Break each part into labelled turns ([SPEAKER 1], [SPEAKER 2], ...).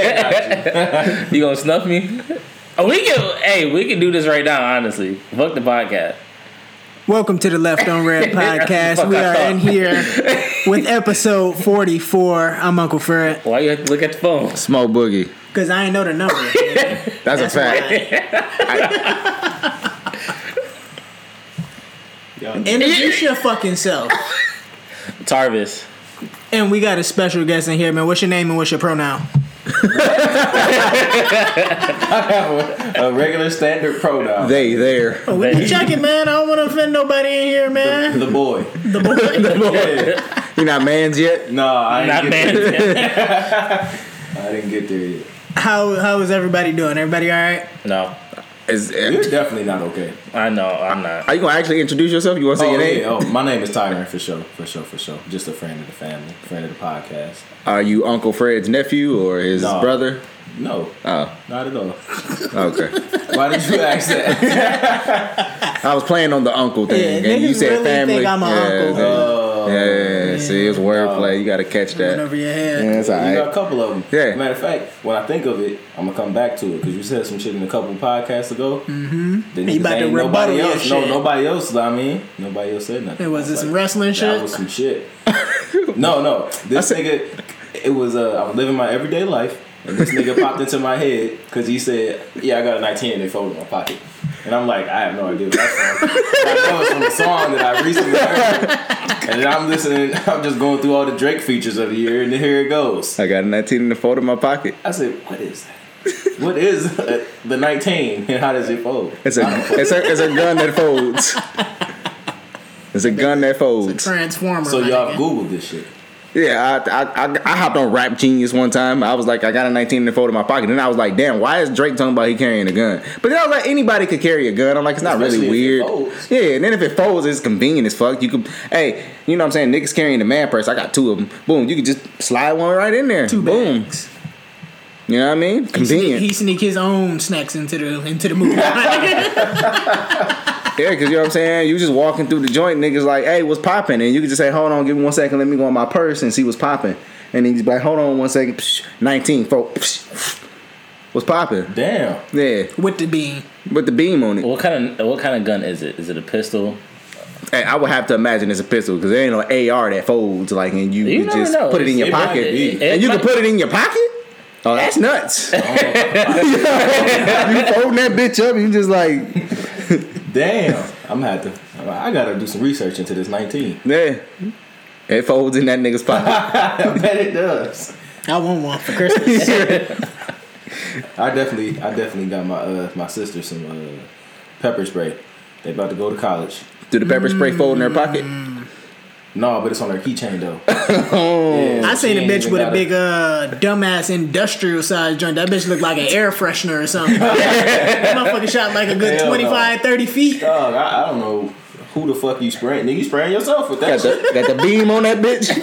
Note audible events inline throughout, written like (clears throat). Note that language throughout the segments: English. [SPEAKER 1] yeah,
[SPEAKER 2] you gonna snuff me? Oh, we can. Hey, we can do this right now. Honestly, fuck the podcast.
[SPEAKER 3] Welcome to the Left on Red podcast.
[SPEAKER 2] Fuck,
[SPEAKER 3] we
[SPEAKER 2] I
[SPEAKER 3] are
[SPEAKER 2] thought.
[SPEAKER 3] in here with episode 44. I'm Uncle Fred
[SPEAKER 2] Why you have to look at the phone?
[SPEAKER 1] Smoke boogie.
[SPEAKER 3] because I ain't know the number.
[SPEAKER 1] That's, a fact.
[SPEAKER 3] Introduce your fucking self.
[SPEAKER 2] Tarvis.
[SPEAKER 3] And we got a special guest in here, man. What's your name and what's your pronoun?
[SPEAKER 4] a regular standard pronoun.
[SPEAKER 1] They there.
[SPEAKER 3] Oh, we can check it, man. I don't want to offend nobody in
[SPEAKER 4] (laughs)
[SPEAKER 3] here, man.
[SPEAKER 4] the boy.
[SPEAKER 3] The boy.
[SPEAKER 4] Yeah.
[SPEAKER 1] You not man's yet?
[SPEAKER 4] No, I
[SPEAKER 2] Not
[SPEAKER 4] didn't, get there.
[SPEAKER 2] man.
[SPEAKER 4] I didn't get there yet.
[SPEAKER 3] How how is everybody doing? Everybody all right?
[SPEAKER 2] (laughs) no,
[SPEAKER 1] Is,
[SPEAKER 4] You're
[SPEAKER 1] are
[SPEAKER 4] definitely not okay.
[SPEAKER 2] I know. I'm not.
[SPEAKER 1] you gonna actually introduce yourself? You wanna say
[SPEAKER 4] Oh,
[SPEAKER 1] your name?
[SPEAKER 4] yeah. oh, my name is Tyron for sure, for sure, for sure. Just a friend of the family, friend of the podcast.
[SPEAKER 1] Are you Uncle Fred's nephew or his
[SPEAKER 4] No.
[SPEAKER 1] brother?
[SPEAKER 4] No,
[SPEAKER 1] Oh,
[SPEAKER 4] not at all.
[SPEAKER 1] okay.
[SPEAKER 4] (laughs) Why did you ask that?
[SPEAKER 1] I was playing on the uncle thing,
[SPEAKER 3] Yeah,
[SPEAKER 1] and you
[SPEAKER 3] niggas
[SPEAKER 1] said
[SPEAKER 3] really
[SPEAKER 1] family.
[SPEAKER 3] think I'm a
[SPEAKER 1] yeah,
[SPEAKER 3] uncle.
[SPEAKER 1] Yeah, yeah, see, it's wordplay. You gotta catch
[SPEAKER 3] Going
[SPEAKER 1] that.
[SPEAKER 3] over your head.
[SPEAKER 1] Yeah, that's (laughs) all
[SPEAKER 4] You got a
[SPEAKER 1] right.
[SPEAKER 4] couple of them.
[SPEAKER 1] Yeah.
[SPEAKER 4] Matter of fact, when I think of it, I'm gonna come back to it because you said some shit in a couple podcasts ago. Mm-hmm. Then
[SPEAKER 3] He about to rebuttal
[SPEAKER 4] nobody
[SPEAKER 3] your
[SPEAKER 4] else. No,
[SPEAKER 3] shit.
[SPEAKER 4] nobody else. I mean, nobody else said nothing.
[SPEAKER 3] It was
[SPEAKER 4] I
[SPEAKER 3] this some wrestling
[SPEAKER 4] That
[SPEAKER 3] shit.
[SPEAKER 4] was some shit. no, no. This nigga, it was, uh, I was living my everyday life, and this nigga popped into my head because he said, Yeah, I got a 19 and they folded in my pocket. And I'm like, I have no idea what that's from. (laughs) But I know it's from a song that I recently heard. And then I'm listening, (laughs) I'm just going through all the Drake features of the year, and here it goes.
[SPEAKER 1] I got a 19 in the fold in my pocket.
[SPEAKER 4] I said, What is that? What is uh, the 19 and how does it fold?
[SPEAKER 1] It's a, it's a, it's a gun that folds. It's a gun that folds.
[SPEAKER 3] Transformer.
[SPEAKER 4] So
[SPEAKER 3] my
[SPEAKER 4] y'all
[SPEAKER 3] nigga.
[SPEAKER 4] Googled this shit.
[SPEAKER 1] Yeah, I, I, I, I hopped on Rap Genius one time. I was like, I got a 19 in the fold in my pocket. And I was like, damn, why is Drake talking about he carrying a gun? But then I was like, anybody could carry a gun. I'm like, it's not
[SPEAKER 4] Especially
[SPEAKER 1] really
[SPEAKER 4] if it
[SPEAKER 1] weird.
[SPEAKER 4] folds.
[SPEAKER 1] yeah, and then if it folds, it's convenient as fuck. You can, hey, you know what I'm saying? Niggas carrying the man purse. I got two of them. Boom, you could just slide one right in there.
[SPEAKER 3] Two
[SPEAKER 1] Boom.
[SPEAKER 3] bags.
[SPEAKER 1] You know what I mean? Convenient.
[SPEAKER 3] He sneak his own snacks into the into the movie.
[SPEAKER 1] Yeah, because you know what I'm saying? You just walking through the joint, niggas like, hey, what's popping? And you can just say, hold on, give me one second, let me go in my purse and see what's popping. And then he's like, hold on one second, psh, 19, folk, psh, what's popping?
[SPEAKER 4] Damn.
[SPEAKER 1] Yeah,
[SPEAKER 3] with the bean.
[SPEAKER 1] with the beam on it.
[SPEAKER 2] What kind of what kind of gun is it? Is it a pistol?
[SPEAKER 1] Hey, I would have to imagine it's a pistol because there ain't no AR that folds, like, and you,
[SPEAKER 2] You
[SPEAKER 1] can
[SPEAKER 2] never
[SPEAKER 1] just
[SPEAKER 2] know.
[SPEAKER 1] put it in your
[SPEAKER 2] It might-
[SPEAKER 1] pocket.
[SPEAKER 2] it- it
[SPEAKER 1] and you
[SPEAKER 2] might-
[SPEAKER 1] can put it in your pocket? Oh, that's nuts. (laughs) you folding that bitch up, you just like,
[SPEAKER 4] Damn, I'm gonna have to. I gotta do some research into this 19.
[SPEAKER 1] yeah. It folds in that nigga's pocket.
[SPEAKER 4] (laughs) I bet it does.
[SPEAKER 3] I want one for Christmas.
[SPEAKER 4] I definitely, I definitely got my uh, my sister some uh, pepper spray. They about to go to college.
[SPEAKER 1] Do the pepper spray fold in their pocket?
[SPEAKER 4] No, but it's on her keychain (laughs) though. Yeah,
[SPEAKER 3] I seen
[SPEAKER 4] she
[SPEAKER 3] a
[SPEAKER 4] ain't
[SPEAKER 3] bitch
[SPEAKER 4] even
[SPEAKER 3] with a
[SPEAKER 4] gotta-
[SPEAKER 3] big uh dumbass industrial size joint. That bitch looked like an air freshener or something. that motherfucker shot like a good
[SPEAKER 4] Hell no.
[SPEAKER 3] 25, 30 feet.
[SPEAKER 4] Dog, I, I don't know who the fuck you spraying. Nigga, you spraying yourself with that
[SPEAKER 1] Got
[SPEAKER 4] shit.
[SPEAKER 1] the, got the beam on
[SPEAKER 3] (laughs)
[SPEAKER 1] that bitch. God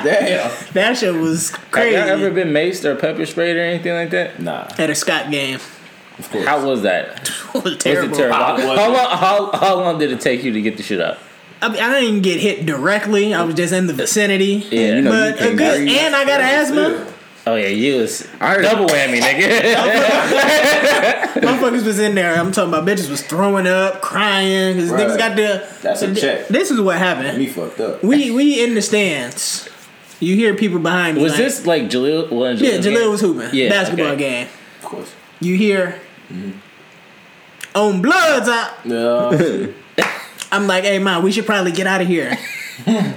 [SPEAKER 4] (laughs) Damn.
[SPEAKER 3] That shit was
[SPEAKER 2] Have
[SPEAKER 3] crazy.
[SPEAKER 2] y'all ever been maced or pepper sprayed or anything like that?
[SPEAKER 4] Nah,
[SPEAKER 3] At a Scott game. (laughs)
[SPEAKER 4] of course.
[SPEAKER 2] How was that?
[SPEAKER 3] was
[SPEAKER 2] Was it
[SPEAKER 3] terrible.
[SPEAKER 2] terrible?
[SPEAKER 4] How was it?
[SPEAKER 2] How long, how, how long did it take you to get the shit up?
[SPEAKER 3] I, mean, I didn't get hit directly. I was just in the vicinity.
[SPEAKER 2] Yeah,
[SPEAKER 1] you know- you
[SPEAKER 3] But a
[SPEAKER 1] can't
[SPEAKER 3] good,
[SPEAKER 1] breathe.
[SPEAKER 3] and I got asthma.
[SPEAKER 2] Oh yeah, you was
[SPEAKER 1] I heard-
[SPEAKER 2] double whammy, nigga.
[SPEAKER 3] Motherfuckers was in there. I'm talking about bitches was throwing up, crying. Cause
[SPEAKER 4] Right.
[SPEAKER 3] niggas got the.
[SPEAKER 4] That's a check.
[SPEAKER 3] This is what happened.
[SPEAKER 4] Me fucked up.
[SPEAKER 3] We we in the stands. You hear people behind me.
[SPEAKER 2] was
[SPEAKER 3] like,
[SPEAKER 2] this like Jaleel? wasn't
[SPEAKER 3] Yeah,
[SPEAKER 2] Jaleel
[SPEAKER 3] Jaleel was hooping.
[SPEAKER 2] Yeah,
[SPEAKER 3] basketball
[SPEAKER 2] okay.
[SPEAKER 3] game.
[SPEAKER 4] Of course.
[SPEAKER 3] You hear on bloods out.
[SPEAKER 4] No. (laughs) shit.
[SPEAKER 3] I'm like, hey ma, we should probably get out of
[SPEAKER 2] (laughs)
[SPEAKER 3] here.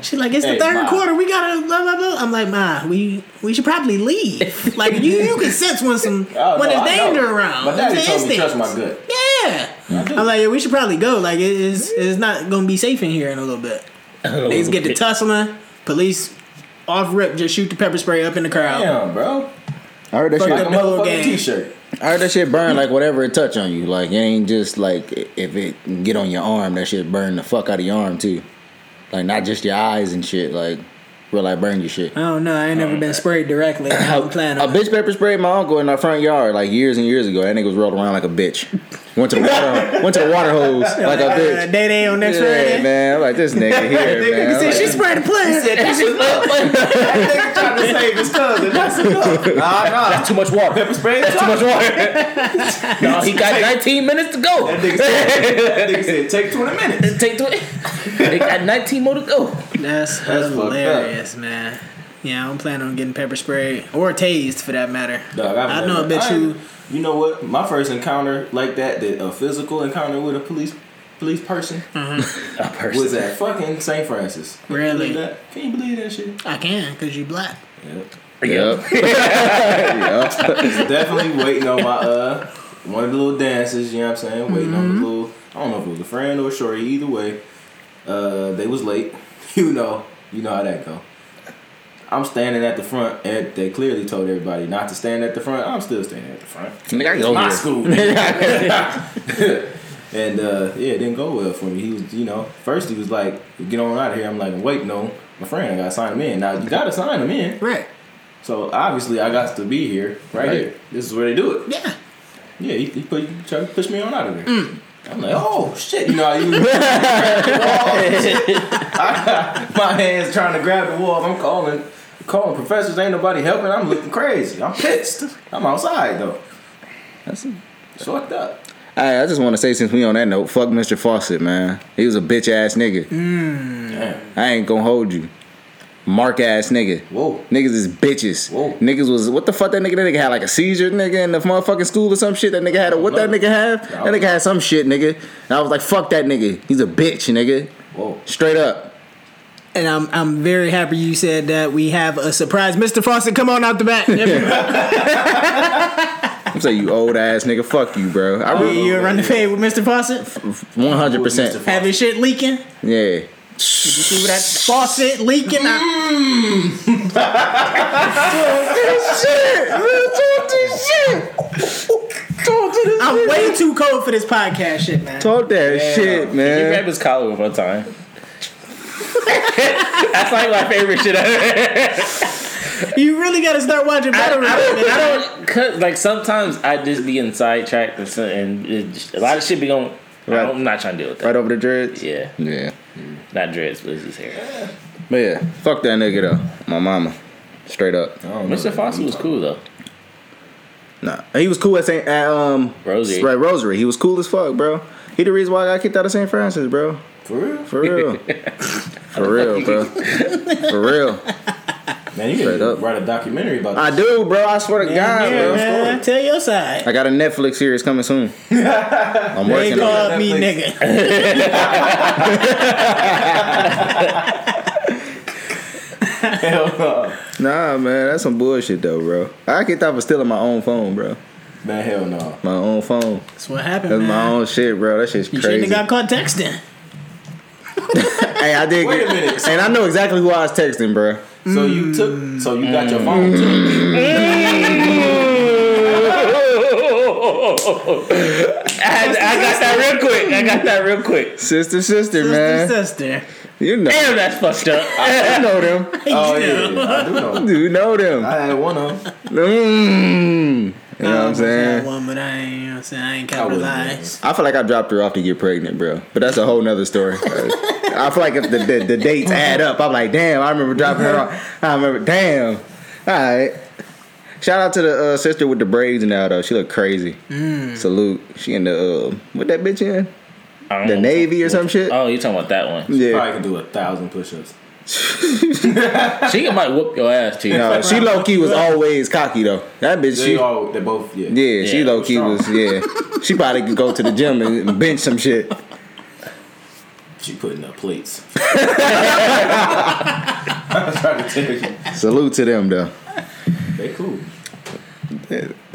[SPEAKER 3] She's like, it's the
[SPEAKER 4] Hey,
[SPEAKER 3] third
[SPEAKER 4] Ma.
[SPEAKER 3] quarter. We gotta blah blah blah. I'm like, ma, we we should probably leave. like you you can sense when some
[SPEAKER 4] Oh,
[SPEAKER 3] when
[SPEAKER 4] no, (laughs)
[SPEAKER 3] there's
[SPEAKER 4] I know.
[SPEAKER 3] danger around.
[SPEAKER 4] My daddy
[SPEAKER 3] It's an
[SPEAKER 4] told me trust my
[SPEAKER 3] instinct.
[SPEAKER 4] gut.
[SPEAKER 3] Yeah. I'm like, yeah, we should probably go. Like it is it's not gonna be safe in here in a little bit. They
[SPEAKER 2] (laughs)
[SPEAKER 3] get to tussling. Police off rip just shoot the pepper spray up in the crowd.
[SPEAKER 4] Damn, bro.
[SPEAKER 1] damn. I heard that
[SPEAKER 3] Fuck
[SPEAKER 4] Like
[SPEAKER 1] shit.
[SPEAKER 4] a
[SPEAKER 3] the whole
[SPEAKER 4] motherfucking
[SPEAKER 3] game.
[SPEAKER 4] t-shirt.
[SPEAKER 1] I heard that shit burn like whatever it touch on you. Like it ain't just like i- if it can get on your arm, that shit burn the fuck out of your arm too. Like not just your eyes and shit. Like real like burn your shit.
[SPEAKER 3] I don't know. I ain't never been sprayed directly. I don't plan
[SPEAKER 1] A
[SPEAKER 3] on.
[SPEAKER 1] bitch pepper sprayed my uncle in our front yard like years and years ago. That nigga was rolled around like a bitch. Went to the water, went to the water hose like a
[SPEAKER 3] Uh,
[SPEAKER 1] bitch.
[SPEAKER 3] day day on (laughs) next
[SPEAKER 1] Yeah,
[SPEAKER 3] Friday.
[SPEAKER 1] man. I'm like
[SPEAKER 3] (laughs)
[SPEAKER 1] this nigga here, man.
[SPEAKER 3] He
[SPEAKER 1] I'm
[SPEAKER 3] said
[SPEAKER 1] like,
[SPEAKER 3] she spread the plan. (laughs)
[SPEAKER 4] Nigga trying to save his cousin. That's enough. Nah, nah.
[SPEAKER 2] Too much water.
[SPEAKER 4] Pepper spray.
[SPEAKER 2] Too much water. (laughs) no, he got 19 minutes to go.
[SPEAKER 4] That nigga said- that nigga said, take 20 minutes.
[SPEAKER 2] Take two. They got 19 more to go.
[SPEAKER 4] That's
[SPEAKER 3] That's,
[SPEAKER 4] fucked up.
[SPEAKER 3] hilarious, man. Yeah, I don't plan on getting pepper sprayed or tased for that matter.
[SPEAKER 4] Dog, I've
[SPEAKER 3] I know a
[SPEAKER 4] never-
[SPEAKER 3] bitch
[SPEAKER 4] I ain't-
[SPEAKER 3] who
[SPEAKER 4] You know what? My first encounter like that, that a physical encounter with a police police
[SPEAKER 3] (laughs)
[SPEAKER 4] person,
[SPEAKER 3] Uh-huh.
[SPEAKER 2] A person.
[SPEAKER 4] was at fucking St. Francis. Can you
[SPEAKER 3] Really?
[SPEAKER 4] believe that? Can you believe that shit?
[SPEAKER 3] I can because you black.
[SPEAKER 1] Yep. yep.
[SPEAKER 3] (laughs)
[SPEAKER 4] Definitely waiting on my uh one of the little dances. You know what I'm saying? Waiting on
[SPEAKER 3] Mm-hmm.
[SPEAKER 4] the little. I don't know if it was a friend or shorty. Either way, uh, they was late. (laughs) You know, you know how that go. I'm standing at the front, and they clearly told everybody not to stand at the front. I'm still standing at the front.
[SPEAKER 1] Nigga, I go
[SPEAKER 4] my
[SPEAKER 1] here.
[SPEAKER 4] school. nigga. and uh, yeah, it didn't go well for me. He was, you know, first he was like, "Get on out of here." I'm like, "Wait, no, my friend, I gotta sign him in." Now you gotta sign him in.
[SPEAKER 3] Right.
[SPEAKER 4] So obviously, I got to be here, right,
[SPEAKER 1] Right.
[SPEAKER 4] here. This is where they do it.
[SPEAKER 3] Yeah.
[SPEAKER 4] Yeah, he, he put, he tried to push me on out of there. I'm like, oh shit, you (laughs) know, I was I got my hands trying to grab the wall. I'm calling, calling professors. Ain't nobody helping. I'm looking crazy. I'm pissed. I'm outside though.
[SPEAKER 1] That's it.
[SPEAKER 4] It's fucked up.
[SPEAKER 1] Hey, I just want to say since we on that note, fuck Mr. Fawcett, man. He was a bitch ass nigga.
[SPEAKER 4] Damn.
[SPEAKER 1] I ain't gonna hold you. Mark ass nigga.
[SPEAKER 4] Whoa.
[SPEAKER 1] Niggas is bitches.
[SPEAKER 4] Whoa.
[SPEAKER 1] Niggas was what the fuck that nigga that nigga had like a seizure nigga in the motherfucking school or some shit that nigga had a what that
[SPEAKER 4] know.
[SPEAKER 1] nigga have
[SPEAKER 4] Yeah, I
[SPEAKER 1] that
[SPEAKER 4] was-
[SPEAKER 1] nigga had some shit nigga and I was like fuck that nigga he's a bitch nigga
[SPEAKER 4] Whoa.
[SPEAKER 1] straight up
[SPEAKER 3] And I'm I'm very happy you said that. We have a surprise, Mr. Fawcett. Come on out the back. yeah,
[SPEAKER 1] I'm saying you old ass nigga fuck you bro I really
[SPEAKER 3] you run the fade with Mr. Fawcett.
[SPEAKER 1] one hundred percent
[SPEAKER 4] Mr.
[SPEAKER 3] Have his shit leaking.
[SPEAKER 1] yeah
[SPEAKER 3] See what that faucet leaking. I- I'm way too cold for this podcast shit, man.
[SPEAKER 1] talk that shit
[SPEAKER 2] He
[SPEAKER 1] man
[SPEAKER 2] grabbed his collar one time. (laughs) That's like my favorite shit ever.
[SPEAKER 3] You really got to start watching
[SPEAKER 2] I
[SPEAKER 3] Battle
[SPEAKER 2] don't, I
[SPEAKER 3] Rap.
[SPEAKER 2] don't,
[SPEAKER 3] man.
[SPEAKER 2] I don't (laughs) cause, like sometimes I just be in sidetracked and, so- and it, just- a lot of shit be going. I don't, I'm not trying to deal with that.
[SPEAKER 1] right over the dreads
[SPEAKER 2] Yeah,
[SPEAKER 1] yeah
[SPEAKER 2] not dreads, but it's his hair.
[SPEAKER 1] but yeah fuck that nigga though my mama straight up
[SPEAKER 2] Mr. Foster was cool (laughs) though.
[SPEAKER 1] Nah, he was cool at Saint at, um
[SPEAKER 2] Rosary.
[SPEAKER 1] Right, Rosary. He was cool as fuck, bro. He the reason why I got kicked out of St. Francis, bro.
[SPEAKER 4] For real?
[SPEAKER 3] (laughs)
[SPEAKER 1] For real, for real, bro. For real,
[SPEAKER 4] Man, you
[SPEAKER 1] Straight
[SPEAKER 4] can
[SPEAKER 1] up.
[SPEAKER 4] write a documentary about
[SPEAKER 1] I
[SPEAKER 4] this.
[SPEAKER 1] do, bro. I swear to God,
[SPEAKER 3] Yeah,
[SPEAKER 1] bro.
[SPEAKER 3] man. Tell your side.
[SPEAKER 1] I got a Netflix series
[SPEAKER 3] (laughs)
[SPEAKER 1] coming soon. I'm
[SPEAKER 3] They
[SPEAKER 1] working on it.
[SPEAKER 3] called me
[SPEAKER 4] Netflix.
[SPEAKER 3] nigga.
[SPEAKER 4] (laughs) Hell no.
[SPEAKER 1] Nah, man, that's some bullshit though, bro. I got kicked out for stealing my own phone, bro.
[SPEAKER 4] Man, hell no.
[SPEAKER 1] My own phone.
[SPEAKER 3] That's what happened,
[SPEAKER 1] That's
[SPEAKER 3] man.
[SPEAKER 1] my own shit, bro. That shit's
[SPEAKER 3] you shouldn't
[SPEAKER 1] crazy.
[SPEAKER 3] have got caught texting.
[SPEAKER 1] hey, I did.
[SPEAKER 4] Wait a
[SPEAKER 1] get-
[SPEAKER 4] minute.
[SPEAKER 1] And I know exactly who I was texting, bro.
[SPEAKER 4] So
[SPEAKER 1] Mm.
[SPEAKER 4] you took, so you got your phone
[SPEAKER 1] Mm-hmm.
[SPEAKER 4] too.
[SPEAKER 2] I, I got that real quick. I got that real quick.
[SPEAKER 1] Sister, sister, man.
[SPEAKER 3] Sister, sister.
[SPEAKER 1] You know,
[SPEAKER 2] Damn, that's fucked up.
[SPEAKER 1] (laughs) you know them.
[SPEAKER 4] Oh yeah, I do know.
[SPEAKER 1] You know them.
[SPEAKER 4] I had one of them.
[SPEAKER 1] Mm. You know what I'm
[SPEAKER 3] almost had
[SPEAKER 1] saying?
[SPEAKER 3] One, but I ain't, you know what I'm saying? I ain't
[SPEAKER 4] I wouldn't,
[SPEAKER 3] capitalized.
[SPEAKER 1] I feel like I dropped her off to get pregnant, bro. But that's a whole nother story. I feel like if the, the, the dates add up, I'm like, damn, I remember dropping her off. I remember, damn. All right. Shout out to the uh, sister with the braids now, though. She look crazy. Salute. She in the, uh, what that bitch in?
[SPEAKER 2] I
[SPEAKER 1] The
[SPEAKER 2] don't-
[SPEAKER 1] Navy or some shit?
[SPEAKER 2] Oh, you talking about that one?
[SPEAKER 1] Yeah.
[SPEAKER 4] Probably could do a thousand push-ups.
[SPEAKER 2] She might whoop your ass too.
[SPEAKER 1] No, she low key was always cocky, though. That bitch,
[SPEAKER 4] They
[SPEAKER 1] she.
[SPEAKER 4] all, they both, yeah.
[SPEAKER 1] Yeah, she
[SPEAKER 2] Yeah,
[SPEAKER 1] low key
[SPEAKER 4] strong.
[SPEAKER 1] was, yeah. She probably could go to the gym and bench some shit.
[SPEAKER 4] She putting up
[SPEAKER 1] (laughs)
[SPEAKER 4] plates. I tried to tell you,
[SPEAKER 1] Salute to them, though.
[SPEAKER 4] they cool.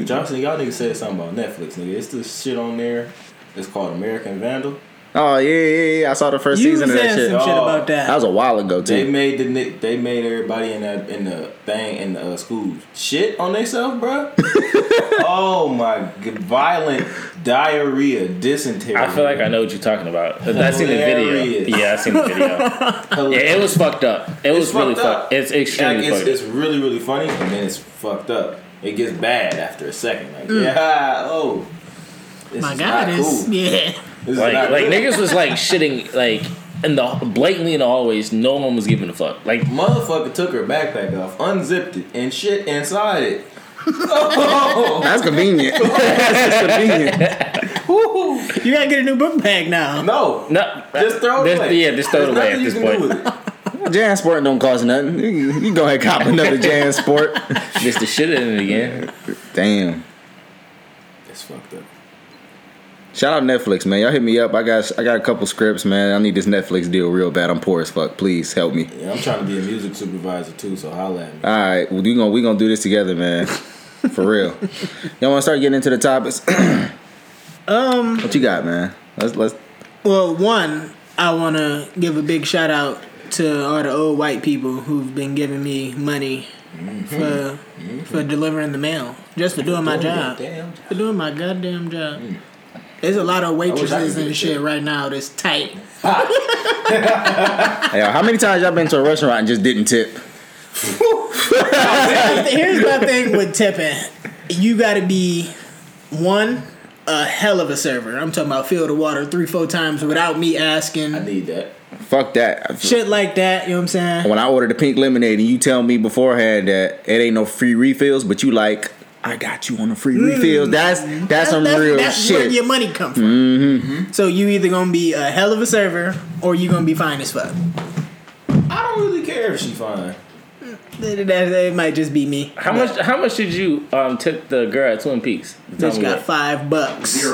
[SPEAKER 4] Johnson, y'all niggas said something about Netflix, nigga. It's this shit on there. It's called American Vandal.
[SPEAKER 1] Oh yeah, yeah, yeah. I saw the first
[SPEAKER 3] You was
[SPEAKER 1] season of that
[SPEAKER 3] saying
[SPEAKER 1] shit.
[SPEAKER 3] some shit
[SPEAKER 4] Oh.
[SPEAKER 3] about
[SPEAKER 1] That
[SPEAKER 3] that.
[SPEAKER 1] was a while ago
[SPEAKER 4] They
[SPEAKER 1] too.
[SPEAKER 4] made the ni- they made everybody in that in the thing in the uh, school shit on themselves,
[SPEAKER 3] (laughs)
[SPEAKER 4] bruh. oh my god, violent diarrhea, dysentery.
[SPEAKER 2] I feel like I know what you're talking about. I seen the
[SPEAKER 4] Hilarious.
[SPEAKER 2] video. Yeah, I seen the video. yeah, it was fucked up. It was really
[SPEAKER 4] fucked up.
[SPEAKER 2] fucked. It's extremely
[SPEAKER 4] Like, it's,
[SPEAKER 2] fucked.
[SPEAKER 4] it's really really funny, and then it's fucked up. It gets bad after a second. Like yeah, oh. This
[SPEAKER 3] Mm. My
[SPEAKER 4] is
[SPEAKER 3] God,
[SPEAKER 4] not
[SPEAKER 3] it's
[SPEAKER 4] cool.
[SPEAKER 3] yeah.
[SPEAKER 4] This is
[SPEAKER 2] Like
[SPEAKER 4] not
[SPEAKER 2] like
[SPEAKER 4] cool.
[SPEAKER 2] niggas was like shitting like in the blatantly in the hallways. No one was giving a fuck. Like
[SPEAKER 4] Motherfucker took her backpack off, unzipped it, and shit inside it. Oh,
[SPEAKER 3] (laughs)
[SPEAKER 1] That's convenient. That's just convenient.
[SPEAKER 3] You gotta get a new book bag now.
[SPEAKER 4] no,
[SPEAKER 2] no,
[SPEAKER 4] just throw it
[SPEAKER 2] There's-
[SPEAKER 4] away.
[SPEAKER 2] Yeah, just throw it
[SPEAKER 4] There's
[SPEAKER 2] away at
[SPEAKER 4] nothing
[SPEAKER 2] this
[SPEAKER 4] you can do
[SPEAKER 2] point.
[SPEAKER 4] with it.
[SPEAKER 1] Jan Sport don't cost nothing. You, you go ahead and cop another Jan Sport.
[SPEAKER 2] Just the shit in it again.
[SPEAKER 1] Damn.
[SPEAKER 4] It's fucked up.
[SPEAKER 1] Shout out Netflix, man. Y'all hit me up. I got I got a couple scripts, man. I need this Netflix deal real bad. I'm poor as fuck. Please help me.
[SPEAKER 4] Yeah, I'm trying to be a music supervisor too, so holla at me.
[SPEAKER 1] All right, well, we gonna we gonna do this
[SPEAKER 3] (laughs)
[SPEAKER 1] together, man. For real. Y'all want to start getting into the topics? (clears throat)
[SPEAKER 3] Um.
[SPEAKER 1] what you got, man? Let's let's.
[SPEAKER 3] Well, one, I want to give a big shout out to all the old white people who've been giving me money
[SPEAKER 4] Mm-hmm.
[SPEAKER 3] for for delivering the mail, just for doing my job,
[SPEAKER 4] Damn.
[SPEAKER 3] for doing my goddamn job. There's a lot
[SPEAKER 4] Mm. I
[SPEAKER 3] of
[SPEAKER 4] could
[SPEAKER 3] waitresses
[SPEAKER 4] do
[SPEAKER 3] and
[SPEAKER 4] that.
[SPEAKER 3] shit right now that's tight.
[SPEAKER 1] Hey, y'all, how many times y'all been to a restaurant and just didn't tip?
[SPEAKER 3] Here's my thing with tipping. You gotta be one a hell of a server. I'm talking about fill the water three, four times without me
[SPEAKER 4] I
[SPEAKER 3] asking.
[SPEAKER 4] need that.
[SPEAKER 1] Fuck that.
[SPEAKER 3] Shit like that, you know what I'm saying?
[SPEAKER 1] When I ordered the pink lemonade and you tell me beforehand that it ain't no free refills, but you like, I got you on the free refills. That's that's, some real
[SPEAKER 3] Mm. that's where
[SPEAKER 1] shit. Mm-hmm.
[SPEAKER 3] your money come from.
[SPEAKER 4] Mm-hmm.
[SPEAKER 3] So you either gonna be a hell of a server or you gonna be fine as fuck.
[SPEAKER 4] I don't really care if she fine.
[SPEAKER 3] That, that- that might just be me.
[SPEAKER 2] How much? How much did you um tip the girl at Twin Peaks? Tell
[SPEAKER 3] Bitch
[SPEAKER 2] me
[SPEAKER 3] got
[SPEAKER 2] that.
[SPEAKER 3] five bucks.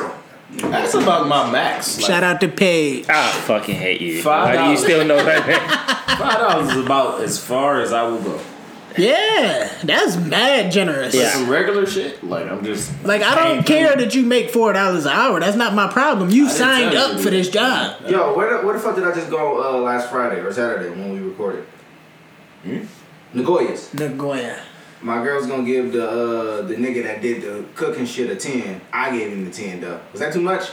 [SPEAKER 4] That's about my max. Like,
[SPEAKER 3] Shout out to Paige.
[SPEAKER 2] I fucking hate you.
[SPEAKER 4] Five
[SPEAKER 2] Why do you
[SPEAKER 4] dollars.
[SPEAKER 2] still know
[SPEAKER 4] (laughs)
[SPEAKER 2] that?
[SPEAKER 4] Five dollars is about as far as I will go.
[SPEAKER 3] Yeah, that's mad generous.
[SPEAKER 4] Like
[SPEAKER 2] Yeah.
[SPEAKER 4] some regular shit, like I'm just
[SPEAKER 3] Like I don't
[SPEAKER 4] Ain't
[SPEAKER 3] care that you make four dollars an hour. That's not my problem. You
[SPEAKER 4] didn't
[SPEAKER 3] signed
[SPEAKER 4] tell you
[SPEAKER 3] up
[SPEAKER 4] to
[SPEAKER 3] for
[SPEAKER 4] do
[SPEAKER 3] this
[SPEAKER 4] that.
[SPEAKER 3] job.
[SPEAKER 5] Yo, where the, where the fuck did I just go uh, last Friday or Saturday when we recorded? Hmm? Nagoya's.
[SPEAKER 3] Nagoya.
[SPEAKER 5] My girl's gonna give the uh, the nigga that did the cooking shit a ten. I gave him the ten though. Was that too much?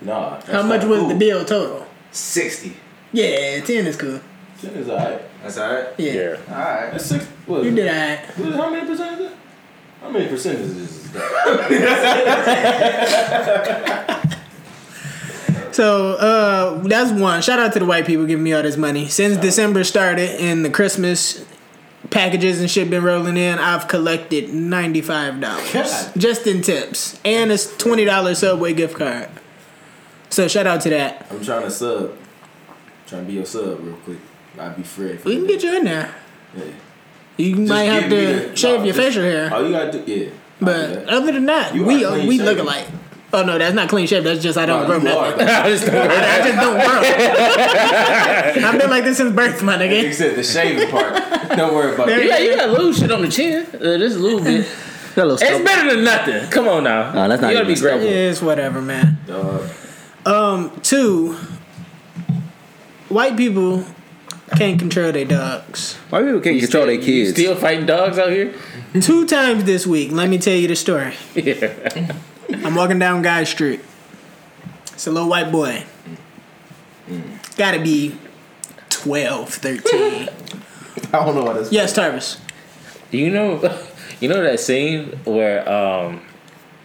[SPEAKER 4] nah. that's
[SPEAKER 3] How much
[SPEAKER 4] not
[SPEAKER 3] was
[SPEAKER 4] cool.
[SPEAKER 3] the bill total?
[SPEAKER 5] Sixty.
[SPEAKER 3] Yeah, ten is cool.
[SPEAKER 4] Shit is alright.
[SPEAKER 5] That's all right.
[SPEAKER 3] Yeah,
[SPEAKER 5] All right.
[SPEAKER 4] That's six. What,
[SPEAKER 3] you did alright.
[SPEAKER 4] what- how many percent is it? How many percentages is that?
[SPEAKER 3] So uh, that's one. Shout out to the white people giving me all this money. Since December started and the Christmas packages and shit been rolling in, I've collected ninety five dollars
[SPEAKER 4] God.
[SPEAKER 3] just in tips and it's twenty dollar Subway gift card. So shout out to that.
[SPEAKER 4] I'm trying to sub. Trying to be your sub real quick. I'd be Fred.
[SPEAKER 3] We can get you in there. You might have to shave your facial hair.
[SPEAKER 4] All you gotta do, yeah. I'll do
[SPEAKER 3] But
[SPEAKER 4] that.
[SPEAKER 3] other than that,
[SPEAKER 4] You
[SPEAKER 3] we
[SPEAKER 4] are clean
[SPEAKER 3] we
[SPEAKER 4] shaven.
[SPEAKER 3] look alike. Oh no, that's not clean shape. That's just I don't
[SPEAKER 4] Nah,
[SPEAKER 3] grow
[SPEAKER 4] you
[SPEAKER 3] nothing.
[SPEAKER 4] are.
[SPEAKER 2] I just don't know.
[SPEAKER 3] I just don't (laughs) grow. I've been like this since birth, my
[SPEAKER 4] Like you
[SPEAKER 3] (laughs) nigga.
[SPEAKER 4] said, the shaving part. Don't worry about
[SPEAKER 3] There
[SPEAKER 4] it.
[SPEAKER 2] You got, you got a little shit on the chin. Uh, just a little bit.
[SPEAKER 1] (laughs) Got a little
[SPEAKER 2] It's
[SPEAKER 1] stubble.
[SPEAKER 2] better than nothing. Come on now.
[SPEAKER 1] Nah, that's not
[SPEAKER 2] you gotta
[SPEAKER 1] even
[SPEAKER 2] be
[SPEAKER 1] stubble.
[SPEAKER 2] grateful.
[SPEAKER 3] It's whatever, man.
[SPEAKER 4] Dog.
[SPEAKER 3] Um, two. White people can't control their dogs.
[SPEAKER 1] Why people can't control their
[SPEAKER 2] You
[SPEAKER 1] kids?
[SPEAKER 2] Still fighting dogs out here?
[SPEAKER 3] Two times this week. Let me tell you the story.
[SPEAKER 2] Yeah.
[SPEAKER 3] I'm walking down Guy Street. It's a little white boy. Gotta be 12, 13.
[SPEAKER 4] I don't know why this.
[SPEAKER 3] yes, Tarvis.
[SPEAKER 2] You know, (laughs) you know that scene where um,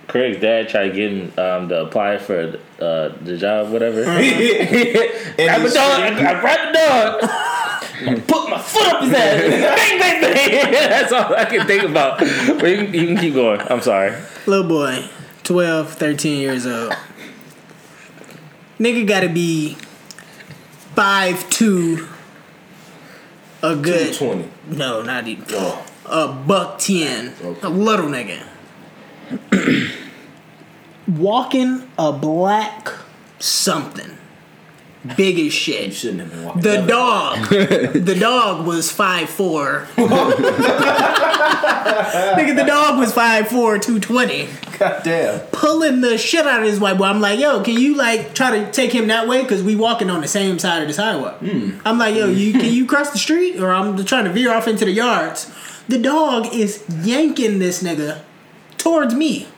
[SPEAKER 2] Craig's dad tried to get him um, to apply for uh, the job,
[SPEAKER 3] Uh-huh.
[SPEAKER 2] (laughs) whatever. grab a
[SPEAKER 4] he's
[SPEAKER 2] dog. I, I grabbed the dog.
[SPEAKER 1] (laughs)
[SPEAKER 2] and Put my foot up his ass. bang, bang, bang. (laughs) That's all I can think about. But you, can- you can keep going. I'm sorry.
[SPEAKER 3] Little boy, 12, 13 years old. Nigga gotta be 5'2, a good.
[SPEAKER 4] 220.
[SPEAKER 3] No, not even.
[SPEAKER 4] Oh.
[SPEAKER 3] A buck ten. A little nigga. (clears throat) Walking a black something. Big as
[SPEAKER 4] You
[SPEAKER 3] shit.
[SPEAKER 4] shouldn't have been walking.
[SPEAKER 3] The
[SPEAKER 4] that way. (laughs)
[SPEAKER 3] dog. the dog was five four. nigga, the dog was 5'4, 220.
[SPEAKER 4] (laughs) God damn.
[SPEAKER 3] Pulling the shit out of this white boy. I'm like, yo, can you like try to take him that way? Because we walking on the same side of this highway. I'm like, yo, you can you cross the street? Or I'm trying to veer off into the yards. The dog is yanking this nigga towards me,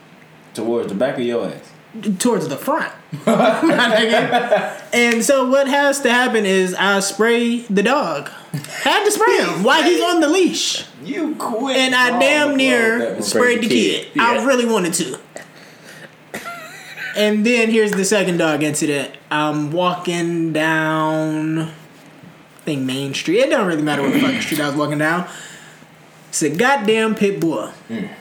[SPEAKER 4] Towards the back of your ass.
[SPEAKER 3] towards the front. (laughs) My nigga. And so what has to happen is I spray the dog. Had to spray him while he's on the leash.
[SPEAKER 4] You quit. Oh,
[SPEAKER 1] Oh,
[SPEAKER 3] And I damn near sprayed the kid.
[SPEAKER 2] Yeah.
[SPEAKER 3] I really wanted to. And then here's the second dog incident. I'm walking down, I think Main Street. It don't really matter what the fucking street I was walking down. It's a goddamn pit bull.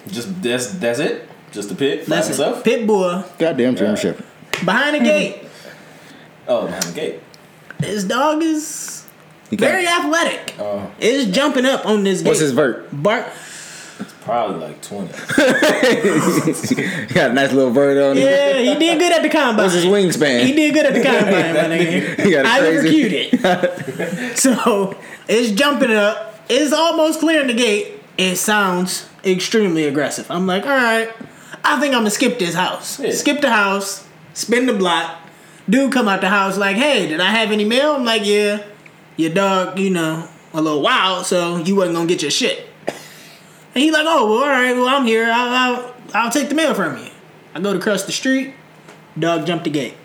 [SPEAKER 4] Just that's that's it. Just the pit by
[SPEAKER 3] That's
[SPEAKER 4] itself.
[SPEAKER 3] it. Pit bull
[SPEAKER 1] Goddamn German Shepherd.
[SPEAKER 3] behind the gate.
[SPEAKER 4] Oh, behind the gate.
[SPEAKER 3] This dog is
[SPEAKER 1] He got-
[SPEAKER 3] very athletic.
[SPEAKER 4] Oh,
[SPEAKER 3] It's jumping up on this gate.
[SPEAKER 1] What's his vert? (laughs)
[SPEAKER 3] bark?
[SPEAKER 4] probably like twenty.
[SPEAKER 1] He got a nice little vert on him.
[SPEAKER 3] Yeah, he did good at the combine.
[SPEAKER 1] What's his wingspan? (laughs)
[SPEAKER 3] He did good at the combine, my
[SPEAKER 1] He
[SPEAKER 3] nigga.
[SPEAKER 1] got a
[SPEAKER 3] I
[SPEAKER 1] crazy-
[SPEAKER 3] reviewed
[SPEAKER 1] (laughs)
[SPEAKER 3] it. (laughs) so it's jumping up. It's almost clearing the gate. It sounds extremely aggressive. I'm like, all right, I think I'm gonna skip this house.
[SPEAKER 4] Yeah.
[SPEAKER 3] Skip the house, spin the block. Dude come out the house like, hey, did I have any mail? I'm like, yeah. Your dog, you know, a little wild, so you wasn't gonna get your shit. And he like, oh, well, all right, well, I'm here. I'll, I'll, I'll take the mail from you. I go to cross the street. Dog jumped the gate.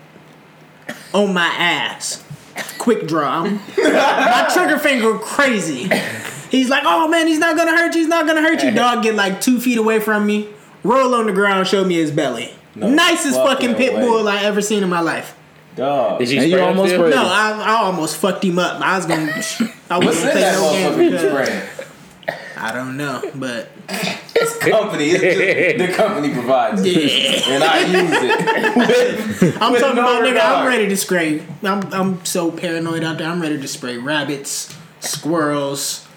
[SPEAKER 3] On my ass. Quick draw. I'm- my trigger finger crazy. He's like, oh man, he's not gonna hurt you. He's not gonna hurt you. Dog get like two feet away from me. Roll on the ground. Show me his belly.
[SPEAKER 4] No
[SPEAKER 3] Nicest fucking
[SPEAKER 4] fucking
[SPEAKER 3] pit
[SPEAKER 4] way.
[SPEAKER 3] bull I ever seen in my life.
[SPEAKER 4] Dog.
[SPEAKER 2] Did she
[SPEAKER 1] And you
[SPEAKER 2] spray
[SPEAKER 1] almost
[SPEAKER 2] almost
[SPEAKER 1] sprayed-
[SPEAKER 3] No, I, I almost fucked him up. I was gonna. I
[SPEAKER 4] What's in
[SPEAKER 3] wasn't gonna take
[SPEAKER 4] that
[SPEAKER 3] no game.
[SPEAKER 4] motherfucker's
[SPEAKER 3] because-
[SPEAKER 4] brain?
[SPEAKER 3] I don't know, but
[SPEAKER 4] It's company.
[SPEAKER 1] (laughs)
[SPEAKER 4] It's just, the company provides it,
[SPEAKER 3] yeah.
[SPEAKER 4] and I use it.
[SPEAKER 3] I'm
[SPEAKER 4] With
[SPEAKER 3] talking
[SPEAKER 4] no
[SPEAKER 3] about nigga.
[SPEAKER 4] regard.
[SPEAKER 3] I'm ready to spray. I'm I'm so paranoid out there. I'm ready to spray rabbits, squirrels,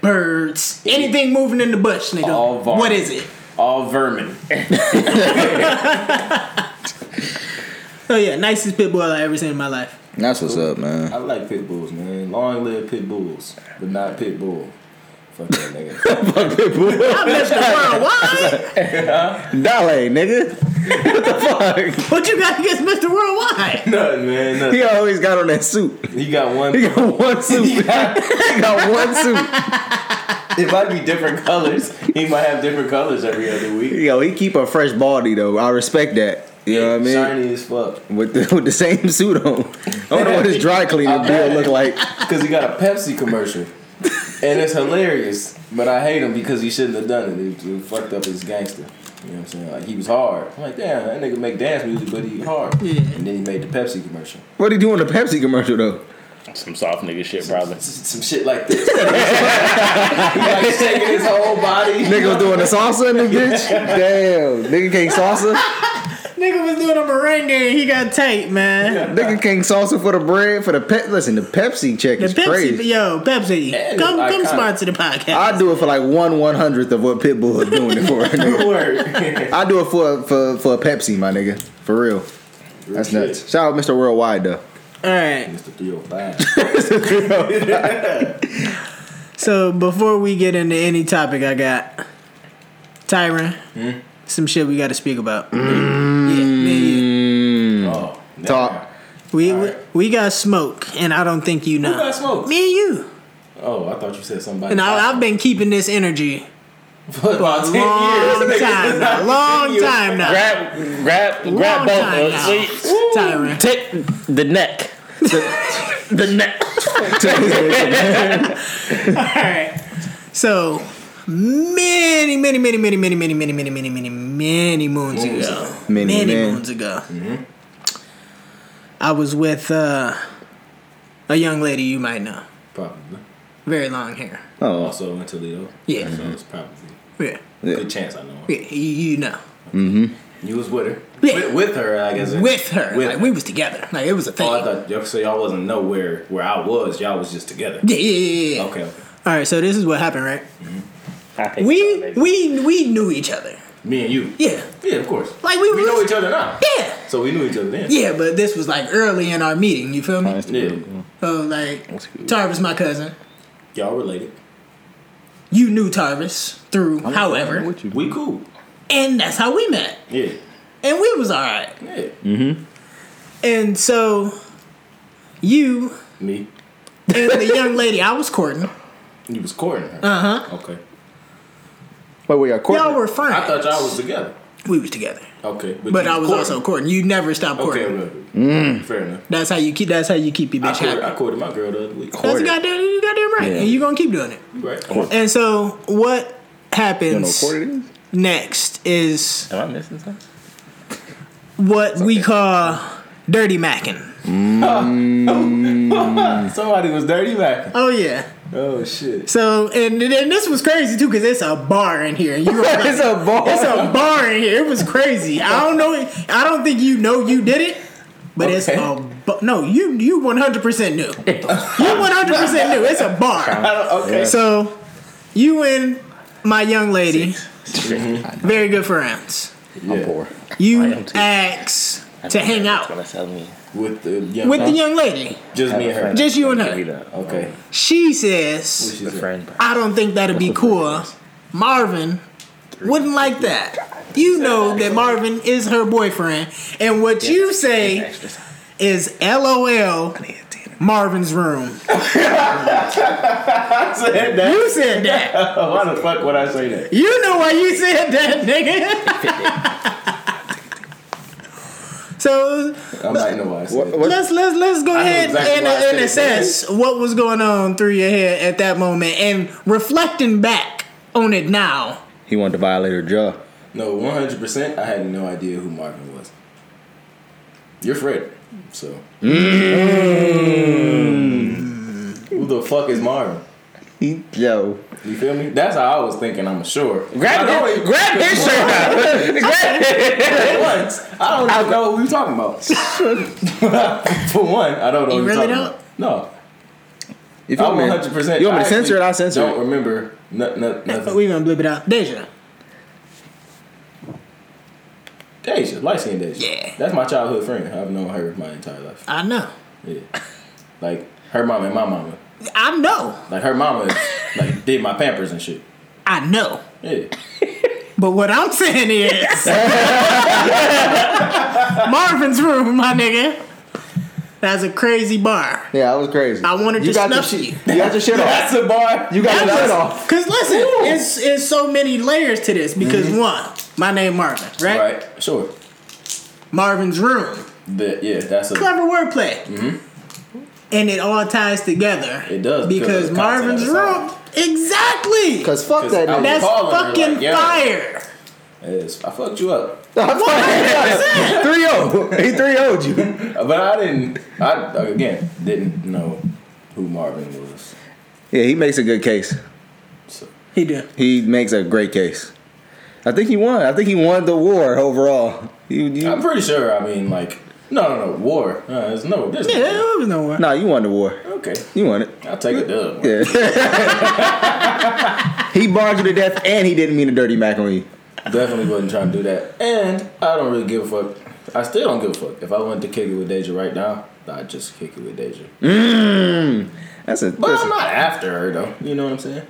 [SPEAKER 3] birds, anything moving in the bush, nigga.
[SPEAKER 4] All varmint.
[SPEAKER 3] what is it?
[SPEAKER 4] All vermin.
[SPEAKER 3] Oh yeah, nicest pit bull I ever seen in my life.
[SPEAKER 1] That's what's up, man.
[SPEAKER 4] I like pit bulls, man. Long live pit bulls, but not pit bull. Fuck that nigga. (laughs)
[SPEAKER 3] I missed the world. Why?
[SPEAKER 1] Dale, nigga. What the fuck?
[SPEAKER 3] What you got against Mr. Worldwide?
[SPEAKER 4] Nothing, man. Nothing.
[SPEAKER 1] He always got on that suit.
[SPEAKER 4] He got one. (laughs)
[SPEAKER 1] He got one suit. (laughs) he got one suit.
[SPEAKER 4] It might be different colors. He might have different colors every other week.
[SPEAKER 1] Yo, he keep a fresh baldy though. I respect that. You know what I mean?
[SPEAKER 4] Shiny as fuck.
[SPEAKER 1] With the, with the same suit on. I wonder what his dry (laughs) cleaning bill look like.
[SPEAKER 4] Because he got a Pepsi commercial. And it's hilarious. But I hate him because he shouldn't have done it. He, he fucked up his gangster. You know what I'm saying? Like, he was hard. I'm like, damn, that nigga make dance music, but he hard. And then he made the Pepsi commercial. (laughs)
[SPEAKER 1] What he do in the Pepsi commercial though?
[SPEAKER 2] Some soft nigga shit, probably.
[SPEAKER 4] S- Some shit like this. (laughs) he like shaking his whole body.
[SPEAKER 1] Nigga was doing the salsa in the (laughs) bitch. Damn, nigga can't salsa.
[SPEAKER 3] Nigga was doing a meringue and he got tight, man.
[SPEAKER 1] Nigga can't salsa for the bread for the pep. Listen, the Pepsi check
[SPEAKER 3] The
[SPEAKER 1] is
[SPEAKER 3] Pepsi,
[SPEAKER 1] crazy.
[SPEAKER 3] yo, Pepsi,
[SPEAKER 4] And
[SPEAKER 3] come
[SPEAKER 4] it's
[SPEAKER 3] come
[SPEAKER 4] iconic.
[SPEAKER 3] sponsor the podcast.
[SPEAKER 1] I do it for like one one hundredth of what Pitbull is doing it for. nigga.
[SPEAKER 4] Word.
[SPEAKER 1] I do it for for for a Pepsi, my nigga. For real. That's
[SPEAKER 4] Real
[SPEAKER 1] nuts. Shout out Mr. Worldwide though.
[SPEAKER 3] All right.
[SPEAKER 4] Mr. 305.
[SPEAKER 3] So before we get into any topic, I got Tyron. Some shit we got to speak about. Yeah, man, yeah.
[SPEAKER 1] Hmm.
[SPEAKER 4] Oh, damn.
[SPEAKER 1] Talk. (laughs)
[SPEAKER 3] We, we
[SPEAKER 4] right.
[SPEAKER 3] we got smoke, and I don't think you know.
[SPEAKER 4] got Smoke?
[SPEAKER 3] Me and you.
[SPEAKER 4] Oh, I thought you said somebody.
[SPEAKER 3] And I, I've been keeping this energy
[SPEAKER 4] for about
[SPEAKER 3] a
[SPEAKER 4] 10 years. (laughs) Nigga,
[SPEAKER 3] long time
[SPEAKER 4] it's
[SPEAKER 3] now.
[SPEAKER 4] not
[SPEAKER 3] Long
[SPEAKER 4] 10 years.
[SPEAKER 3] time now.
[SPEAKER 2] Grab, grab,
[SPEAKER 3] Long
[SPEAKER 2] grab both
[SPEAKER 3] time
[SPEAKER 2] of
[SPEAKER 3] now.
[SPEAKER 2] us. See?
[SPEAKER 3] Tyron.
[SPEAKER 2] Take the neck. the neck.
[SPEAKER 3] All right. So many, many, many, many, many, many, many, many, many, many, many moons
[SPEAKER 4] Moons
[SPEAKER 3] ago.
[SPEAKER 4] ago.
[SPEAKER 1] Many,
[SPEAKER 3] many
[SPEAKER 1] man.
[SPEAKER 3] moons ago. I was with uh, a young lady you might know.
[SPEAKER 4] Probably.
[SPEAKER 3] Very long hair.
[SPEAKER 1] Oh,
[SPEAKER 4] Also in Toledo.
[SPEAKER 3] Yeah.
[SPEAKER 4] So it's probably
[SPEAKER 3] Yeah.
[SPEAKER 1] Yeah.
[SPEAKER 4] good chance I know. him.
[SPEAKER 3] yeah you, you know.
[SPEAKER 4] You was with her.
[SPEAKER 3] Yeah.
[SPEAKER 4] With, with her, I guess.
[SPEAKER 3] With her.
[SPEAKER 4] With
[SPEAKER 3] like we was together. Like it was a thing.
[SPEAKER 4] Oh, I thought y'all, so y'all wasn't know where where I was. Y'all was just together.
[SPEAKER 3] yeah, yeah, yeah, yeah.
[SPEAKER 4] Okay. okay.
[SPEAKER 3] All right, so this is what happened, right?
[SPEAKER 2] I think so,
[SPEAKER 3] We
[SPEAKER 2] maybe.
[SPEAKER 3] we we knew each other.
[SPEAKER 4] Me and you.
[SPEAKER 3] Yeah.
[SPEAKER 4] Yeah, of course.
[SPEAKER 3] Like we,
[SPEAKER 4] we
[SPEAKER 3] was-
[SPEAKER 4] know each other now.
[SPEAKER 3] Yeah.
[SPEAKER 4] So we knew each other then.
[SPEAKER 3] Yeah, but this was like early in our meeting, you feel me?
[SPEAKER 4] Yeah.
[SPEAKER 3] So like Tarvis my cousin.
[SPEAKER 4] Y'all related.
[SPEAKER 3] You knew Tarvis through however.
[SPEAKER 4] We cool.
[SPEAKER 3] And that's how we met.
[SPEAKER 4] Yeah.
[SPEAKER 3] And we was alright.
[SPEAKER 4] Yeah.
[SPEAKER 3] Mm. And so you
[SPEAKER 4] Me.
[SPEAKER 3] and the
[SPEAKER 1] (laughs)
[SPEAKER 3] young lady I was courting,
[SPEAKER 4] You was courting her. Uh
[SPEAKER 3] Uh-huh.
[SPEAKER 4] huh. Okay.
[SPEAKER 1] Wait, wait, y'all courting?
[SPEAKER 3] y'all were friends.
[SPEAKER 4] I thought y'all was together.
[SPEAKER 3] we was together.
[SPEAKER 4] Okay.
[SPEAKER 3] But
[SPEAKER 4] you
[SPEAKER 3] I was
[SPEAKER 4] courting.
[SPEAKER 3] also courting. You never stopped courting.
[SPEAKER 4] Okay. well, Fair enough.
[SPEAKER 3] That's how you keep. That's how you keep your
[SPEAKER 4] I
[SPEAKER 3] bitch
[SPEAKER 4] courted,
[SPEAKER 3] happy.
[SPEAKER 4] I courted my girl the other week.
[SPEAKER 3] That's goddamn, you goddamn right,
[SPEAKER 1] Yeah.
[SPEAKER 3] and you gonna keep doing it.
[SPEAKER 4] Right.
[SPEAKER 3] And so, what
[SPEAKER 1] You know
[SPEAKER 3] happens
[SPEAKER 1] what court it is?
[SPEAKER 3] next is
[SPEAKER 2] Am I missing something?
[SPEAKER 3] what we call dirty macking.
[SPEAKER 4] Somebody was dirty back.
[SPEAKER 3] Oh yeah.
[SPEAKER 4] Oh shit.
[SPEAKER 3] So and and this was crazy too because it's a bar in here. You were like,
[SPEAKER 1] It's a bar.
[SPEAKER 3] It's a bar in here. It was crazy. I don't know. I don't think you know you did it, but it's
[SPEAKER 4] Okay.
[SPEAKER 3] a bu- no. You you one hundred percent knew. You one hundred percent knew. It's a bar.
[SPEAKER 4] Okay.
[SPEAKER 3] So you and my young lady, (laughs) very good friends.
[SPEAKER 4] Yeah.
[SPEAKER 2] I'm poor. I
[SPEAKER 3] You
[SPEAKER 2] am too.
[SPEAKER 3] asked to hang out
[SPEAKER 2] That's what I mean.
[SPEAKER 4] With the young,
[SPEAKER 3] with the young lady.
[SPEAKER 4] just me and her.
[SPEAKER 3] Just you and
[SPEAKER 2] Give me
[SPEAKER 3] her.
[SPEAKER 2] the,
[SPEAKER 4] Okay.
[SPEAKER 3] She says.
[SPEAKER 2] the friend.
[SPEAKER 3] I don't think that'd be cool. Marvin wouldn't like that. You know that Marvin is her boyfriend, and what you say is LOL Marvin's room.
[SPEAKER 4] I said (laughs) that.
[SPEAKER 3] You said that.
[SPEAKER 4] Oh, Why the fuck would I say that?
[SPEAKER 3] You know why you said that, nigga. (laughs) so
[SPEAKER 4] I might know why I said
[SPEAKER 1] What,
[SPEAKER 4] that.
[SPEAKER 1] what,
[SPEAKER 3] let's let's let's go
[SPEAKER 4] know
[SPEAKER 3] ahead
[SPEAKER 4] exactly
[SPEAKER 3] and,
[SPEAKER 4] why I said
[SPEAKER 3] and
[SPEAKER 4] it,
[SPEAKER 3] assess what was going on through your head at that moment and reflecting back on it now.
[SPEAKER 1] he wanted to violate her jaw.
[SPEAKER 4] No, one hundred percent. I had no idea who Marvin was. You're Fred, so.
[SPEAKER 1] Mm.
[SPEAKER 4] Who the fuck is Marvin?
[SPEAKER 1] Yo,
[SPEAKER 4] You feel me? That's how I was thinking. I'm sure.
[SPEAKER 1] grab
[SPEAKER 4] I
[SPEAKER 1] his, grab his shirt out.
[SPEAKER 4] For once, I don't even know who you're talking about.
[SPEAKER 1] (laughs)
[SPEAKER 4] For one, I don't know.
[SPEAKER 3] You
[SPEAKER 4] who you're
[SPEAKER 3] really
[SPEAKER 4] talking
[SPEAKER 3] don't?
[SPEAKER 4] About. No,
[SPEAKER 1] If
[SPEAKER 4] I 100. percent
[SPEAKER 1] You want me to censor it? I'll censor
[SPEAKER 4] Don't
[SPEAKER 1] it.
[SPEAKER 4] remember no,
[SPEAKER 1] (laughs)
[SPEAKER 4] no, nothing.
[SPEAKER 3] We gonna blip it out. Deja.
[SPEAKER 4] Deja, light skinned Deja.
[SPEAKER 3] Yeah.
[SPEAKER 4] that's my childhood friend. I've known her my entire life.
[SPEAKER 3] I know.
[SPEAKER 4] Yeah, like her mom and my mama.
[SPEAKER 3] I know.
[SPEAKER 4] Like her mama, (laughs) like did my pampers and shit.
[SPEAKER 3] I know.
[SPEAKER 4] Yeah.
[SPEAKER 3] But what I'm saying is (laughs) Marvin's room, my nigga. That's a crazy bar.
[SPEAKER 1] Yeah, that was crazy.
[SPEAKER 3] I wanted to
[SPEAKER 1] got your
[SPEAKER 3] snuff
[SPEAKER 1] shit-
[SPEAKER 3] you.
[SPEAKER 1] You got your shit off.
[SPEAKER 4] That's a bar.
[SPEAKER 1] You got your shit off.
[SPEAKER 3] Cause listen, it's it's so many layers to this because one, my name Marvin, right?
[SPEAKER 4] Mm-hmm. right. Sure.
[SPEAKER 3] Marvin's room.
[SPEAKER 4] The, yeah, that's a.
[SPEAKER 3] Clever wordplay. And it all ties together.
[SPEAKER 4] Mm-hmm. It does, because
[SPEAKER 3] Because
[SPEAKER 4] of the content
[SPEAKER 3] Marvin's
[SPEAKER 4] of the
[SPEAKER 3] room.
[SPEAKER 1] Exactly. Cause fuck that
[SPEAKER 4] I-
[SPEAKER 1] nigga.
[SPEAKER 3] That's
[SPEAKER 4] Calling her
[SPEAKER 3] fucking
[SPEAKER 4] like, yeah.
[SPEAKER 3] fire.
[SPEAKER 4] (laughs) Yes, I fucked you up,
[SPEAKER 1] (laughs) Three zero. He three would
[SPEAKER 4] (laughs)
[SPEAKER 1] you.
[SPEAKER 4] but I didn't. I again didn't know who Marvin was.
[SPEAKER 1] Yeah, he makes a good case.
[SPEAKER 4] So
[SPEAKER 3] He do.
[SPEAKER 1] He makes a great case. I think he won. I think he won the war overall. You,
[SPEAKER 4] I'm
[SPEAKER 1] you,
[SPEAKER 4] pretty sure. I mean, like, no, no, no, war. Uh, there's no. There's
[SPEAKER 3] Yeah, there was no one.
[SPEAKER 1] nah, you won the war.
[SPEAKER 4] Okay,
[SPEAKER 1] You won it.
[SPEAKER 4] I'll take a dub.
[SPEAKER 1] Yeah. he barred you to death, and he didn't mean to dirty mac on you.
[SPEAKER 4] Definitely wasn't trying to do that, and I don't really give a fuck. I still don't give a fuck. If I wanted to kick it with Deja right now, I'd just kick it with Deja.
[SPEAKER 1] Hmm. That's a.
[SPEAKER 4] But
[SPEAKER 1] that's a-
[SPEAKER 4] I'm not after her though. You know what I'm saying?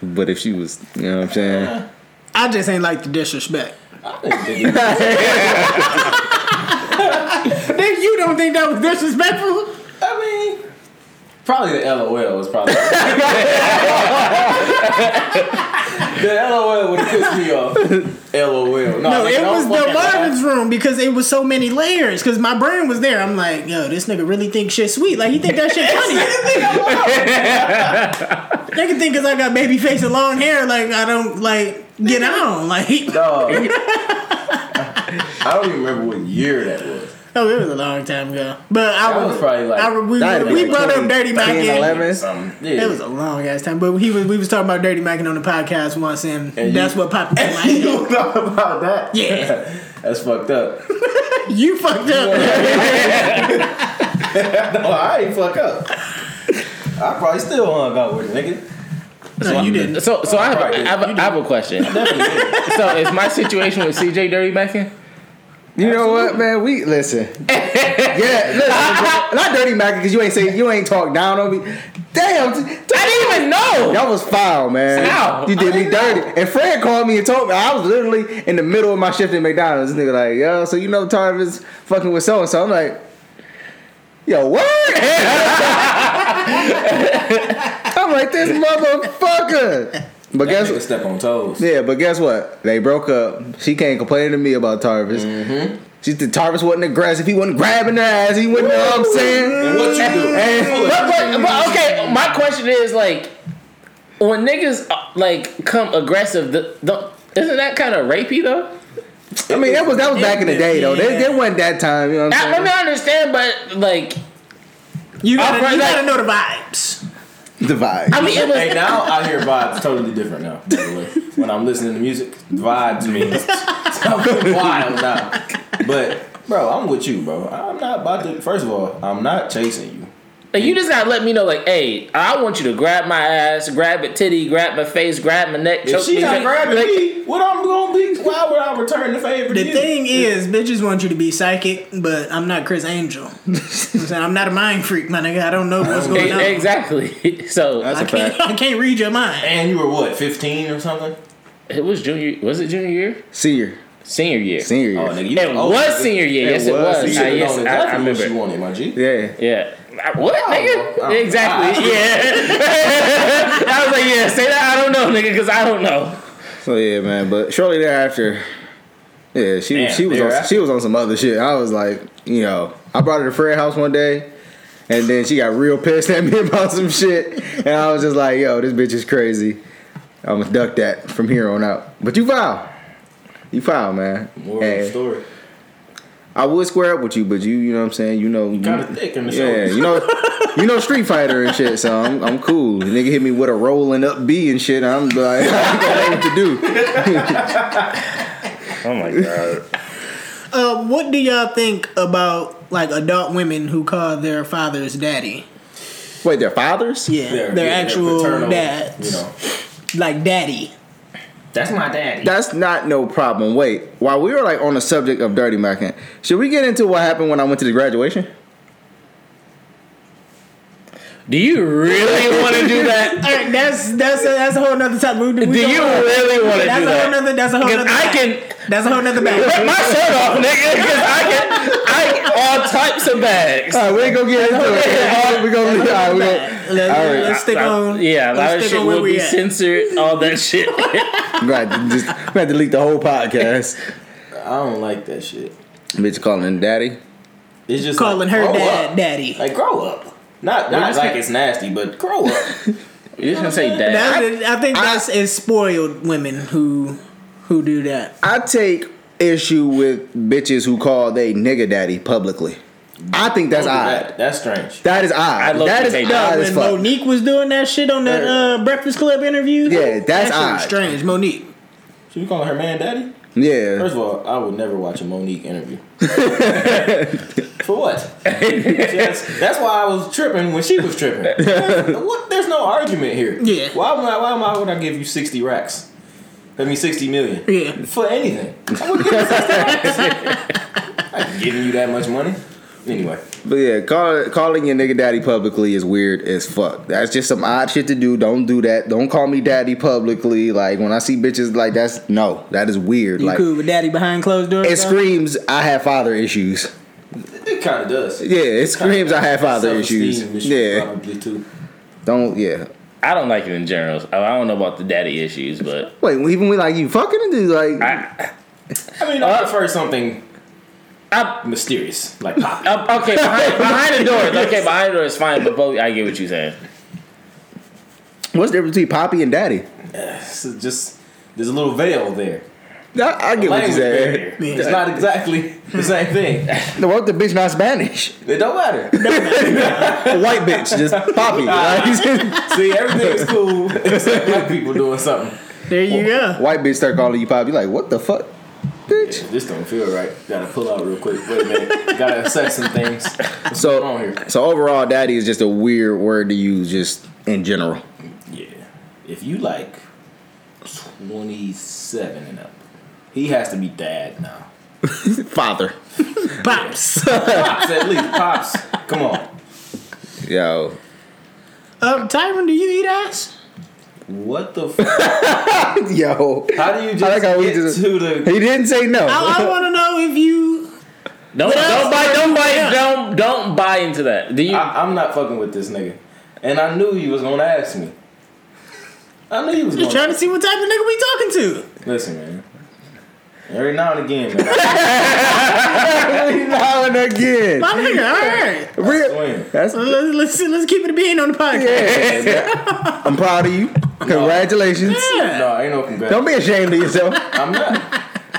[SPEAKER 1] but if she was, you know what I'm saying.
[SPEAKER 3] I just ain't like the disrespect.
[SPEAKER 4] I didn't think
[SPEAKER 3] (laughs)
[SPEAKER 4] it was-
[SPEAKER 3] Then you don't think that was disrespectful?
[SPEAKER 4] I mean, probably the LOL was
[SPEAKER 3] (laughs)
[SPEAKER 4] probably. the LOL would have pissed me off. LOL. No,
[SPEAKER 3] No,
[SPEAKER 4] Oh, nigga,
[SPEAKER 3] it
[SPEAKER 4] don't
[SPEAKER 3] was
[SPEAKER 4] fuck
[SPEAKER 3] the
[SPEAKER 4] with
[SPEAKER 3] (laughs)
[SPEAKER 4] that.
[SPEAKER 3] Marvin's room because it was so many layers. Because my brain was there. I'm like, yo, this nigga really think shit sweet. Like he think that
[SPEAKER 4] (laughs)
[SPEAKER 3] shit funny. they can think 'cause I got baby face and long hair. Like I don't like get on. Like (laughs)
[SPEAKER 4] Dog. I don't even remember what year that was.
[SPEAKER 3] oh, it was a long time ago. But I
[SPEAKER 4] That was probably like-
[SPEAKER 3] I, we,
[SPEAKER 1] That
[SPEAKER 3] we
[SPEAKER 1] nigga
[SPEAKER 3] brought up
[SPEAKER 1] 20,
[SPEAKER 3] Dirty
[SPEAKER 1] 10,
[SPEAKER 3] Mac. in.
[SPEAKER 1] 11.
[SPEAKER 4] Um, yeah.
[SPEAKER 3] It was a long ass time, but he was we was talking about Dirty Mac on the podcast once, and,
[SPEAKER 4] And you-
[SPEAKER 3] that's what popped (laughs) in my head.
[SPEAKER 4] (laughs) you know about that?
[SPEAKER 3] Yeah.
[SPEAKER 4] (laughs) That's fucked up.
[SPEAKER 3] You fucked up.
[SPEAKER 4] No, I ain't fuck up. I probably still hung out with a nigga.
[SPEAKER 3] No, you didn't.
[SPEAKER 2] So, so I, have,
[SPEAKER 4] Right,
[SPEAKER 2] I, have, I have a
[SPEAKER 3] (laughs)
[SPEAKER 2] question.
[SPEAKER 4] Definitely did.
[SPEAKER 2] so, is my situation with CJ dirty macking?
[SPEAKER 1] You know what, man? We listen. yeah, listen. not dirty Mac because you ain't say you ain't talk down on me. Damn, t- t-
[SPEAKER 2] I didn't even know.
[SPEAKER 1] that was foul, man.
[SPEAKER 2] Foul.
[SPEAKER 1] You did
[SPEAKER 2] I
[SPEAKER 1] me dirty. And Fred called me and told me I was literally in the middle of my shift at McDonald's. This nigga like, yo, so you know Tarvis is fucking with so and so. I'm like, yo, what? (laughs) I'm like this motherfucker. But guess
[SPEAKER 4] Nigga
[SPEAKER 1] what?
[SPEAKER 4] step on toes.
[SPEAKER 1] Yeah, but guess what? They broke up. She came complaining to me about Tarvis. She said Tarvis wasn't aggressive. He wasn't grabbing her ass. He wasn't, you know what I'm saying?
[SPEAKER 4] And what you do?
[SPEAKER 1] And-
[SPEAKER 2] But, but, but okay, my question is like, when niggas uh, like come aggressive, the, the, isn't that kind of rapey though?
[SPEAKER 1] I mean, that was that was back in the day though. There, there wasn't that time. You know what
[SPEAKER 2] I, I
[SPEAKER 1] I'm
[SPEAKER 2] mean, I understand, but like,
[SPEAKER 3] You gotta,
[SPEAKER 2] Alright,
[SPEAKER 3] you
[SPEAKER 2] like-
[SPEAKER 3] gotta know the vibes.
[SPEAKER 1] saying? The vibe.
[SPEAKER 2] I mean, it was.
[SPEAKER 4] Hey, now I hear vibes totally different now. By the way, when I'm listening to music, vibes means (laughs) something wild now. But bro, I'm with you, bro. I'm not about to. First of all, I'm not chasing you.
[SPEAKER 2] Like you just gotta let me know, like, hey, I want you to grab my ass, grab a titty, grab my face, grab my neck,
[SPEAKER 4] If
[SPEAKER 2] choke
[SPEAKER 4] she
[SPEAKER 2] me.
[SPEAKER 4] not
[SPEAKER 2] like-
[SPEAKER 4] grabbing
[SPEAKER 2] like, (laughs)
[SPEAKER 4] me, what I'm gonna be? Why would I return the favor?
[SPEAKER 3] The
[SPEAKER 4] to you?
[SPEAKER 3] thing is, bitches want you to be psychic, but I'm not Chris Angel. You know what I'm, saying? I'm not a mind freak, my nigga. I don't know what's going on.
[SPEAKER 2] e- exactly. (laughs) So
[SPEAKER 4] That's
[SPEAKER 3] I
[SPEAKER 4] a
[SPEAKER 3] can't,
[SPEAKER 4] fact.
[SPEAKER 3] I can't read your mind.
[SPEAKER 4] And you were what, 15 or something?
[SPEAKER 2] it was junior. Was it junior year?
[SPEAKER 1] Senior,
[SPEAKER 2] Senior year.
[SPEAKER 1] senior year.
[SPEAKER 4] Oh, nigga, you
[SPEAKER 2] It was senior year. yes, it
[SPEAKER 1] was
[SPEAKER 2] was.
[SPEAKER 1] senior
[SPEAKER 2] I,
[SPEAKER 1] year.
[SPEAKER 2] yes, I- I,
[SPEAKER 4] exactly what you
[SPEAKER 2] remember.
[SPEAKER 4] wanted, my G.
[SPEAKER 1] Yeah.
[SPEAKER 2] Yeah. I- What,
[SPEAKER 4] know.
[SPEAKER 2] nigga?
[SPEAKER 4] I don't know.
[SPEAKER 2] exactly. Yeah. (laughs) I was like, yeah, say that. I don't know, nigga, because I don't know.
[SPEAKER 1] So yeah, man. But shortly thereafter, yeah, she
[SPEAKER 4] Damn,
[SPEAKER 1] she was on,
[SPEAKER 4] thereafter.
[SPEAKER 1] she was on some other shit. I was like, you know, I brought her to Fred house one day, and then she got real pissed at (laughs) me about some shit, and I was just like, yo, this bitch is crazy. I'm gonna duck that from here on out. But you foul, you foul, man.
[SPEAKER 4] Moral of the
[SPEAKER 1] And
[SPEAKER 4] story.
[SPEAKER 1] I would square up with you, but you, you know what I'm saying. You know, you-
[SPEAKER 4] Kind of thick in the
[SPEAKER 1] yeah,
[SPEAKER 4] shoulders.
[SPEAKER 1] you know, you know Street Fighter and shit. So I'm, I'm cool. The nigga hit me with a rolling up B and shit. I'm like, (laughs) I don't know what to do.
[SPEAKER 2] Oh my god.
[SPEAKER 3] Uh, what do y'all think about like adult women who call their fathers daddy?
[SPEAKER 1] Wait, their fathers?
[SPEAKER 3] Yeah,
[SPEAKER 4] They're-
[SPEAKER 3] their
[SPEAKER 4] yeah,
[SPEAKER 3] actual
[SPEAKER 4] paternal,
[SPEAKER 3] dads,
[SPEAKER 4] You know,
[SPEAKER 3] like daddy.
[SPEAKER 2] That's my daddy.
[SPEAKER 1] That's not no problem. Wait, while we were like on the subject of Dirty Mackin, should we get into what happened when I went to the graduation?
[SPEAKER 2] Do you really want to do that?
[SPEAKER 3] All right, that's that's a, that's a whole nother topic. We, (laughs) we
[SPEAKER 2] Do you
[SPEAKER 3] gonna-
[SPEAKER 2] really want to
[SPEAKER 3] That's
[SPEAKER 2] do
[SPEAKER 3] a
[SPEAKER 2] that?
[SPEAKER 3] whole nother. That's a whole
[SPEAKER 2] Because
[SPEAKER 3] nother.
[SPEAKER 2] I can
[SPEAKER 3] That's a whole nother
[SPEAKER 2] rip (laughs)
[SPEAKER 3] bag.
[SPEAKER 2] my shirt off, nigga. Because I can, I all types of bags.
[SPEAKER 1] All right, we ain't gonna get into (laughs) it. we gonna leave. All right, we
[SPEAKER 3] Let's,
[SPEAKER 1] gonna, all right.
[SPEAKER 3] let's stick
[SPEAKER 2] I-
[SPEAKER 3] on.
[SPEAKER 2] yeah, a lot of
[SPEAKER 3] Um, let's stick
[SPEAKER 2] shit
[SPEAKER 3] on where
[SPEAKER 2] will
[SPEAKER 3] we
[SPEAKER 2] be
[SPEAKER 3] at.
[SPEAKER 2] censored. All
[SPEAKER 3] (laughs)
[SPEAKER 2] that shit.
[SPEAKER 1] I'm gonna have to just I'm gonna have to delete the whole podcast.
[SPEAKER 4] I don't like that shit.
[SPEAKER 1] Bitch calling him daddy.
[SPEAKER 4] It's just
[SPEAKER 3] Calling
[SPEAKER 4] like,
[SPEAKER 3] her
[SPEAKER 4] grow
[SPEAKER 3] dad
[SPEAKER 4] up.
[SPEAKER 3] daddy.
[SPEAKER 4] Like grow up. Not not
[SPEAKER 2] just
[SPEAKER 4] like
[SPEAKER 2] gonna-
[SPEAKER 4] it's nasty, but (laughs) grow up.
[SPEAKER 2] You just gonna say dad?
[SPEAKER 3] That's, I, think that's is spoiled women who who do that.
[SPEAKER 1] I take issue with bitches who call they nigga daddy publicly. I think that's odd.
[SPEAKER 4] That- that's strange.
[SPEAKER 1] That is
[SPEAKER 2] I
[SPEAKER 1] odd.
[SPEAKER 2] love
[SPEAKER 1] That
[SPEAKER 2] that
[SPEAKER 1] is
[SPEAKER 2] they
[SPEAKER 1] odd as
[SPEAKER 3] when
[SPEAKER 1] fuck.
[SPEAKER 3] Monique was doing that shit on that uh, Breakfast Club interview.
[SPEAKER 1] Yeah, that's
[SPEAKER 3] that shit was
[SPEAKER 1] odd.
[SPEAKER 3] strange. Monique.
[SPEAKER 4] So you calling her man daddy?
[SPEAKER 1] Yeah.
[SPEAKER 4] First of all, I would never watch a Monique (laughs) interview. For what? Yes, that's why I was tripping when she was (laughs) tripping. what? There's no argument here.
[SPEAKER 3] Yeah.
[SPEAKER 4] Why would I, why am I- would I give you 60 racks? I mean 60 million.
[SPEAKER 3] Yeah.
[SPEAKER 4] For anything. I wouldn't give you 60 (laughs) racks. I ain't giving you that much money. Anyway.
[SPEAKER 1] But yeah, call, calling your nigga daddy publicly is weird as fuck. That's just some odd shit to do. Don't do that. Don't call me daddy publicly. Like when I see bitches like that's no, that is weird.
[SPEAKER 3] You
[SPEAKER 1] like
[SPEAKER 3] cool with daddy behind closed doors?
[SPEAKER 1] it
[SPEAKER 3] though?
[SPEAKER 1] screams I have father issues.
[SPEAKER 4] It kind of does.
[SPEAKER 1] Yeah, it screams I have father
[SPEAKER 4] Self-esteem
[SPEAKER 1] issues.
[SPEAKER 4] issue,
[SPEAKER 1] Yeah,
[SPEAKER 4] Probably too.
[SPEAKER 1] don't yeah.
[SPEAKER 2] I don't like it in general. Oh, I I don't know about the daddy issues, but
[SPEAKER 1] Wait, even when like you fucking and do like
[SPEAKER 2] I,
[SPEAKER 4] I mean, I prefer something
[SPEAKER 2] I,
[SPEAKER 4] mysterious, like pop.
[SPEAKER 2] I okay behind, behind the
[SPEAKER 3] (laughs)
[SPEAKER 2] doors. Okay, behind the door is fine. But both, I get what you're saying.
[SPEAKER 1] what's the difference between poppy and daddy?
[SPEAKER 4] (laughs) So just there's a little veil there.
[SPEAKER 1] I, I get what you
[SPEAKER 4] Language
[SPEAKER 1] said.
[SPEAKER 4] barrier. It's not exactly the same thing. (laughs)
[SPEAKER 1] No, what if the bitch not Spanish?
[SPEAKER 4] It don't (laughs) matter.
[SPEAKER 1] A white bitch, just poppy. like, (laughs)
[SPEAKER 4] See, everything's (laughs) cool except black people doing something.
[SPEAKER 3] There you go.
[SPEAKER 1] white bitch start calling you poppy. Like what the fuck, bitch?
[SPEAKER 4] This don't feel right. Gotta pull out real quick. Wait a minute. Gotta assess some things. What's going on
[SPEAKER 1] So,
[SPEAKER 4] here?
[SPEAKER 1] so overall, daddy is just a weird word to use, just in general. (laughs)
[SPEAKER 4] Yeah. If you like 27 and up, he has to be dad now.
[SPEAKER 1] Father,
[SPEAKER 3] Pops. Uh,
[SPEAKER 4] Pops, at least pops. Come on.
[SPEAKER 1] yo,
[SPEAKER 3] um, Tyron, do you eat ass?
[SPEAKER 4] What the? F-
[SPEAKER 1] yo.
[SPEAKER 4] how do you just
[SPEAKER 1] I like how we
[SPEAKER 4] get
[SPEAKER 1] just-
[SPEAKER 4] to the?
[SPEAKER 1] He didn't say no.
[SPEAKER 3] I, I want to know if you.
[SPEAKER 2] Don't
[SPEAKER 3] else?
[SPEAKER 2] don't buy don't buy don't don't buy into that. Do you?
[SPEAKER 4] I, I'm not fucking with this nigga, and I knew you was gonna ask me. I knew you was
[SPEAKER 3] Just
[SPEAKER 4] gonna.
[SPEAKER 3] trying to see what type of nigga we talking to.
[SPEAKER 4] Listen, man. Every now and again, man.
[SPEAKER 1] Now and again.
[SPEAKER 3] My nigga, all right.
[SPEAKER 1] Real. (laughs)
[SPEAKER 4] Swing.
[SPEAKER 1] That's
[SPEAKER 3] Let's, let's, let's keep it a being on the podcast.
[SPEAKER 1] I'm proud of you. Congratulations.
[SPEAKER 3] Yeah.
[SPEAKER 4] No, I ain't no congrats.
[SPEAKER 1] Don't be ashamed of yourself. (laughs)
[SPEAKER 4] I'm not.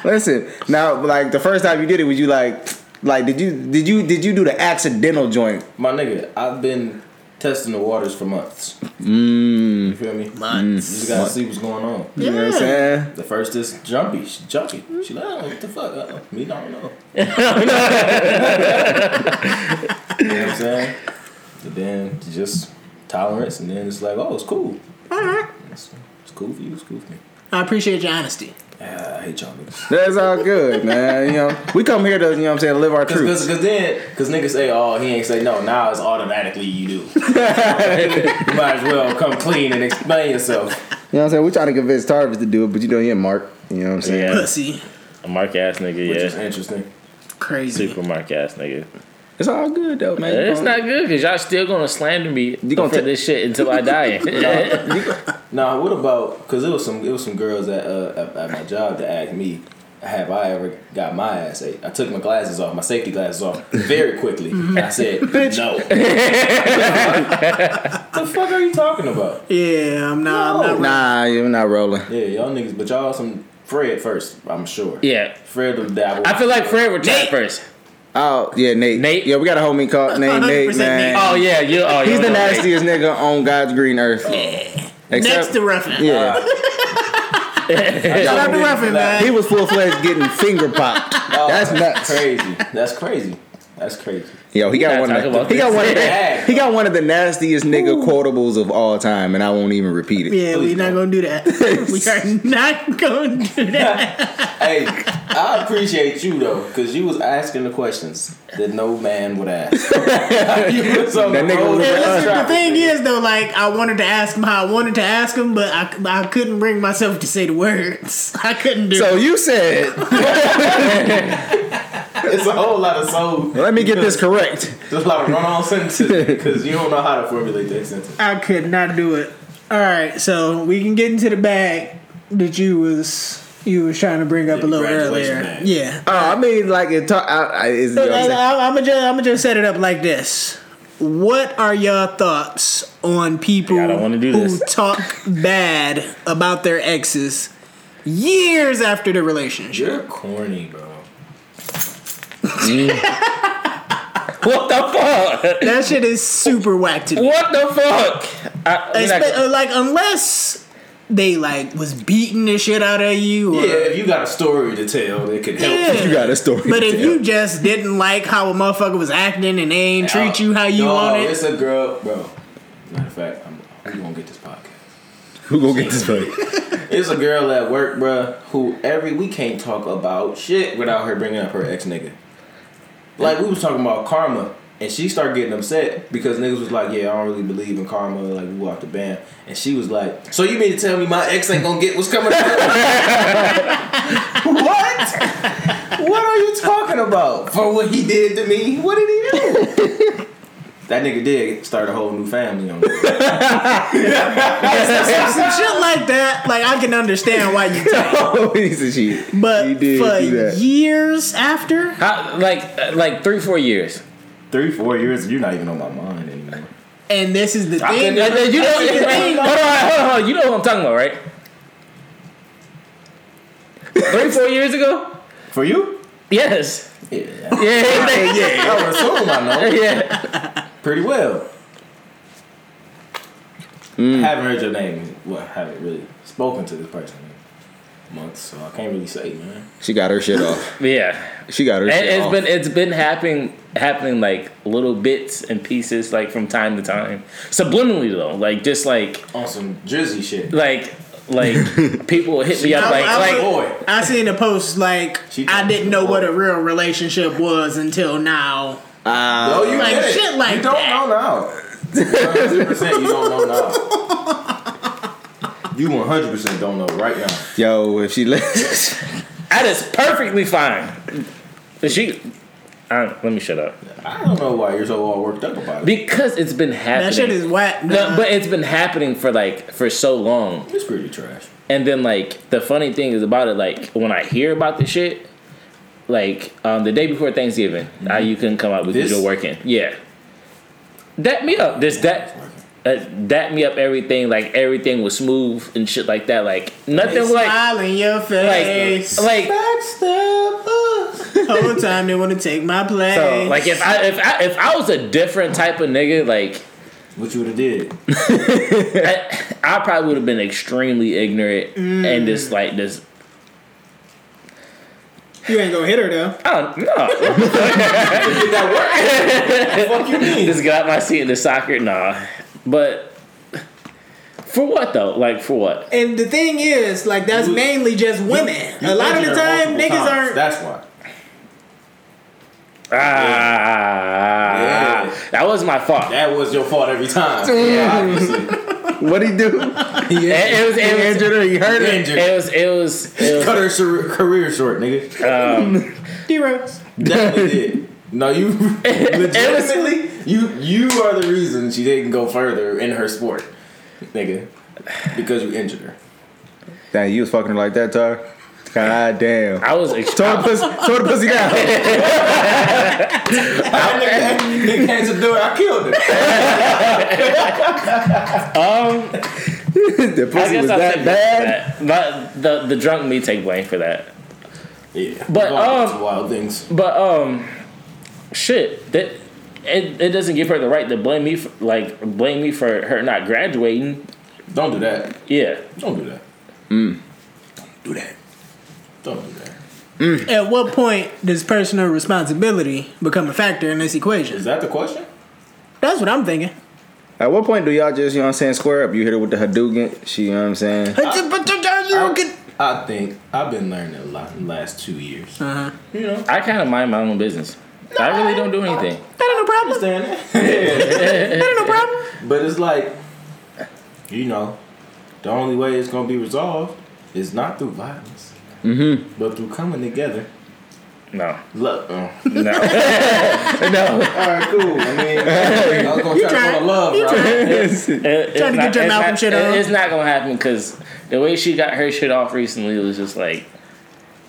[SPEAKER 1] Listen, now like the first time you did it, was you like, like did you did you did you do the accidental joint?
[SPEAKER 4] My nigga, I've been testing the waters for months.
[SPEAKER 1] Mm.
[SPEAKER 4] You feel me? You
[SPEAKER 3] Months.
[SPEAKER 4] just gotta see what's going on.
[SPEAKER 1] You know what I'm
[SPEAKER 3] Yeah.
[SPEAKER 1] saying?
[SPEAKER 4] The first is jumpy. She jumpy. She like, oh, what the fuck? Uh-uh. Me, I don't know. you know what I'm saying? And then just tolerance, and then it's like, oh, it's cool.
[SPEAKER 3] All right.
[SPEAKER 4] It's, it's cool for you. It's cool for me.
[SPEAKER 3] I appreciate your honesty.
[SPEAKER 4] Ah, I hate y'all niggas.
[SPEAKER 1] That's all good, man. You know, we come here to you know what I'm saying, live our
[SPEAKER 4] Cause,
[SPEAKER 1] truth.
[SPEAKER 4] cause, cause then, cause niggas say, oh, he ain't say no. Now it's automatically you (laughs) do. you might as well come clean and explain yourself.
[SPEAKER 1] You know what I'm saying? We trying to convince Tarvis to do it, but you know he ain't Mark. You know what I'm saying?
[SPEAKER 2] Yeah.
[SPEAKER 3] Pussy.
[SPEAKER 2] A mark ass
[SPEAKER 4] Which
[SPEAKER 2] nigga,
[SPEAKER 4] is
[SPEAKER 2] yeah.
[SPEAKER 4] interesting.
[SPEAKER 3] Crazy.
[SPEAKER 2] Super mark ass nigga.
[SPEAKER 1] It's all good though, man.
[SPEAKER 2] It's not good because y'all still gonna slander me
[SPEAKER 1] You gonna
[SPEAKER 2] for
[SPEAKER 1] ta-
[SPEAKER 2] this shit until I (laughs) die.
[SPEAKER 4] Now, what about? Cause it was some it was some girls at uh, at, at my job that asked me, "Have I ever got my ass ate?" I took my glasses off, my safety glasses off, very quickly.
[SPEAKER 2] Mm-hmm.
[SPEAKER 4] I (laughs) said, "No." the fuck are you talking about?
[SPEAKER 3] Yeah, I'm not. I'm not
[SPEAKER 1] Nah, you're not rolling.
[SPEAKER 4] Yeah, y'all niggas, but y'all some Fred first, I'm sure.
[SPEAKER 2] yeah.
[SPEAKER 4] Fred will dabble.
[SPEAKER 2] I feel like Fred would try first.
[SPEAKER 1] Oh yeah, Nate.
[SPEAKER 2] Nate?
[SPEAKER 1] Yeah, we got a homie
[SPEAKER 3] (laughs)
[SPEAKER 1] called Nate. Nate,
[SPEAKER 3] 100%
[SPEAKER 1] man.
[SPEAKER 3] Nate.
[SPEAKER 2] Oh yeah, you. Oh,
[SPEAKER 1] He's
[SPEAKER 2] you
[SPEAKER 1] the
[SPEAKER 2] know, like-
[SPEAKER 1] nastiest nigga on God's green earth.
[SPEAKER 3] Next to roughing.
[SPEAKER 1] yeah,
[SPEAKER 3] Shout out to roughing, man.
[SPEAKER 1] he was full fledged getting finger popped.
[SPEAKER 4] Oh,
[SPEAKER 1] That's nuts.
[SPEAKER 4] Crazy. That's crazy. That's crazy. (laughs)
[SPEAKER 1] Yo, he
[SPEAKER 2] Gotta
[SPEAKER 1] got one.
[SPEAKER 2] talk
[SPEAKER 1] Of the,
[SPEAKER 2] about
[SPEAKER 1] he got
[SPEAKER 2] this.
[SPEAKER 1] one. Of the,
[SPEAKER 4] Yeah.
[SPEAKER 1] he got one of the nastiest nigga quotables of all time, and I won't even repeat it.
[SPEAKER 3] Yeah, we're not gonna do that. (laughs) we are not gonna do that.
[SPEAKER 4] Hey, I appreciate you though, cause you was asking the questions that no man would ask. (laughs) you was on
[SPEAKER 1] That
[SPEAKER 4] the
[SPEAKER 1] nigga
[SPEAKER 4] road
[SPEAKER 1] was
[SPEAKER 4] to
[SPEAKER 1] a-
[SPEAKER 3] Listen, the
[SPEAKER 4] traffic.
[SPEAKER 3] thing is though, like I wanted to ask him how I wanted to ask him, but I, I couldn't bring myself to say the words. (laughs) I couldn't do
[SPEAKER 1] So
[SPEAKER 3] it.
[SPEAKER 1] you said,
[SPEAKER 4] (laughs) It's a whole lot of soul.
[SPEAKER 1] let me get this correct.
[SPEAKER 4] There's a lot of run-on sentences because you don't know how to formulate that sentence.
[SPEAKER 3] I could not do it. All right, so we can get into the bag that you was you was trying to bring up
[SPEAKER 4] Yeah,
[SPEAKER 3] a little
[SPEAKER 4] graduation
[SPEAKER 3] earlier.
[SPEAKER 4] bag.
[SPEAKER 3] Yeah.
[SPEAKER 1] Oh, I mean, like it. Talk, I, I, it's, you know
[SPEAKER 3] So
[SPEAKER 1] what I'm saying?
[SPEAKER 3] I'm gonna just, I'ma just set it up like this. What are your thoughts on people
[SPEAKER 2] Yeah, I don't wanna do
[SPEAKER 3] who
[SPEAKER 2] this.
[SPEAKER 3] talk bad about their exes years after the relationship?
[SPEAKER 4] You're corny, bro.
[SPEAKER 2] (laughs) What the fuck?
[SPEAKER 3] That shit is super whack to me.
[SPEAKER 2] What the fuck? I, we're not-
[SPEAKER 3] Expe- uh, like unless they like was beating the shit out of you. Or,
[SPEAKER 4] Yeah, if you got a story to tell that can help.
[SPEAKER 3] Yeah.
[SPEAKER 1] You got a story.
[SPEAKER 3] But
[SPEAKER 1] to
[SPEAKER 3] if
[SPEAKER 1] tell.
[SPEAKER 3] you just didn't like how a motherfucker was acting and they ain't treat you how you
[SPEAKER 4] No,
[SPEAKER 3] want it,
[SPEAKER 4] It's a girl, bro. Matter of fact, I'm, we gonna get this podcast.
[SPEAKER 1] who gonna get this (laughs) buddy?
[SPEAKER 4] It's a girl at work, bro, who every we can't talk about shit without her bringing up her ex nigga. Like we was talking about karma, and she started getting upset because niggas was like, "Yeah, I don't really believe in karma." Like we walked the band, and she was like, "So you mean to tell me my ex ain't gonna get what's coming?" (laughs) out?" what? What are you talking about? For what he did to me? What did he do? that nigga did start a whole new family on. me.
[SPEAKER 3] some shit like that, like I can understand why you. Talk.
[SPEAKER 1] Piece of shit.
[SPEAKER 3] But
[SPEAKER 1] He did
[SPEAKER 3] for
[SPEAKER 1] do that.
[SPEAKER 3] years after,
[SPEAKER 2] How, like uh, like three four years.
[SPEAKER 4] Three, four years, you're not even on my mind anymore.
[SPEAKER 3] and this is the thing.
[SPEAKER 2] And, and then you know,
[SPEAKER 3] That's the
[SPEAKER 2] (laughs)
[SPEAKER 3] thing.
[SPEAKER 4] (laughs)
[SPEAKER 2] hold on, hold on, hold on. You know what I'm talking about, right? Three four years ago.
[SPEAKER 4] For you?
[SPEAKER 2] Yes.
[SPEAKER 4] Yeah.
[SPEAKER 2] Yeah. Yeah.
[SPEAKER 4] I would assume I know
[SPEAKER 2] Yeah.
[SPEAKER 4] pretty well.
[SPEAKER 3] Mm.
[SPEAKER 4] I haven't heard your name. Well, I haven't really spoken to this person in months, so I can't really say, man.
[SPEAKER 1] She got her shit off.
[SPEAKER 2] Yeah.
[SPEAKER 1] She got her
[SPEAKER 2] And
[SPEAKER 1] shit
[SPEAKER 2] it's
[SPEAKER 1] off.
[SPEAKER 2] been it's been happening happening like little bits and pieces like from time to time, subliminally though. Like just like
[SPEAKER 4] On some drizzy shit.
[SPEAKER 2] like like people hit me up
[SPEAKER 3] I-
[SPEAKER 2] like
[SPEAKER 3] I
[SPEAKER 2] like
[SPEAKER 3] would-
[SPEAKER 4] Boy.
[SPEAKER 3] I seen a post like
[SPEAKER 4] She
[SPEAKER 3] I
[SPEAKER 4] told
[SPEAKER 3] didn't
[SPEAKER 4] me
[SPEAKER 3] know what a
[SPEAKER 4] before.
[SPEAKER 3] real relationship was until now.
[SPEAKER 1] Ah,
[SPEAKER 4] No, you
[SPEAKER 3] Like,
[SPEAKER 4] didn't.
[SPEAKER 3] shit like
[SPEAKER 4] You don't know
[SPEAKER 3] that.
[SPEAKER 4] now. 100 percent you don't know now. You 100 percent don't know right now.
[SPEAKER 1] Yo, if she left, (laughs)
[SPEAKER 2] that is perfectly fine. But she, I, let me shut up
[SPEAKER 4] I don't know why you're so all worked up about it.
[SPEAKER 2] because it's been happening.
[SPEAKER 3] That shit is whack.
[SPEAKER 2] No,
[SPEAKER 3] nah.
[SPEAKER 2] but it's been happening for like for so long.
[SPEAKER 4] It's pretty trash.
[SPEAKER 2] And then like the funny thing is about it, like when I hear about the shit, like um, the day before
[SPEAKER 3] Mm-hmm.
[SPEAKER 2] Thanksgiving, I, you couldn't come out because
[SPEAKER 4] This-
[SPEAKER 2] you're working. Yeah, that me up. This that
[SPEAKER 4] Working.
[SPEAKER 2] uh, dap me up everything, like everything was smooth and shit like that. Like nothing
[SPEAKER 3] They
[SPEAKER 2] like
[SPEAKER 3] smile in
[SPEAKER 4] (laughs)
[SPEAKER 3] your face.
[SPEAKER 2] like like
[SPEAKER 3] whole time they want to
[SPEAKER 4] (laughs)
[SPEAKER 3] take my place.
[SPEAKER 2] so, like if I if I if I was a different type of nigga, like
[SPEAKER 4] What you would have did?
[SPEAKER 2] I, I probably would have been extremely ignorant
[SPEAKER 1] Mm.
[SPEAKER 2] and just like this.
[SPEAKER 3] you ain't gonna hit her though.
[SPEAKER 2] I don't know.
[SPEAKER 4] Fuck you
[SPEAKER 3] (laughs)
[SPEAKER 4] mean?
[SPEAKER 2] (laughs) just got my seat in the soccer. Nah, but for what though? Like for what?
[SPEAKER 3] And the thing is, like that's
[SPEAKER 4] You-
[SPEAKER 3] mainly just women.
[SPEAKER 4] You
[SPEAKER 3] a lot of
[SPEAKER 4] injured
[SPEAKER 3] the
[SPEAKER 4] her
[SPEAKER 3] time,
[SPEAKER 4] multiple
[SPEAKER 3] niggas
[SPEAKER 4] times.
[SPEAKER 3] aren't.
[SPEAKER 4] That's why.
[SPEAKER 2] Ah,
[SPEAKER 4] Yeah.
[SPEAKER 2] that was my fault.
[SPEAKER 4] That was your fault every
[SPEAKER 2] (laughs)
[SPEAKER 4] time. Yeah,
[SPEAKER 3] (laughs)
[SPEAKER 4] obviously.
[SPEAKER 1] What he do?
[SPEAKER 2] It- it was-
[SPEAKER 1] He
[SPEAKER 2] it was-
[SPEAKER 1] injured her. He hurt her.
[SPEAKER 4] Injured.
[SPEAKER 2] It was it was it was
[SPEAKER 4] Cut her sur- career short, nigga.
[SPEAKER 3] D-Rose.
[SPEAKER 2] (laughs)
[SPEAKER 4] Definitely did. No, you legitimately you you are the reason she didn't go further in her sport, nigga, because you injured her.
[SPEAKER 1] Damn, you was fucking her like that, Tar. God damn.
[SPEAKER 2] I
[SPEAKER 1] (laughs)
[SPEAKER 2] was ex-
[SPEAKER 1] Tore the pussy, tore the
[SPEAKER 2] (laughs)
[SPEAKER 1] pussy down. (laughs)
[SPEAKER 4] I, nigga, nigga came to the door. I killed her.
[SPEAKER 1] the
[SPEAKER 2] I
[SPEAKER 1] pussy was
[SPEAKER 2] I'll
[SPEAKER 1] that
[SPEAKER 2] take blame
[SPEAKER 1] bad.
[SPEAKER 2] for that. But the the drunk me take blame for that.
[SPEAKER 4] Yeah,
[SPEAKER 2] But,
[SPEAKER 4] we've all done
[SPEAKER 2] um,
[SPEAKER 4] some wild things.
[SPEAKER 2] But um, shit, that it, it doesn't give her the right to blame me for like blame me for her not graduating.
[SPEAKER 4] Don't do that.
[SPEAKER 2] Yeah,
[SPEAKER 4] Don't do that.
[SPEAKER 2] Mm.
[SPEAKER 4] Don't do that. Don't do that.
[SPEAKER 3] At what point does personal responsibility become a factor in this
[SPEAKER 4] Is
[SPEAKER 3] equation?
[SPEAKER 4] that the question?
[SPEAKER 3] That's what I'm thinking.
[SPEAKER 1] At what point do y'all just, you know what I'm saying, square up? You hit her with the Hadouken. She, you know what I'm saying?
[SPEAKER 2] Uh-huh.
[SPEAKER 4] I,
[SPEAKER 3] Uh
[SPEAKER 4] I think I've been learning a lot in the last two years.
[SPEAKER 3] huh.
[SPEAKER 4] You know,
[SPEAKER 2] I kind of mind my own business. I really don't do anything.
[SPEAKER 3] That ain't no problem. That
[SPEAKER 4] understand that.
[SPEAKER 3] ain't no problem.
[SPEAKER 4] (laughs) but it's like, you know, the only way it's gonna be resolved is not through violence, mm-hmm. but through coming together.
[SPEAKER 2] No,
[SPEAKER 4] (laughs) Look, uh,
[SPEAKER 2] no,
[SPEAKER 4] all
[SPEAKER 2] (laughs)
[SPEAKER 1] (laughs)
[SPEAKER 2] no.
[SPEAKER 4] right, cool. I mean, I was gonna try to
[SPEAKER 3] tried.
[SPEAKER 4] fall in love,
[SPEAKER 3] You
[SPEAKER 4] right?
[SPEAKER 2] It- it's
[SPEAKER 3] Trying to get your
[SPEAKER 2] it's
[SPEAKER 3] Malcolm
[SPEAKER 2] not,
[SPEAKER 3] shit
[SPEAKER 2] it-
[SPEAKER 3] on.
[SPEAKER 2] It's not gonna happen because the way she got her shit off recently was just like,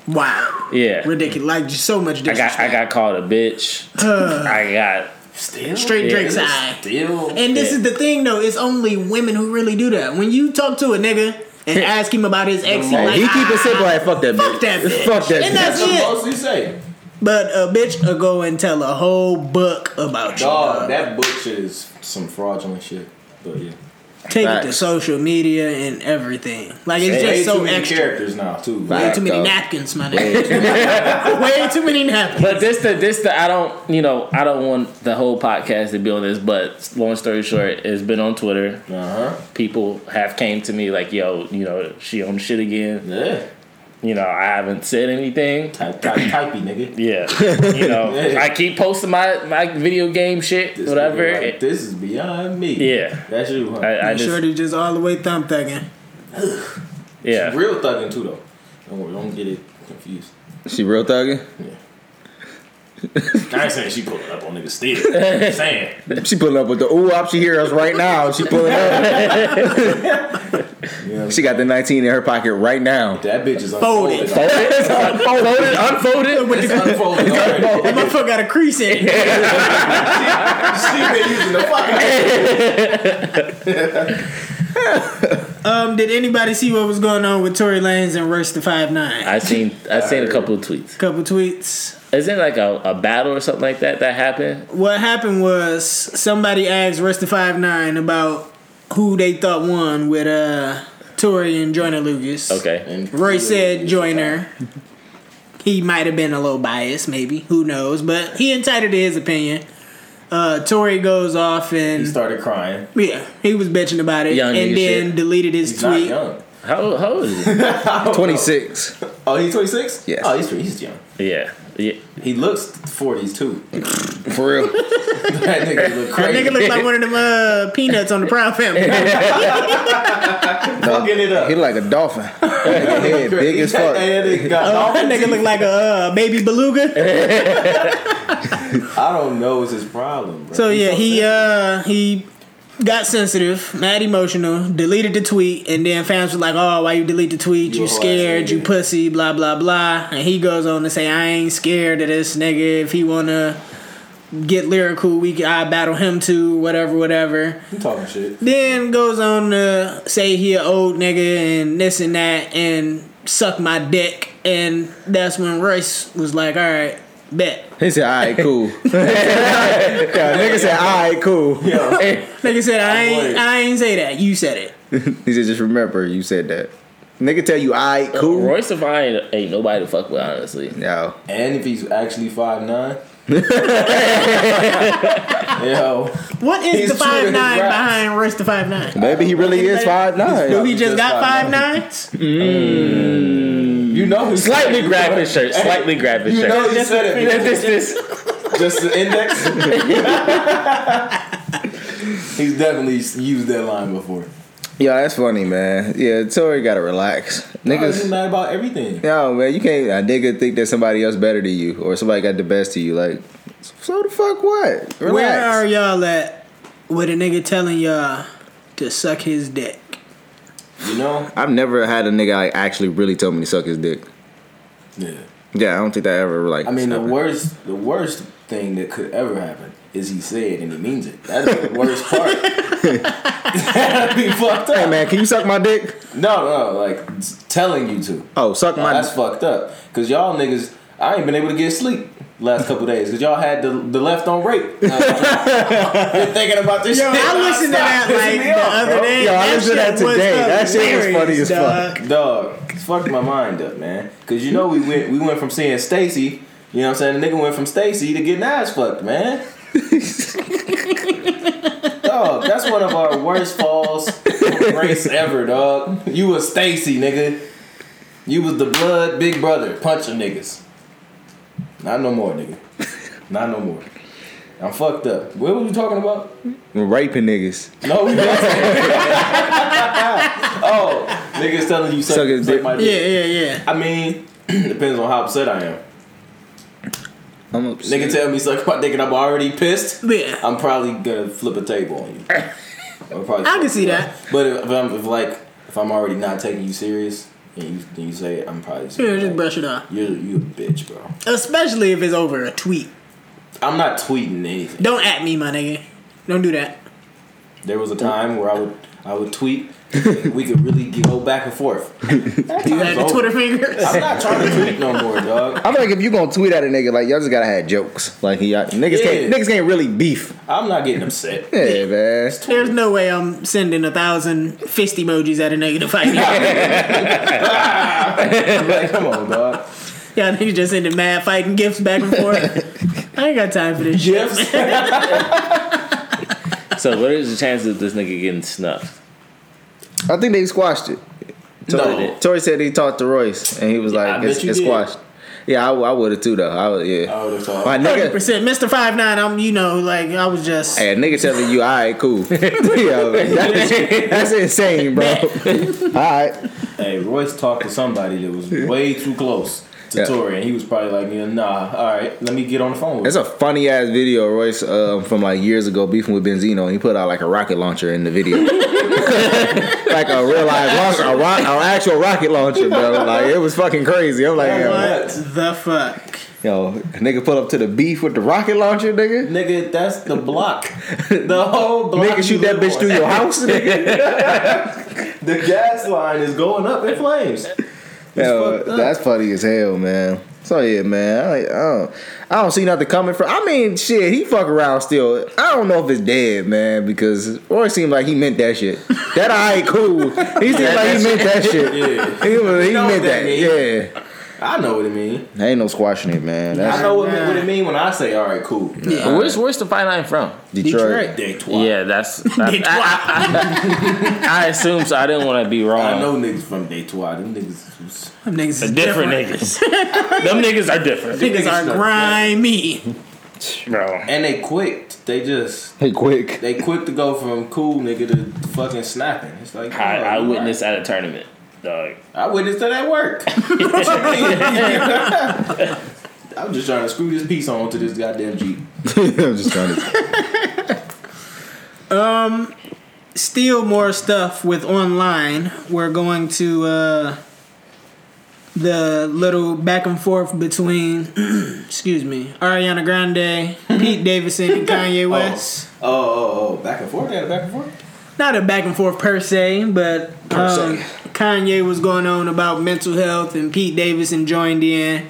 [SPEAKER 3] Wow.
[SPEAKER 2] yeah,
[SPEAKER 3] Ridiculous. Like just so much
[SPEAKER 2] I got
[SPEAKER 3] disrespect.
[SPEAKER 2] I got called a
[SPEAKER 3] (sighs)
[SPEAKER 2] bitch.
[SPEAKER 3] Uh,
[SPEAKER 2] I got
[SPEAKER 4] Still,
[SPEAKER 3] Straight
[SPEAKER 4] Yeah.
[SPEAKER 3] Drake's eye.
[SPEAKER 4] Still,
[SPEAKER 3] and this
[SPEAKER 2] Yeah.
[SPEAKER 3] is the thing though. It's only women who really do that. When you talk to a nigga
[SPEAKER 2] (laughs)
[SPEAKER 3] and ask him about his ex, he
[SPEAKER 4] Hey,
[SPEAKER 3] like,
[SPEAKER 1] He keep it
[SPEAKER 3] "Ah,
[SPEAKER 1] simple like, fuck that bitch.
[SPEAKER 3] Fuck
[SPEAKER 1] (laughs)
[SPEAKER 3] that bitch.
[SPEAKER 1] Fuck that
[SPEAKER 3] And
[SPEAKER 1] bitch.
[SPEAKER 4] that's
[SPEAKER 3] that's
[SPEAKER 4] the
[SPEAKER 3] it.
[SPEAKER 4] most you say.
[SPEAKER 3] But a bitch will go and tell a whole book about you.
[SPEAKER 4] Dog, that book shit is some fraudulent shit. But yeah,
[SPEAKER 3] Take it to
[SPEAKER 1] Facts.
[SPEAKER 3] social media and everything. Like it's
[SPEAKER 4] Way
[SPEAKER 3] just
[SPEAKER 4] too
[SPEAKER 3] so
[SPEAKER 4] many
[SPEAKER 3] extra.
[SPEAKER 4] characters now too.
[SPEAKER 1] Right.
[SPEAKER 3] Way too many
[SPEAKER 1] Though.
[SPEAKER 3] napkins, my nigga. (laughs) Way too many napkins.
[SPEAKER 2] But this the this the I don't you know I don't want the whole podcast to be on this. But long story short, it's been on Twitter.
[SPEAKER 4] Uh huh.
[SPEAKER 2] People have came to me like, yo, you know, she on shit again.
[SPEAKER 4] Yeah.
[SPEAKER 2] You know, I haven't said anything.
[SPEAKER 4] Type, type, typey nigga.
[SPEAKER 2] Yeah,
[SPEAKER 4] (laughs)
[SPEAKER 2] you know, I keep posting my my video game shit,
[SPEAKER 4] This
[SPEAKER 2] whatever.
[SPEAKER 4] nigga like, this is beyond me.
[SPEAKER 2] Yeah.
[SPEAKER 4] That's you, huh?
[SPEAKER 2] I, I
[SPEAKER 3] I'm
[SPEAKER 2] just
[SPEAKER 3] sure they just all the way thumb thugging.
[SPEAKER 1] (laughs)
[SPEAKER 2] yeah.
[SPEAKER 4] Real thugging too, though. Don't worry, don't get it confused.
[SPEAKER 1] She real thugging?
[SPEAKER 4] I ain't saying she pulling up on niggas still. I'm
[SPEAKER 2] (laughs)
[SPEAKER 4] saying
[SPEAKER 1] (laughs) She pulling up with the ooh op. She hear us right now. She pulling up. she got the 19 in her pocket right now.
[SPEAKER 4] that bitch is
[SPEAKER 3] Folded.
[SPEAKER 4] unfolded.
[SPEAKER 1] Fold it,
[SPEAKER 2] Oh,
[SPEAKER 1] unfold it, unfold it.
[SPEAKER 4] It's unfolded. already.
[SPEAKER 3] That motherfucker got a crease in it.
[SPEAKER 4] she been using the fucking.
[SPEAKER 3] Um, did anybody see what was going on with Tory Lanez and Royce the Five Nine?
[SPEAKER 2] I seen I seen a couple of tweets.
[SPEAKER 3] Couple tweets.
[SPEAKER 2] Is it like a, a battle or something like that that happened?
[SPEAKER 3] What happened was somebody asked Royce the Five Nine about who they thought won with uh Tory and Joyner Lucas.
[SPEAKER 2] Okay,
[SPEAKER 4] And
[SPEAKER 3] Roy said Joyner. He might have been a little biased, maybe. Who knows? But he entitled to his opinion. Uh, Tory goes off
[SPEAKER 4] He
[SPEAKER 3] and
[SPEAKER 4] started crying.
[SPEAKER 3] yeah, he was bitching about it,
[SPEAKER 2] Young
[SPEAKER 3] and
[SPEAKER 2] nigga
[SPEAKER 3] then
[SPEAKER 2] shit.
[SPEAKER 3] deleted his
[SPEAKER 4] He's not
[SPEAKER 3] tweet.
[SPEAKER 4] young.
[SPEAKER 2] how how old is
[SPEAKER 4] (laughs)
[SPEAKER 2] it?
[SPEAKER 1] 26.
[SPEAKER 4] Oh, he's 26?
[SPEAKER 1] Yes.
[SPEAKER 4] Oh, he's he's young.
[SPEAKER 2] Yeah, yeah.
[SPEAKER 4] He looks 40s too. (laughs)
[SPEAKER 1] For real.
[SPEAKER 4] that nigga look
[SPEAKER 3] That
[SPEAKER 4] crazy.
[SPEAKER 3] nigga
[SPEAKER 2] (laughs)
[SPEAKER 3] looked like one of them uh, peanuts on the Proud Family.
[SPEAKER 4] fucking it up.
[SPEAKER 1] He like a dolphin. Head big as fuck.
[SPEAKER 4] (laughs) That nigga got all
[SPEAKER 3] Oh, that nigga looked like a uh, baby beluga.
[SPEAKER 4] I don't know is his problem, bro.
[SPEAKER 3] So yeah, he uh, he got sensitive, mad emotional, deleted the tweet, and then fans were like, "Oh, why you delete the tweet?
[SPEAKER 4] You
[SPEAKER 3] You
[SPEAKER 4] a whole ass
[SPEAKER 3] scared? You
[SPEAKER 4] nigga."
[SPEAKER 3] pussy? Blah blah blah." And he goes on to say, "I ain't scared of this nigga. If he wanna." get lyrical. We can- I battle him too, whatever, whatever.
[SPEAKER 4] You talking shit.
[SPEAKER 3] Then goes on to say he a old nigga and this and that and suck my dick. And that's when Royce was like, all right, bet.
[SPEAKER 1] He said, "All right, cool." (laughs) yeah, nigga said, "All right, cool."
[SPEAKER 3] Nigga said, I ain't, I ain't say that. You said it.
[SPEAKER 1] He said, "Just remember, you said that." Nigga tell you, "All right, cool."
[SPEAKER 2] Royce and I ain't, ain't nobody to fuck with, honestly.
[SPEAKER 1] No,
[SPEAKER 4] And if he's actually five nine. Yo,
[SPEAKER 3] What
[SPEAKER 4] He's
[SPEAKER 3] is the
[SPEAKER 4] true to
[SPEAKER 3] five
[SPEAKER 4] his
[SPEAKER 3] nine
[SPEAKER 4] raps.
[SPEAKER 3] behind Royce the five
[SPEAKER 1] (laughs)
[SPEAKER 3] nine?
[SPEAKER 1] maybe he really is five
[SPEAKER 3] Do
[SPEAKER 1] nine.
[SPEAKER 3] he just
[SPEAKER 4] just
[SPEAKER 3] got five
[SPEAKER 4] 5'9"?
[SPEAKER 3] nines?
[SPEAKER 4] you know who
[SPEAKER 2] Slightly grab his shirt. Slightly grab his
[SPEAKER 4] You know
[SPEAKER 2] shirt.
[SPEAKER 4] he said it. because
[SPEAKER 2] This, this.
[SPEAKER 4] (laughs) Just the
[SPEAKER 1] (laughs)
[SPEAKER 4] index. He's definitely used that line before.
[SPEAKER 1] Yo, that's funny, man. Yeah, Tory gotta relax,
[SPEAKER 4] Why is he
[SPEAKER 1] niggas.
[SPEAKER 4] mad about everything?
[SPEAKER 1] No, man, you can't. A nigga think that somebody else better than you, or somebody got the best of you. Like, so the fuck what? Relax.
[SPEAKER 3] Where are y'all at with a nigga telling y'all to suck his dick?
[SPEAKER 4] You know?
[SPEAKER 1] I've never had a nigga like actually really tell me to suck his dick.
[SPEAKER 4] Yeah.
[SPEAKER 1] Yeah, I don't think that ever like.
[SPEAKER 4] I mean, the
[SPEAKER 1] happened.
[SPEAKER 4] worst, the worst thing that could ever happen is he said and he means it. That's the worst part.
[SPEAKER 1] (laughs)
[SPEAKER 4] That'd be fucked
[SPEAKER 1] Hey
[SPEAKER 4] up.
[SPEAKER 1] man, can you suck my dick?
[SPEAKER 4] No, no, like s- telling you to.
[SPEAKER 1] Oh, suck
[SPEAKER 4] Now,
[SPEAKER 1] my.
[SPEAKER 4] that's fucked up. Cause y'all niggas, I ain't been able to get sleep last couple days. Cause y'all had the, the left on
[SPEAKER 1] (laughs)
[SPEAKER 4] rape. You're thinking about this.
[SPEAKER 3] Yo,
[SPEAKER 4] shit.
[SPEAKER 3] I listened to
[SPEAKER 4] nonstop.
[SPEAKER 3] that
[SPEAKER 4] Pissing
[SPEAKER 3] like
[SPEAKER 4] me
[SPEAKER 3] the
[SPEAKER 4] off,
[SPEAKER 3] other
[SPEAKER 4] bro.
[SPEAKER 3] day.
[SPEAKER 1] (laughs) Yo, I listened to that
[SPEAKER 3] shit was
[SPEAKER 1] today. That shit was funny as
[SPEAKER 3] hilarious, dog.
[SPEAKER 4] Dog, it's fucked my mind up, man. Cause you know we went we went from seeing Stacy, you know what I'm saying? The nigga went from Stacy to getting ass fucked, man. dog, that's one of our worst falls from grace ever, dog. You was Stacy, nigga. You was the blood big brother punching niggas. Not no more, nigga. Not no more. I'm fucked up. What were you talking about?
[SPEAKER 1] Raping niggas.
[SPEAKER 4] No, we wasn't. (laughs) oh, niggas telling you suck,
[SPEAKER 1] Suck his
[SPEAKER 4] suck
[SPEAKER 1] dick.
[SPEAKER 4] my dick.
[SPEAKER 3] Yeah, yeah, yeah.
[SPEAKER 4] I mean, (clears throat) depends on how upset I am.
[SPEAKER 1] I'm upset.
[SPEAKER 4] Nigga tell me suck my dick and I'm already pissed.
[SPEAKER 3] Yeah.
[SPEAKER 4] I'm probably gonna flip a table on
[SPEAKER 3] (laughs)
[SPEAKER 4] you. I'll probably
[SPEAKER 3] I can see that.
[SPEAKER 4] But if, if I'm if like if I'm already not taking you serious and you, and you say it, I'm probably just
[SPEAKER 3] Yeah, just
[SPEAKER 4] like,
[SPEAKER 3] brush it off.
[SPEAKER 4] You're you a bitch, bro.
[SPEAKER 3] Especially if it's over a tweet.
[SPEAKER 4] I'm not tweeting anything.
[SPEAKER 3] Don't at me, my nigga. Don't do that.
[SPEAKER 4] There was a time where I would I would tweet. and we could really go back and forth.
[SPEAKER 3] You had the Twitter fingers.
[SPEAKER 4] (laughs) I'm not trying to tweet no more, dog.
[SPEAKER 1] I'm like, if you gonna tweet at a nigga, like y'all just gotta have jokes. Like y'all, niggas can't,
[SPEAKER 4] Yeah.
[SPEAKER 1] niggas can't really beef.
[SPEAKER 4] I'm not getting upset. (laughs)
[SPEAKER 1] Yeah, man.
[SPEAKER 3] There's no way I'm sending a thousand fist emojis at a nigga to fight. Y'all
[SPEAKER 4] Like, come on, dog.
[SPEAKER 3] niggas just sending mad fighting gifts back and forth. I ain't got time for this shit.
[SPEAKER 4] Gifts.
[SPEAKER 2] So, what is the chances of this nigga getting snuffed?
[SPEAKER 1] I think they squashed it.
[SPEAKER 4] No.
[SPEAKER 1] Tory, Tory said he talked to Royce, and he was
[SPEAKER 4] I
[SPEAKER 1] like,
[SPEAKER 4] bet
[SPEAKER 1] it's,
[SPEAKER 4] you
[SPEAKER 1] it's
[SPEAKER 4] did.
[SPEAKER 1] squashed. Yeah, I, would have too though. I would, yeah.
[SPEAKER 4] I would've talked.
[SPEAKER 1] My
[SPEAKER 3] Thirty
[SPEAKER 1] nigga,
[SPEAKER 3] percent, Mister Five Nine. I'm, you know, like I was just.
[SPEAKER 1] hey, a nigga telling you, all right, cool. (laughs) Yo, that is, that's
[SPEAKER 4] (laughs)
[SPEAKER 1] insane, bro. all right,
[SPEAKER 4] Hey, Royce talked to somebody that was way too close to
[SPEAKER 1] Yeah.
[SPEAKER 4] Tory, and he was probably like, "Yeah, nah, all right, let me get on the phone with
[SPEAKER 1] it's
[SPEAKER 4] him."
[SPEAKER 1] a funny ass video Royce um, from like years ago beefing with Benzino, and he put out like a rocket launcher in
[SPEAKER 4] (laughs)
[SPEAKER 1] the video. like a real life launcher, a rock, an actual rocket launcher, bro. Like it was fucking crazy. I'm like, yo,
[SPEAKER 3] What the fuck?
[SPEAKER 1] yo, nigga pull up to the beef with the rocket launcher, nigga.
[SPEAKER 4] Nigga, that's the
[SPEAKER 1] (laughs)
[SPEAKER 4] block. The whole block.
[SPEAKER 1] Nigga, shoot
[SPEAKER 4] you
[SPEAKER 1] that
[SPEAKER 4] live
[SPEAKER 1] bitch
[SPEAKER 4] on.
[SPEAKER 1] through your house, nigga.
[SPEAKER 4] The gas line is going up in flames.
[SPEAKER 1] Yo,
[SPEAKER 4] fucked up.
[SPEAKER 1] that's funny as hell, man. So yeah, man. I, I don't, I don't see nothing coming from. I mean, shit, he fuck around still. I don't know if it's dead, man, because Roy seemed like he meant that shit. That alright, cool. He seemed like he meant that shit.
[SPEAKER 4] Yeah.
[SPEAKER 1] He, was- he
[SPEAKER 4] know
[SPEAKER 1] meant
[SPEAKER 4] what that
[SPEAKER 1] that.
[SPEAKER 4] mean.
[SPEAKER 1] Yeah,
[SPEAKER 4] I know what it mean.
[SPEAKER 1] There ain't no squashing it, man.
[SPEAKER 4] I
[SPEAKER 1] That's
[SPEAKER 4] know what, it- what it mean when I say, "All right, cool."
[SPEAKER 2] But where's where's the five nine from?
[SPEAKER 1] Detroit.
[SPEAKER 4] Dick twat.
[SPEAKER 2] Yeah, (laughs) that's. I,
[SPEAKER 3] Dick
[SPEAKER 2] I, I, I assume so. I didn't want to be wrong.
[SPEAKER 4] I know niggas from Day Twat. Them niggas, was-
[SPEAKER 3] Them niggas is
[SPEAKER 2] Different
[SPEAKER 3] different.
[SPEAKER 2] niggas. (laughs) Them niggas are different,
[SPEAKER 3] Niggas
[SPEAKER 4] Niggas
[SPEAKER 3] are
[SPEAKER 4] are-
[SPEAKER 3] grimy.
[SPEAKER 2] bro.
[SPEAKER 4] and they quit. They just
[SPEAKER 1] Hey, quick. (laughs)
[SPEAKER 4] they quick to go from cool nigga to fucking snapping. It's like
[SPEAKER 2] I, I
[SPEAKER 4] oh,
[SPEAKER 2] witnessed at a tournament, dog.
[SPEAKER 4] I witnessed it at
[SPEAKER 3] (laughs)
[SPEAKER 4] work. (laughs) I'm just trying to screw this piece onto this goddamn Jeep.
[SPEAKER 1] I'm just trying to.
[SPEAKER 3] Still more stuff with online. We're going to uh, the little back and forth between, (clears throat) excuse me, Ariana Grande, Pete Davidson, and Kanye West.
[SPEAKER 4] Oh, oh, oh, back and forth. They had a back and forth.
[SPEAKER 3] Not a back and forth per se, but
[SPEAKER 1] Per se.
[SPEAKER 3] um, Kanye was going on about mental health, and Pete Davidson joined in,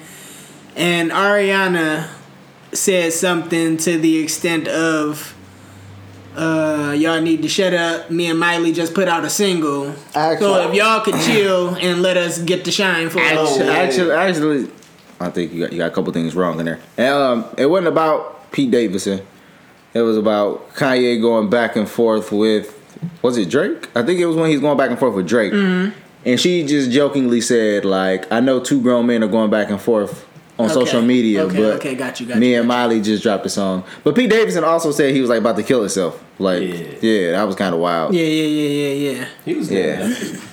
[SPEAKER 3] and Ariana said something to the extent of. Uh, y'all need to shut up. Me and Miley just put out a single, so
[SPEAKER 1] Actually-
[SPEAKER 3] if y'all could chill and let us get the shine for a
[SPEAKER 1] Actually,
[SPEAKER 3] little
[SPEAKER 1] actually, actually, I think you got you got a couple things wrong in there. And, um, it wasn't about Pete Davidson. It was about Kanye going back and forth with was it Drake? I think it was when he's going back and forth with Drake.
[SPEAKER 3] Mm-hmm.
[SPEAKER 1] And she just jokingly said like, "I know two grown men are going back and forth." On
[SPEAKER 3] Okay.
[SPEAKER 1] social media,
[SPEAKER 3] Okay,
[SPEAKER 1] but
[SPEAKER 3] okay, got you, got
[SPEAKER 1] me
[SPEAKER 3] you,
[SPEAKER 1] and Miley just dropped a song. But Pete Davidson also said he was like about to kill himself. Like,
[SPEAKER 4] Yeah.
[SPEAKER 1] yeah, that was kind of wild.
[SPEAKER 3] Yeah, yeah, yeah, yeah, yeah.
[SPEAKER 4] He was dead.
[SPEAKER 1] Yeah.
[SPEAKER 4] ass.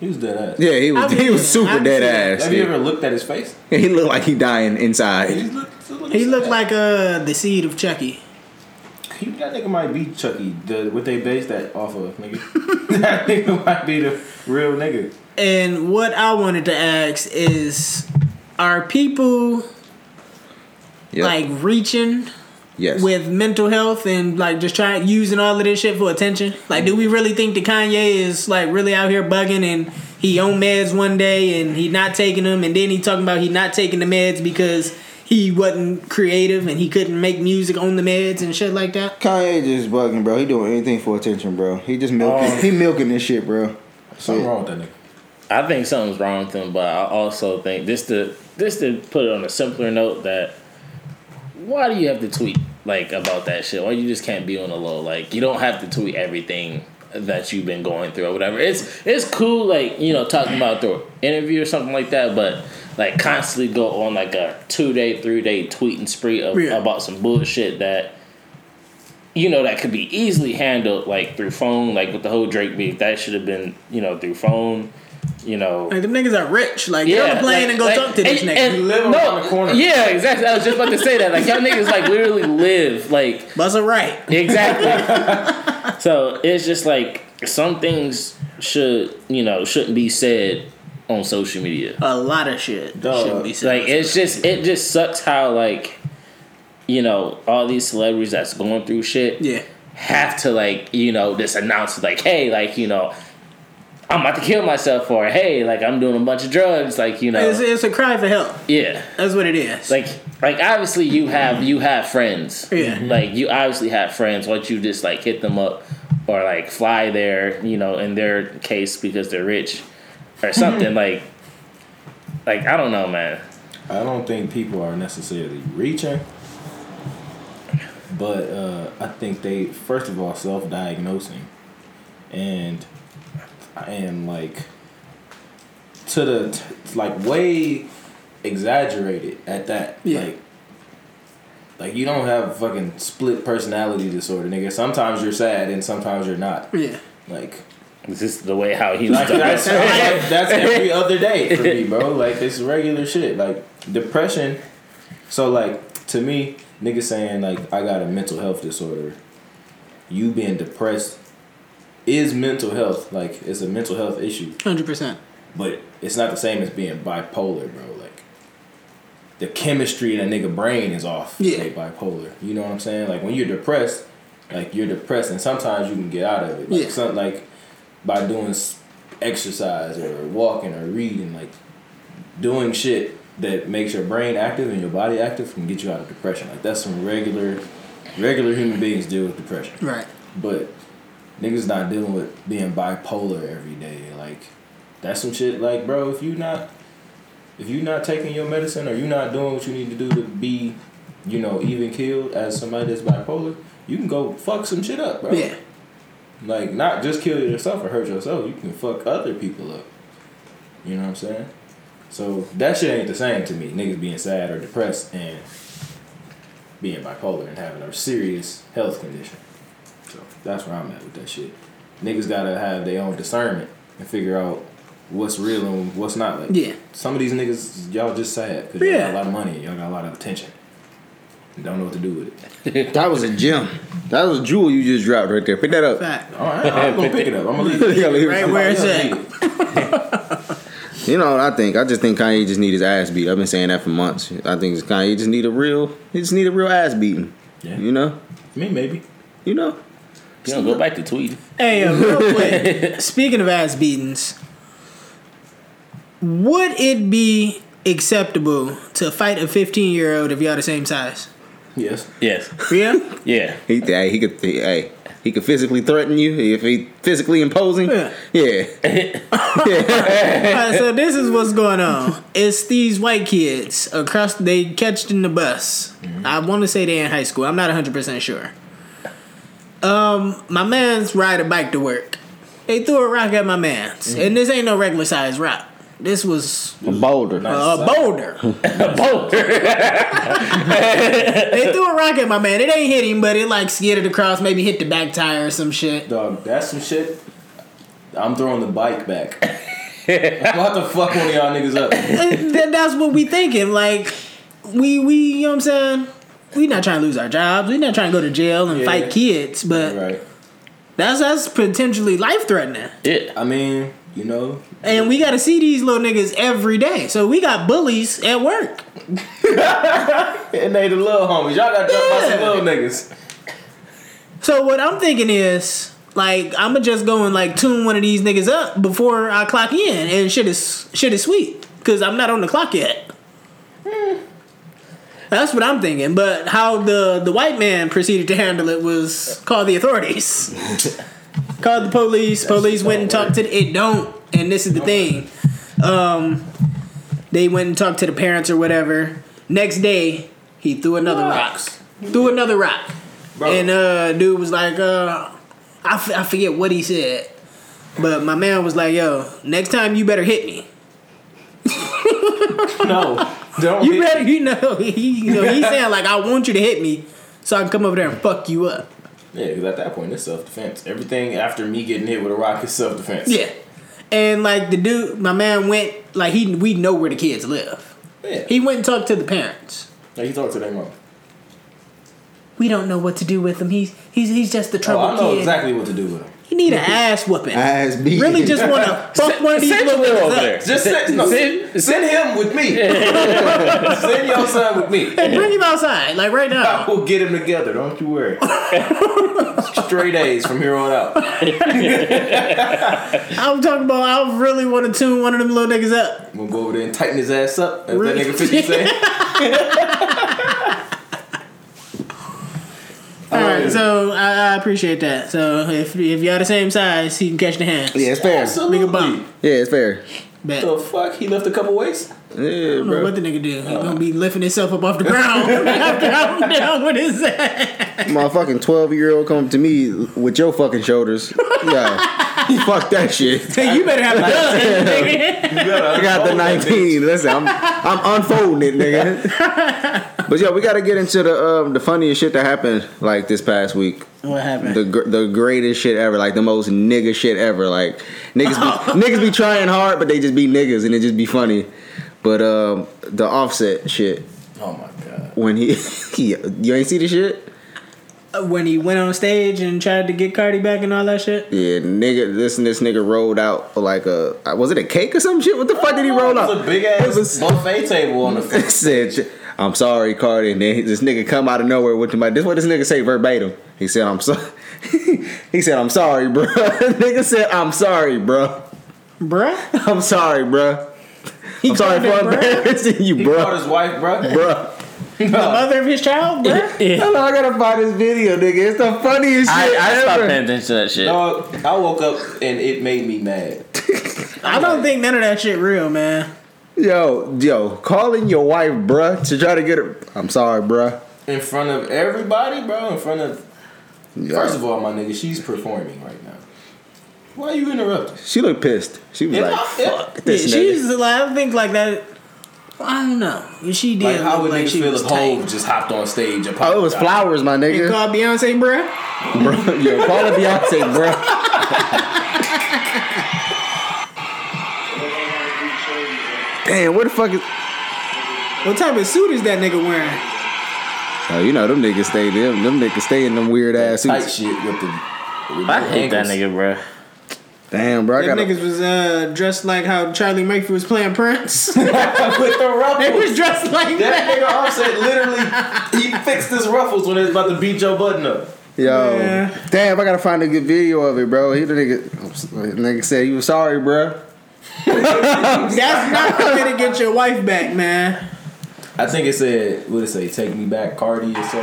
[SPEAKER 4] He was dead ass.
[SPEAKER 1] Yeah, he was
[SPEAKER 3] I mean,
[SPEAKER 1] he was super
[SPEAKER 3] I've
[SPEAKER 1] dead
[SPEAKER 3] seen-
[SPEAKER 1] ass.
[SPEAKER 4] Have you
[SPEAKER 1] Yeah.
[SPEAKER 4] ever looked at his face?
[SPEAKER 1] (laughs) He looked like he dying inside.
[SPEAKER 4] He looked.
[SPEAKER 3] He looked like uh the seed of Chucky.
[SPEAKER 4] He, that nigga might be Chucky. The, what they based that off of, (laughs) nigga. that nigga might be the real nigga.
[SPEAKER 3] And what I wanted to ask is, are people
[SPEAKER 1] Yep.
[SPEAKER 3] like reaching
[SPEAKER 1] yes.
[SPEAKER 3] with mental health and like just trying using all of this shit for attention? Like, do we really think that Kanye is like really out here bugging and he on meds one day and he not taking them and then he talking about he not taking the meds because he wasn't creative and he couldn't make music on the meds and shit like that?
[SPEAKER 1] Kanye just bugging, bro. He doing anything for attention, bro. He just milking.
[SPEAKER 4] Oh.
[SPEAKER 1] he milking this shit, bro.
[SPEAKER 4] Something wrong with that nigga.
[SPEAKER 2] I think something's wrong with him, but I also think this to this to put it on a simpler note that why do you have to tweet like about that shit? Why you just can't be on the low? Like you don't have to tweet everything that you've been going through or whatever. It's it's cool like, you know, talking about through an interview or something like that, but like constantly go on like a two day, three day tweeting spree of,
[SPEAKER 3] Yeah.
[SPEAKER 2] about some bullshit that you know that could be easily handled like through phone, like with the whole Drake beef. That should have been, you know, through phone, you know.
[SPEAKER 3] Like them niggas are rich. Like get on the plane
[SPEAKER 2] like-
[SPEAKER 3] and go
[SPEAKER 2] like-
[SPEAKER 3] talk to this
[SPEAKER 2] and-
[SPEAKER 3] nigga.
[SPEAKER 2] and-
[SPEAKER 4] live
[SPEAKER 2] no,
[SPEAKER 4] around the corner.
[SPEAKER 2] Yeah, exactly. I was just about to say that. Like y'all niggas like literally live like
[SPEAKER 3] Buzzer right.
[SPEAKER 2] exactly.
[SPEAKER 3] (laughs)
[SPEAKER 2] so it's just like some things should you know shouldn't be said on social media.
[SPEAKER 3] A lot of shit
[SPEAKER 4] Dog.
[SPEAKER 3] should be said.
[SPEAKER 2] Like it's just it just sucks how like you know all these celebrities that's going through shit
[SPEAKER 3] yeah.
[SPEAKER 2] have to like you know just announce like hey like you know. I'm about to kill myself, or hey, like I'm doing a bunch of drugs, like you know,
[SPEAKER 3] It's, it's a cry for help.
[SPEAKER 2] yeah.
[SPEAKER 3] That's what it is.
[SPEAKER 2] like like obviously you have you have friends
[SPEAKER 3] Yeah.
[SPEAKER 2] like you obviously have friends once you just like hit them up or like fly there you know in their case because they're rich or something like like i don't know man
[SPEAKER 4] I don't think people are necessarily reaching, but uh, I think they first of all self-diagnosing, and and like to the t- like way exaggerated at that.
[SPEAKER 3] Yeah.
[SPEAKER 4] Like like you don't have fucking split personality disorder, nigga. Sometimes you're sad and sometimes you're not.
[SPEAKER 3] yeah.
[SPEAKER 4] Like
[SPEAKER 2] this is the way how he
[SPEAKER 4] (laughs)
[SPEAKER 2] was
[SPEAKER 4] like that's,
[SPEAKER 2] done.
[SPEAKER 4] that's, that's every (laughs) other day for me, bro. Like it's regular shit. Like depression. So like to me, niggas saying like I got a mental health disorder. You being depressed is mental health. Like it's a mental health issue,
[SPEAKER 3] Hundred percent.
[SPEAKER 4] but it's not the same as being bipolar, bro. Like the chemistry in a nigga brain is off.
[SPEAKER 3] Yeah.
[SPEAKER 4] They bipolar. You know what I'm saying? Like when you're depressed, like you're depressed, and sometimes you can get out of it. Like,
[SPEAKER 3] Yeah.
[SPEAKER 4] some- like by doing s- exercise or walking or reading, like doing shit that makes your brain active and your body active can get you out of depression. Like that's some regular, regular human beings deal with depression.
[SPEAKER 3] Right.
[SPEAKER 4] But niggas not dealing with being bipolar every day. Like that's some shit. Like bro, if you not if you not taking your medicine or you not doing what you need to do to be, you know, even killed as somebody that's bipolar, you can go fuck some shit up, bro.
[SPEAKER 3] Yeah.
[SPEAKER 4] Like not just kill yourself or hurt yourself. You can fuck other people up. You know what I'm saying? So that shit ain't the same to me. Niggas being sad or depressed and being bipolar and having a serious health condition. So that's where I'm at with that shit. Niggas gotta have their own discernment and figure out what's real and what's not. Like
[SPEAKER 3] Yeah.
[SPEAKER 4] some of these niggas, y'all just sad because y'all got
[SPEAKER 3] Yeah.
[SPEAKER 4] a lot of money, and y'all got a lot of attention. And don't know what to do with
[SPEAKER 3] (laughs)
[SPEAKER 4] it.
[SPEAKER 1] That was a gem. That was a jewel you just dropped right there. Pick that
[SPEAKER 5] (laughs)
[SPEAKER 1] up.
[SPEAKER 3] Fact. (laughs)
[SPEAKER 4] All right, I'm gonna pick it up. I'm gonna leave.
[SPEAKER 1] Yeah, leave it.
[SPEAKER 3] Right where it's at.
[SPEAKER 5] You know what I think? I just think Kanye just need his ass beat. I've been saying that for months. I think Kanye just need a real, he just need a real ass beating.
[SPEAKER 4] Yeah.
[SPEAKER 5] You know,
[SPEAKER 4] I mean, maybe.
[SPEAKER 5] you know.
[SPEAKER 2] You know, go back to tweeting.
[SPEAKER 3] Hey, uh, real quick. Speaking of ass beatings, would it be acceptable to fight a 15 year old if y'all the same size?
[SPEAKER 4] Yes.
[SPEAKER 2] Yes.
[SPEAKER 3] Yeah.
[SPEAKER 2] Yeah.
[SPEAKER 5] He, hey, he could, he, hey, he could physically threaten you if he physically imposing.
[SPEAKER 3] Yeah.
[SPEAKER 5] Yeah. (laughs)
[SPEAKER 3] Alright, so this is what's going on. It's these white kids across. They catched in the bus. I want to say they in high school. I'm not 100 percent sure. Um, my man's ride a bike to work. They threw a rock at my man's, and this ain't no regular size rock. This was
[SPEAKER 5] A boulder.
[SPEAKER 3] a boulder.
[SPEAKER 2] (laughs)
[SPEAKER 3] They threw a rock at my man. It ain't hit him, but it like skidded across, maybe hit the back tire or some shit.
[SPEAKER 4] Dog, that's some shit. I'm throwing the bike back. (laughs) I'm about to fuck one of y'all niggas up.
[SPEAKER 3] that, that's what we thinking. Like we we you know what I'm saying? We not trying to lose our jobs. We not trying to go to jail and
[SPEAKER 4] Yeah.
[SPEAKER 3] fight kids, but
[SPEAKER 4] Right.
[SPEAKER 3] that's that's potentially life threatening.
[SPEAKER 2] Yeah.
[SPEAKER 4] I mean, you know,
[SPEAKER 3] And we gotta see these little niggas every day. So we got bullies at work.
[SPEAKER 4] and they the little homies. Y'all got jumped by some little niggas.
[SPEAKER 3] So what I'm thinking is like I'ma just go and like tune one of these niggas up before I clock in and shit is shit is sweet. Cause I'm not on the clock yet. That's what I'm thinking. But how the, the white man proceeded to handle it was call the authorities. Called the police. Police went and talked to the, it don't. And this is the thing. Um, they went and talked to the parents or whatever. Next day, he threw another rock. Threw another rock. And uh, dude was like, uh, I, f- I forget what he said, but my man was like, yo, next time you better hit me.
[SPEAKER 4] No. Don't
[SPEAKER 3] You
[SPEAKER 4] hit-
[SPEAKER 3] better, (laughs) you know, he, you know, he's saying like, I want you to hit me so I can come over there and fuck you up.
[SPEAKER 4] Yeah, because at that point, it's self defense. Everything after me getting hit with a rock is self defense.
[SPEAKER 3] Yeah. And like the dude, my man went like he we know where the kids live.
[SPEAKER 4] Yeah.
[SPEAKER 3] He went and talked to the parents.
[SPEAKER 4] Like, he talked to their mom.
[SPEAKER 3] We don't know what to do with him. He's he's he's just the
[SPEAKER 4] Oh,
[SPEAKER 3] trouble
[SPEAKER 4] I know
[SPEAKER 3] kid.
[SPEAKER 4] exactly what to do with him.
[SPEAKER 3] He need an ass whooping.
[SPEAKER 5] Ass beating.
[SPEAKER 3] Really, just want
[SPEAKER 4] (laughs)
[SPEAKER 3] to fuck one of these
[SPEAKER 2] Send
[SPEAKER 3] little
[SPEAKER 2] Lil
[SPEAKER 3] niggas
[SPEAKER 2] over
[SPEAKER 3] up.
[SPEAKER 2] there.
[SPEAKER 4] Just send, no, send, send him with (laughs) me. send your son with me.
[SPEAKER 3] Hey, bring him outside, like right now.
[SPEAKER 4] (laughs) We'll get him together. Don't you
[SPEAKER 5] (laughs)
[SPEAKER 4] worry. Straight A's from here on out.
[SPEAKER 3] I'm talking about. I really want to tune one of them little niggas up.
[SPEAKER 4] We'll go over there and tighten his ass up. As
[SPEAKER 3] Really?
[SPEAKER 4] that nigga 50 say.
[SPEAKER 5] (laughs)
[SPEAKER 3] All right, so I, I appreciate that. So if if y'all the same size, he can catch the hands.
[SPEAKER 5] yeah, it's fair.
[SPEAKER 3] Nigga bump.
[SPEAKER 4] Absolutely.
[SPEAKER 5] Yeah, it's fair.
[SPEAKER 3] Bet.
[SPEAKER 4] The fuck? He left a couple weights?
[SPEAKER 5] Yeah,
[SPEAKER 3] I don't know
[SPEAKER 5] bro.
[SPEAKER 3] what the nigga do. He gonna be lifting himself up off the ground (laughs) after I'm down with his ass.
[SPEAKER 5] My fucking twelve year old come to me with your fucking shoulders. Yeah. Fuck that shit.
[SPEAKER 3] Hey, you better have a gun, nigga.
[SPEAKER 5] I got the 19. Listen, I'm I'm unfolding it, nigga. But yo, we got to get into the um, the funniest shit that happened like this past week.
[SPEAKER 3] What happened?
[SPEAKER 5] The gr- the greatest shit ever, like the most nigga shit ever. Like niggas be, niggas be trying hard, but they just be niggas and it just be funny. But um, the offset shit
[SPEAKER 4] Oh my god.
[SPEAKER 5] when he, (laughs) he you ain't see the shit.
[SPEAKER 3] when he went on stage and tried to get Cardi back and all that shit.
[SPEAKER 5] Yeah, nigga, this this nigga rolled out like a was it a cake or some shit? What the fuck did he roll out?
[SPEAKER 4] It was a big ass
[SPEAKER 5] It was-
[SPEAKER 4] buffet table
[SPEAKER 5] (laughs)
[SPEAKER 4] on the floor.
[SPEAKER 5] said, "I'm sorry, Cardi." And then this nigga come out of nowhere with my. This what this nigga say verbatim. He said, "I'm sorry." (laughs) he said, "I'm sorry, bro." (laughs) nigga said, "I'm sorry, bro.
[SPEAKER 3] Bruh?
[SPEAKER 5] (laughs) I'm sorry, bro. I'm sorry
[SPEAKER 3] called
[SPEAKER 5] for
[SPEAKER 3] him bruh?
[SPEAKER 5] embarrassing you,
[SPEAKER 4] He called
[SPEAKER 5] bro,
[SPEAKER 4] his wife, bro.
[SPEAKER 5] bro." (laughs)
[SPEAKER 3] The mother of his child, bruh? (laughs)
[SPEAKER 5] Hold on, I gotta find this video, nigga. It's the funniest
[SPEAKER 2] I,
[SPEAKER 5] shit
[SPEAKER 2] I stopped
[SPEAKER 5] ever.
[SPEAKER 2] paying attention to that shit.
[SPEAKER 4] Dog, I woke up and it made me mad.
[SPEAKER 3] I don't think none of that shit real, man.
[SPEAKER 5] Yo, yo, calling your wife, bruh, to try to get her. I'm sorry, bruh.
[SPEAKER 4] In front of everybody, bro. In front of
[SPEAKER 5] Yo,
[SPEAKER 4] First of all, my nigga, she's performing right now. Why are you interrupting?
[SPEAKER 5] she looked pissed. She was
[SPEAKER 4] Yeah,
[SPEAKER 5] like,
[SPEAKER 4] yeah.
[SPEAKER 5] "Fuck
[SPEAKER 3] Yeah,
[SPEAKER 5] this nigga."
[SPEAKER 3] she's like I think like that. I don't know. She did
[SPEAKER 4] Like, how
[SPEAKER 3] look
[SPEAKER 4] would
[SPEAKER 3] like
[SPEAKER 4] niggas
[SPEAKER 3] she
[SPEAKER 4] feel
[SPEAKER 3] was
[SPEAKER 4] if
[SPEAKER 3] tight.
[SPEAKER 4] Hov just hopped on stage? and
[SPEAKER 5] Oh, it was
[SPEAKER 4] apologized?
[SPEAKER 5] flowers, my
[SPEAKER 3] You
[SPEAKER 5] nigga.
[SPEAKER 3] call Beyonce, bruh?
[SPEAKER 5] Bro, yo, call it Beyonce, bro. Damn, what the fuck is?
[SPEAKER 3] What type of suit is that nigga wearing?
[SPEAKER 5] Oh, you know them niggas stay them. Them niggas stay in them weird ass
[SPEAKER 4] Tight
[SPEAKER 5] suits.
[SPEAKER 4] shit with the. With
[SPEAKER 2] I
[SPEAKER 4] the
[SPEAKER 2] hate that
[SPEAKER 4] ankles.
[SPEAKER 2] nigga, bro.
[SPEAKER 5] Damn, bro, I
[SPEAKER 3] Them
[SPEAKER 5] got
[SPEAKER 3] niggas was uh, dressed like how Charlie Murphy was playing Prince. (laughs) they
[SPEAKER 4] With the
[SPEAKER 3] was
[SPEAKER 4] ruffles.
[SPEAKER 3] dressed
[SPEAKER 4] That
[SPEAKER 3] like that.
[SPEAKER 4] nigga Offset literally, he fixed his ruffles when he was about to beat Joe Button up.
[SPEAKER 5] Yo,
[SPEAKER 3] Yeah.
[SPEAKER 5] damn! I gotta find a good video of it, bro. He the nigga, nigga said you was sorry, bro.
[SPEAKER 3] (laughs) That's not the way to get your wife back, man.
[SPEAKER 4] I think it said, what did it say? Take me back, Cardi or something.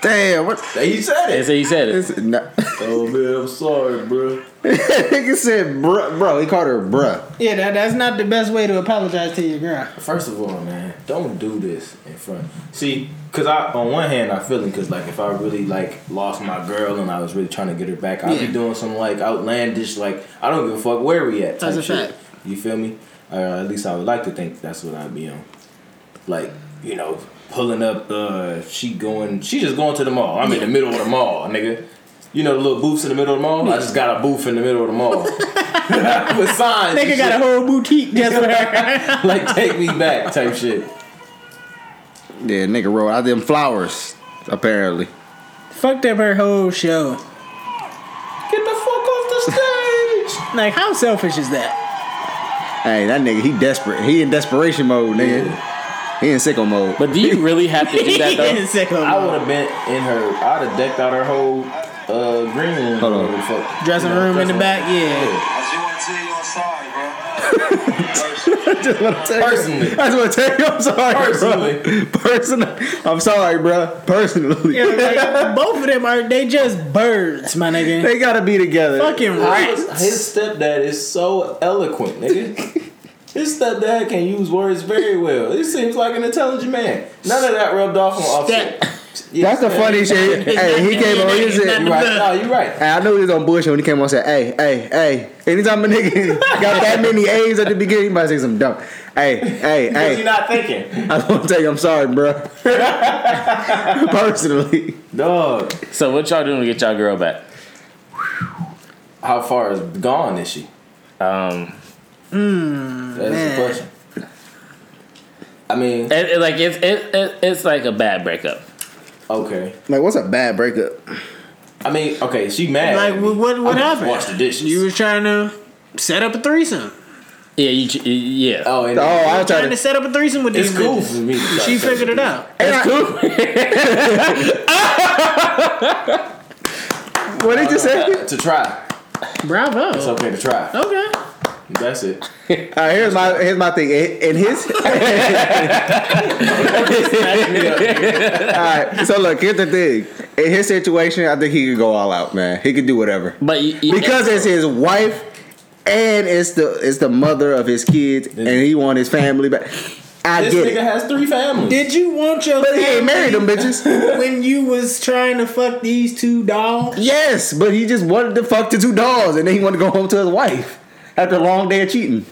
[SPEAKER 5] Damn, what?
[SPEAKER 4] He said
[SPEAKER 2] That's
[SPEAKER 4] it.
[SPEAKER 2] what he said. It.
[SPEAKER 5] It's, no.
[SPEAKER 4] Oh man, I'm sorry, bro.
[SPEAKER 5] (laughs) nigga said, bro, bro. He called her, bruh.
[SPEAKER 3] Yeah, that, that's not the best way to apologize to your girl.
[SPEAKER 4] First of all, man, don't do this in front. See, cause I on one hand I feel it, cause like if I really like lost my girl and I was really trying to get her back, I'd
[SPEAKER 3] Yeah.
[SPEAKER 4] be doing some like outlandish, like I don't give a fuck where we at. type
[SPEAKER 3] That's a
[SPEAKER 4] shit.
[SPEAKER 3] fact.
[SPEAKER 4] You feel me? Or at least I would like to think that's what I'd be on. Like you know, pulling up. uh She going. She just going to the mall. I'm in the middle of the mall, nigga. You know the little booths in the middle of the mall. I just got a booth in the middle of the
[SPEAKER 3] (laughs)
[SPEAKER 4] mall (laughs) with signs. and
[SPEAKER 3] Nigga got
[SPEAKER 4] shit
[SPEAKER 3] a whole boutique just with her.
[SPEAKER 4] like take me back type shit.
[SPEAKER 5] Yeah, nigga rolled out them flowers. Apparently,
[SPEAKER 3] (laughs) Fucked up her whole show.
[SPEAKER 4] Get the fuck off the stage.
[SPEAKER 3] Like, how selfish is (laughs) that?
[SPEAKER 5] hey, that nigga, he desperate. He in desperation mode, nigga. He in sicko mode.
[SPEAKER 2] But do you really have to do that though?
[SPEAKER 4] I would have been in her. I'd have decked out her whole uh, green room.
[SPEAKER 5] Hold on.
[SPEAKER 4] whatever the fuck.
[SPEAKER 3] Dressing
[SPEAKER 4] You know,
[SPEAKER 3] room in the
[SPEAKER 4] dressing
[SPEAKER 3] back, yeah.
[SPEAKER 4] Personally.
[SPEAKER 5] I just want to tell you, I'm sorry,
[SPEAKER 4] Personally.
[SPEAKER 5] bro. Personally, I'm sorry, bro. Personally,
[SPEAKER 3] Yeah,
[SPEAKER 5] (laughs)
[SPEAKER 3] like, both of them are they just birds, my nigga.
[SPEAKER 5] they gotta be together.
[SPEAKER 3] Fucking rats.
[SPEAKER 4] His, his stepdad is so eloquent, nigga. His stepdad can use words very well. He seems like an intelligent man. None of that rubbed off on Offset. Yeah,
[SPEAKER 5] That's the
[SPEAKER 4] yeah,
[SPEAKER 5] funny shit. Hey, he came on. He
[SPEAKER 3] It's not
[SPEAKER 5] said,
[SPEAKER 4] You right? No, you right.
[SPEAKER 5] Hey, I knew he was on bullshit when he came on and said, hey, hey, hey. Anytime a nigga got that many A's at the beginning, he might say some dumb. Hey, hey,
[SPEAKER 4] Because you're
[SPEAKER 5] hey.
[SPEAKER 4] not thinking,
[SPEAKER 5] I want to tell you, I'm sorry, bro. Personally.
[SPEAKER 4] dog.
[SPEAKER 2] So what y'all doing to get y'all girl back?
[SPEAKER 4] How far is gone is she?
[SPEAKER 2] Um,
[SPEAKER 4] That is the question. I mean,
[SPEAKER 2] it, it- like it's it, it, it's like a bad breakup.
[SPEAKER 4] okay.
[SPEAKER 5] Like, what's a bad (laughs) breakup?
[SPEAKER 4] I mean, okay, she mad.
[SPEAKER 3] Like what what, what
[SPEAKER 4] I just
[SPEAKER 3] happened?
[SPEAKER 4] Wash the dishes.
[SPEAKER 3] You was trying to set up a threesome.
[SPEAKER 2] Yeah, you, ch- yeah.
[SPEAKER 4] oh, and
[SPEAKER 5] Oh, I
[SPEAKER 3] Trying
[SPEAKER 5] was trying
[SPEAKER 3] to
[SPEAKER 5] to.
[SPEAKER 3] set up a threesome with
[SPEAKER 4] it's
[SPEAKER 3] these
[SPEAKER 4] cool
[SPEAKER 3] bitches.
[SPEAKER 4] for me. to try
[SPEAKER 3] She
[SPEAKER 4] to
[SPEAKER 3] figured it out.
[SPEAKER 2] That's cool.
[SPEAKER 5] What did you say?
[SPEAKER 4] To try, it's
[SPEAKER 3] Bravo.
[SPEAKER 4] okay to try.
[SPEAKER 3] Okay.
[SPEAKER 4] That's it.
[SPEAKER 5] All right, Uh, here's my here's my thing. In in his,
[SPEAKER 4] (laughs)
[SPEAKER 5] all right. So look, here's the thing. In his situation, I think he could go all out, man. He could do whatever.
[SPEAKER 2] But you, you-
[SPEAKER 5] because it's his wife and it's the it's the mother of his kids and he want his family back. I
[SPEAKER 4] This
[SPEAKER 5] get
[SPEAKER 4] nigga
[SPEAKER 5] it.
[SPEAKER 4] has three families.
[SPEAKER 3] Did you want your
[SPEAKER 5] But he ain't married them
[SPEAKER 4] (laughs)
[SPEAKER 3] family
[SPEAKER 5] bitches.
[SPEAKER 3] when you was trying to fuck these two dogs?
[SPEAKER 5] Yes, but he just wanted to fuck the two dogs and then he wanted to go home to his wife after a long day of cheating.